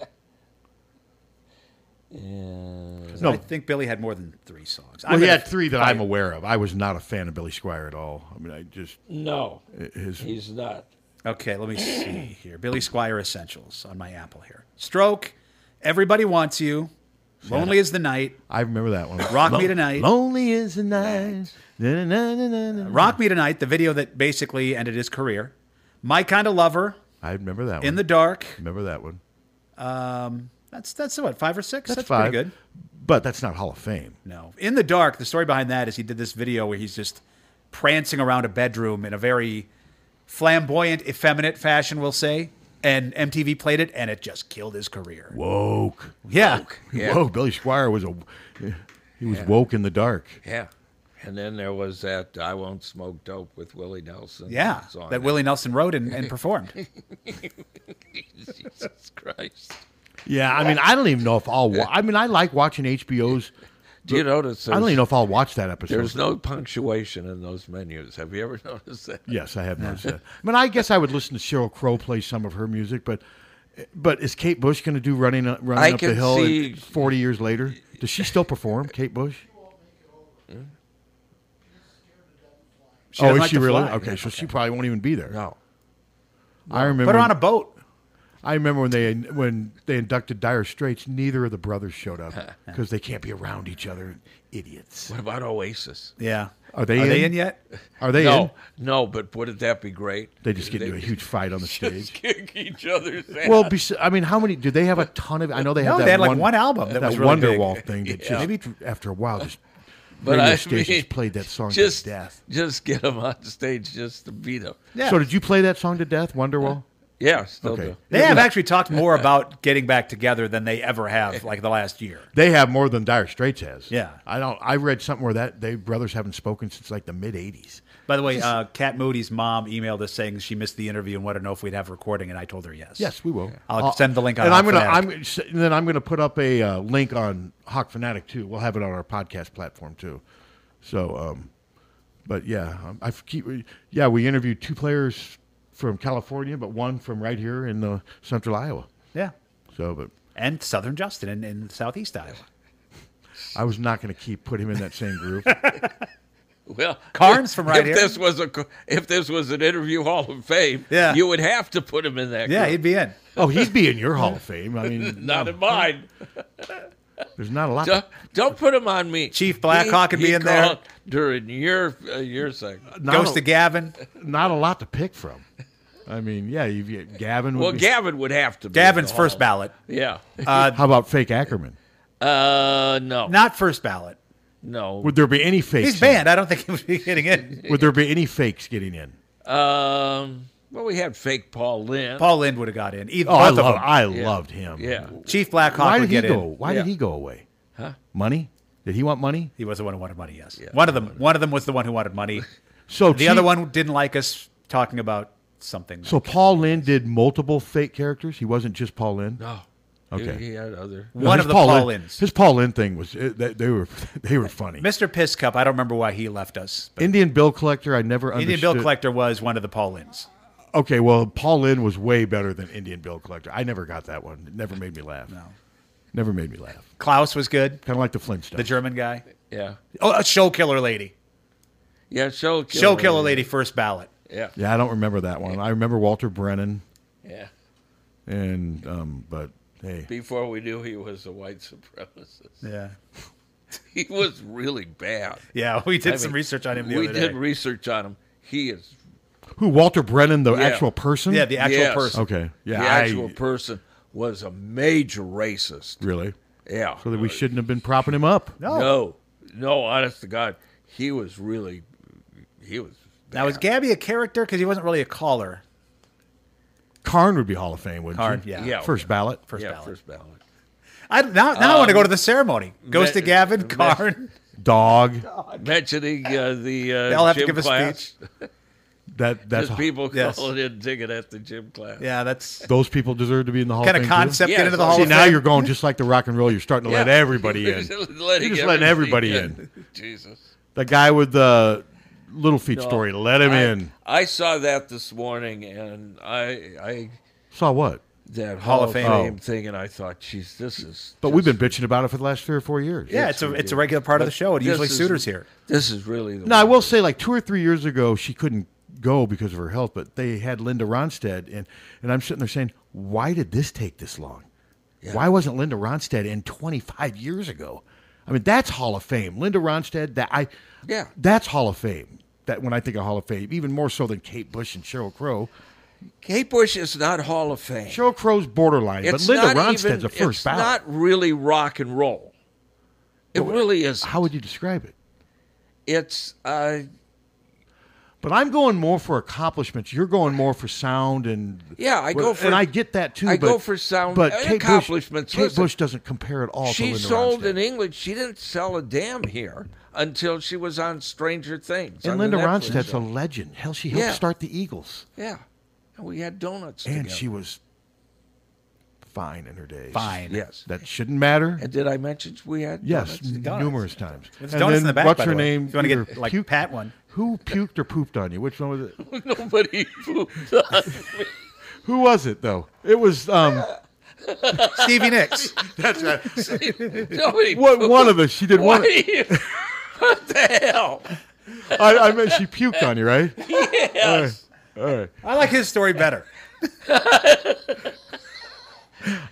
C: 'Cause
D: No.
C: I think Billy had more than three songs.
D: Well,
C: I'm
D: he
C: gonna
D: had three that
C: fight.
D: I'm aware of. I was not a fan of Billy Squire at all. I mean, I just
B: No,
D: I- his-
B: he's not.
C: Okay, let me see here. Billy Squire Essentials on my Apple here. Stroke, Everybody Wants You, Lonely as the night.
D: I remember that one.
C: Rock
D: Lo-
C: Me Tonight.
D: Lonely is the night. Na-na-na-na-na-na.
C: Rock Me Tonight, the video that basically ended his career. My Kind of Lover,
D: I remember that one.
C: In the Dark.
D: Remember that one.
C: Um, that's that's what five or six. That's,
D: five.
C: pretty good.
D: But that's not Hall of Fame.
C: No, in the dark. The story behind that is he did this video where he's just prancing around a bedroom in a very flamboyant, effeminate fashion, we'll say. And MTV played it, and it just killed his career.
D: Woke.
C: Yeah.
D: Woke.
C: Yeah.
D: Billy Squire was a he was
B: Yeah.
D: woke in the dark.
B: Yeah. And then there was that "I Won't Smoke Dope" with Willie Nelson.
C: Yeah,
B: song.
C: that Willie Nelson wrote and, and performed.
B: Jesus Christ!
D: Yeah, I mean, I don't even know if I'll. Wa- I mean, I like watching HBO's.
B: Do you notice
D: I don't
B: there's-
D: even know if I'll watch that episode.
B: There's no punctuation in those menus. Have you ever noticed that?
D: Yes, I have noticed that. I mean, I guess I would listen to Cheryl Crow play some of her music, but but is Kate Bush going to do running running
B: I
D: up the
B: can
D: hill in
B: see-
D: forty years later? Does she still perform, Kate Bush?
B: Hmm?
C: She
D: oh,
C: doesn't
D: is
C: like
D: she
C: to
D: really?
C: fly.
D: Okay, so she probably won't even be there. No, I
C: No.
D: remember.
C: Put her
D: when-
C: on a boat.
D: I remember when they when they inducted Dire Straits. Neither of the brothers showed up because they can't be around each other. Idiots.
B: What about Oasis?
C: Yeah.
D: Are they in? Are they
B: no,
D: in?
B: No, but wouldn't that be great?
D: They just get into a huge fight on the stage.
B: Kick each other's ass.
D: Well, bes- I mean, how many do they have? A ton of. I know they have.
C: No,
D: that
C: they had, like, one album that
D: that
C: was really big.
D: Wonderwall thing. That
B: Yeah.
D: just, maybe after a while, just
B: But
D: radio
B: I
D: stations
B: mean,
D: played that song
B: just,
D: to death.
B: Just get them on stage just to beat them.
D: So did you play that song to death,
C: Uh,
D: Wonderwall?
B: Yeah, still
D: Okay.
B: do.
C: They have actually talked more about getting back together than they ever have, like the last year.
D: They have more than Dire Straits has.
C: Yeah.
D: I don't. I read something where that they brothers haven't spoken since like the mid '80s.
C: By the way, uh, Kat Moody's mom emailed us saying she missed the interview and wanted to know if we'd have a recording, and I told her yes.
D: Yes, we will. Uh,
C: I'll send the link.
D: and
C: on
D: I'm gonna,
C: Fanatic.
D: I'm s- and then I'm gonna put up a uh, link on Hawk Fanatic too. We'll have it on our podcast platform too. So, um, but yeah, um, I f- keep, yeah, we interviewed two players from California, but one from right here in the central Iowa.
C: Yeah.
D: So, but
C: and Southern Justin in, in Southeast Iowa.
D: I was not gonna keep put him in that same group.
B: Well,
C: Carnes from right
B: if
C: here.
B: This was a, co- if this was an interview Hall of Fame,
D: Yeah.
B: you would have to put him in that.
D: Yeah,
B: group.
D: he'd be in. Oh, he'd be in your Hall of Fame. I mean,
B: not in mine.
D: There's not a lot.
B: Don't, don't put him on me.
C: Chief Blackhawk could be in there.
B: called during your uh, your segment.
D: Not Ghost a- of
C: Gavin.
D: Not a lot to pick from. I mean, yeah, you've got Gavin. would
B: Well,
D: be-
B: Gavin would have to. be
C: Gavin's
B: in the
C: first
B: Hall.
C: ballot. Uh,
B: Yeah.
D: How about fake Ackerman?
B: Uh, no.
C: Not first ballot.
B: No.
D: Would there be any fakes?
C: He's banned. I don't think he would be getting in.
D: Would there be any fakes getting in?
B: Um. Well, we had fake Paul Lynn.
C: Paul Lind would have got in. Either
D: Oh, I
C: both
D: love-
C: of them.
D: I Yeah. loved him.
B: Yeah.
C: Chief Blackhawk
D: Why
C: would
D: did he
C: get
D: go?
C: in.
D: Why did he go away?
B: Huh?
D: Money? Did he want money?
C: He was the one who wanted money. Yes. one of them. One of them was the one who wanted money.
D: So
C: the
D: Chief-
C: other one didn't like us talking about something.
D: So Paul Lynn did multiple fake characters. He wasn't just Paul Lynn.
B: No.
D: Okay.
B: He, he had other.
D: No,
C: One
D: his
C: of the Paul Lynns.
D: His Paul Lynn thing was it- they, they were they were funny.
C: Mr. Pisscup, I don't remember why he left us.
D: Indian bill collector. I never understood.
C: Indian Bill Collector was one of the Paul Linds.
D: Okay, well Paul Lynn was way better than Indian bill collector. I never got that one. It never made me laugh. No. Never made me laugh.
C: Klaus was good.
D: Kind of like the Flintstones.
C: The German guy.
B: Yeah.
C: Oh, a show killer lady.
B: Yeah. Show killer.
C: show killer lady first ballot.
B: Yeah.
D: Yeah, I don't remember that one. I remember Walter Brennan
B: Yeah.
D: and um, but hey,
B: Before we knew he was a white supremacist.
C: Yeah.
B: He was really bad.
C: Yeah, we did some research on him the
B: we
C: other
B: did
C: day.
B: research on him. He is
D: Who Walter Brennan, the
B: Yeah.
D: actual person?
B: Yes.
D: Okay,
B: the
D: yeah, I-
B: actual person was a major racist.
D: really.
B: Yeah.
D: So that we shouldn't have been propping him up.
B: No. no, honest to God, he was really, he was.
C: Now was Gabby a character because he wasn't really a caller?
D: Karn would be Hall of Fame, wouldn't
C: Karn,
D: you?
C: yeah. Yeah.
D: First ballot.
C: First
B: yeah,
C: ballot.
B: first ballot.
C: I now now I want to
B: Um,
C: go to the ceremony. Goes to
B: Me-
C: Gavin
B: me-
C: Karn.
D: Dog.
B: Mentioning uh, the uh,
C: They all have to
B: gym
C: give a
B: class.
D: That that's
B: Just people
D: yes.
B: calling in, digging at the gym class.
C: Yeah, that's
D: Those people deserve to be in the Hall
C: Kinda
D: of Fame. too?
C: concept
B: Yeah, into the
D: See,
B: Hall of
D: now
B: Fame.
D: you're going just like the rock and roll. You're starting to let
B: Yeah.
D: everybody in.
B: Just
D: you're
B: letting
D: just letting everybody in.
B: in. Jesus.
D: The guy with the little feet
B: No,
D: story, let him
B: I-
D: in.
B: I saw that this morning, and I, I
D: Saw what?
B: that
C: Hall
B: Hall,
C: of
B: of
C: Fame.
B: Fame thing, and I thought, geez, this is.
D: Oh. But we've been bitching about it for the last three or four years.
C: Yeah, it's a it's a regular part of the
B: But
C: show. It
B: this
C: usually
B: is-
C: suitors here.
B: This is really the.
D: No, I will say, like two or three years ago, she couldn't go because of her health, but they had Linda Ronstadt, and and I'm sitting there saying, why did this take this long? Why wasn't Linda Ronstadt in 25 years ago? I mean, that's Hall of Fame. Linda Ronstadt. That I.
B: Yeah.
D: That's Hall of Fame. That when I think of Hall of Fame, even more so than Kate Bush and Cheryl Crow.
B: Kate Bush is not Hall of Fame.
D: Cheryl Crow's borderline, but Linda Ronstadt's a first
B: It's
D: ballot.
B: not really rock and roll. It really is.
D: How would you describe it?
B: It's uh,
D: But I'm going more for accomplishments. You're going more for sound and
B: Yeah, I go for-
D: and I get that too.
B: I
D: but-
B: go for sound
D: but
B: and
D: Kate Bush-
B: accomplishments.
D: Kate
B: Listen,
D: Bush doesn't compare at all. to
B: she
D: Linda
B: sold
D: Ronstadt.
B: in England. She didn't sell a damn here until she was on Stranger Things.
D: and
B: on the
D: Linda
B: Netflix
D: Ronstadt's a
B: show.
D: legend. Hell, she helped
B: Yeah.
D: start the Eagles,
B: Yeah, and we had donuts
D: and
B: together.
D: she was fine in her days.
B: Fine. Yes.
D: that shouldn't matter.
B: And did I mention we had
D: Yes,
B: donuts?
D: numerous times.
B: There's
D: And
B: donuts in
D: then
B: the back,
D: What's
B: by the
D: her
B: way,
D: name?
B: if you wanna get,
D: Either
B: like,
D: puke-
B: pat one.
D: Who puked or pooped on you? Which one was it?
B: Nobody pooped on me.
D: Who was it though? It was
B: Uh,
D: um.
B: Stevie
D: Nicks. That's right.
B: Nobody
D: What one of us? She did
B: Why
D: one.
B: do you- what the hell?
D: I, I meant she puked on you, right?
B: Yes.
D: All right. All right.
C: I like his story better.
D: I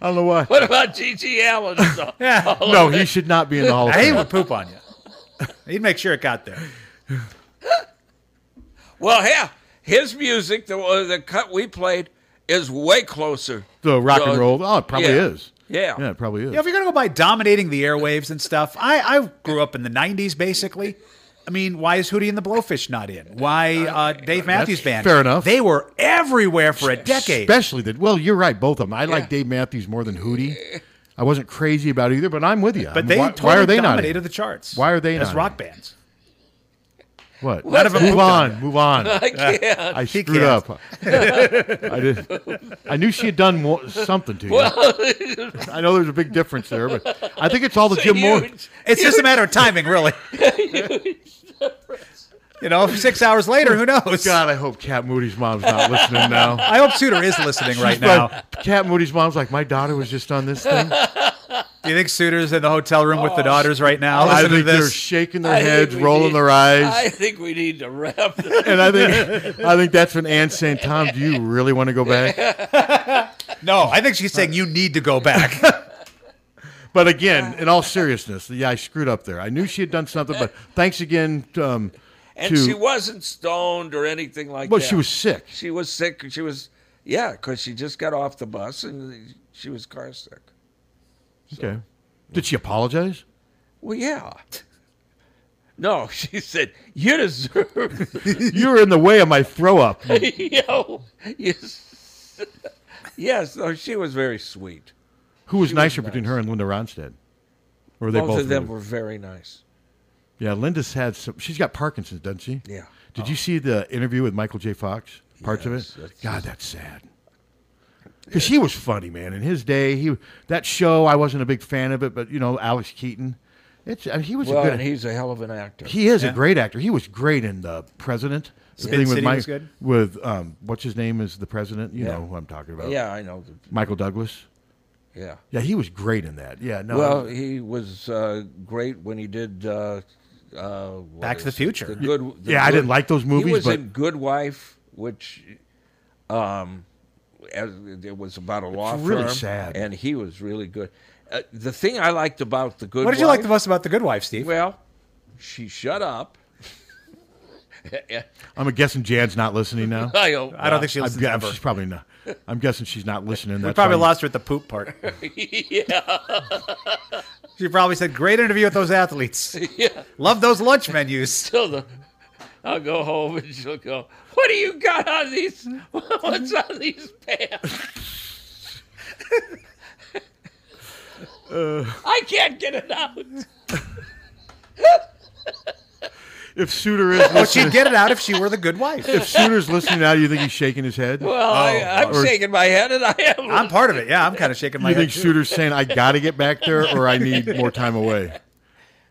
D: don't know why.
B: What about G.G. Allen? yeah.
D: No, he should not be in the Hall of
C: He
D: Fame.
C: would poop on you. He'd make sure it got there.
B: Well, yeah, his music, the uh, the cut we played, is way closer.
D: The rock and
C: Uh,
D: roll. Oh, it probably
C: yeah.
D: is.
B: Yeah.
D: Yeah, it probably is.
C: Yeah, if you're gonna go by dominating the airwaves and stuff, I, I grew up in the '90s basically. I mean, why is Hootie and the Blowfish not in? Why uh, Dave Matthews Band?
D: fair enough.
C: They were everywhere for a decade.
D: Especially that. Well, you're right. Both of them. I like Dave Matthews more than Hootie. I wasn't crazy about either, but I'm with you.
C: But
D: I'm-
C: they
D: why,
C: totally
D: why are they not? in?
C: dominated the charts.
D: Why are they
C: as
D: not? in?
C: rock bands?
D: What?
C: None of them
D: move
C: moved on
D: on.
C: yet.
D: Move on.
C: I can't.
D: I
C: He
D: screwed
C: can't.
D: up. I, did, I knew she had done more, something to you. I know there's a big difference there, but I think it's all the
C: It's a
D: Jim Moore.
C: huge- It's just a matter of timing, really. You know, six hours later, who knows?
D: God, I hope Cat Moody's mom's not listening now.
C: I hope Suter is listening
D: She's
C: right
D: like-
C: now.
D: Cat Moody's mom's like, my daughter was just on this thing.
C: Do you think Suter's in the hotel room with the daughters right now?
D: I
C: Listen to
D: think
C: this.
D: they're shaking their heads, rolling their eyes.
B: I think we need to wrap this.
D: and I think I think that's when Anne St. Tom, do you really want to go back?
C: no, I think she's saying you need to go back.
D: But again, in all seriousness, yeah, I screwed up there. I knew she had done something, but thanks again um,
B: and
D: to
B: she wasn't stoned or anything like
D: Well,
B: that.
D: she was sick.
B: She was sick. She was, yeah, because she just got off the bus and she was car sick.
D: Okay. Did she apologize?
B: Well, yeah. No, she said, you deserve
D: You're in the way of my throw up.
B: you know, yes. yes, no, she was very sweet.
D: Who was
B: She was
D: nicer
B: nice.
D: between her and Linda Ronstadt? Or were they both,
B: of them
D: really-
B: were very nice.
D: Yeah, Linda's had some. She's got Parkinson's, doesn't she?
B: Yeah. Oh.
D: Did you see the interview with Michael J. Fox? Parts of it.
B: that's-
D: God, that's sad. Because he was funny, man. In his day, he that show I wasn't a big fan of it, but you know Alex Keaton. It's I mean, he was
B: well,
D: a good.
B: and he's a hell of an actor.
D: He is
B: Yeah.
D: a great actor. He was great in the President. The
B: Spin City
D: Mi-
B: was good?
D: With um, what's his name is the President. You
B: Yeah.
D: know who I'm talking about.
B: Yeah, I know the-
D: Michael Douglas.
B: Yeah.
D: Yeah, he was great in that. Yeah, no.
B: well, he was uh, great when he did uh, uh, what
D: Back to the
B: is it?
D: Future.
B: The good, the
D: Yeah, I
B: Good-
D: didn't like those movies,
B: He was
D: but-
B: in Good Wife, which um, as, it was about a law
D: really
B: firm,
D: sad.
B: and he was really good. Uh, the thing I liked about the Good
C: what did you like
B: Wife-
C: the most about the Good Wife, Steve?
B: Well, she shut up.
D: I'm guessing Jan's not listening now.
B: I hope I don't think she
D: I'm
B: listens
D: gu-
B: ever.
D: She's probably not. I'm guessing she's not listening.
C: we
D: That's
C: probably
D: why-
C: lost her at the poop part.
B: yeah.
C: She probably said, "Great interview with those athletes.
B: Yeah.
C: Love those lunch menus."
B: Till the, I'll go home and she'll go, What do you got on these? What's on these pants?
D: Uh,
B: I can't get it out.
D: If Suter is,
C: Well, she'd
D: listening-
C: get it out if she were the Good Wife.
D: If Suter's listening now, you think he's shaking his head? Oh,
B: Well, I, I'm
D: Or
B: shaking my head and I am.
C: Oh, I'm part of it. Yeah, I'm kind of shaking my
D: You
C: head.
D: think
C: too.
D: Suter's saying, "I got to get back there, or I need more time away"?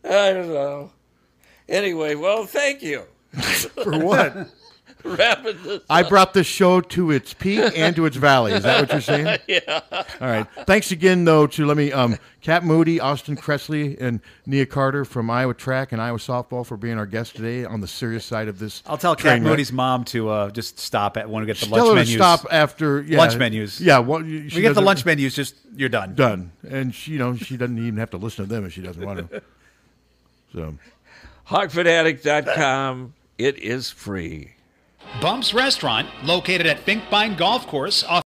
B: I don't know. Anyway, well, thank you.
D: For what?
B: wrapping this.
D: I
B: up.
D: brought this show to its peak and to its valley. Is that what you're saying?
B: Yeah.
D: All right. Thanks again, though, to let me um, Kat Moody, Austin Cressley, and Nia Carter from Iowa Track and Iowa Softball for being our guests today on the serious side of this.
C: I'll tell Cat
D: train wreck.
C: Moody's mom to uh, just stop at when we get the
D: Just
C: lunch
D: tell her to
C: menus.
D: stop after yeah,
C: lunch menus.
D: Yeah, well, you-
C: we
D: she
C: get the
D: doesn't-
C: lunch menus. Just you're done.
D: Done. And she, you know, she doesn't even have to listen to them if she doesn't want to. So.
B: Hogfanatic.com. It is free.
T: Bumps Restaurant, located at Finkbine Golf Course off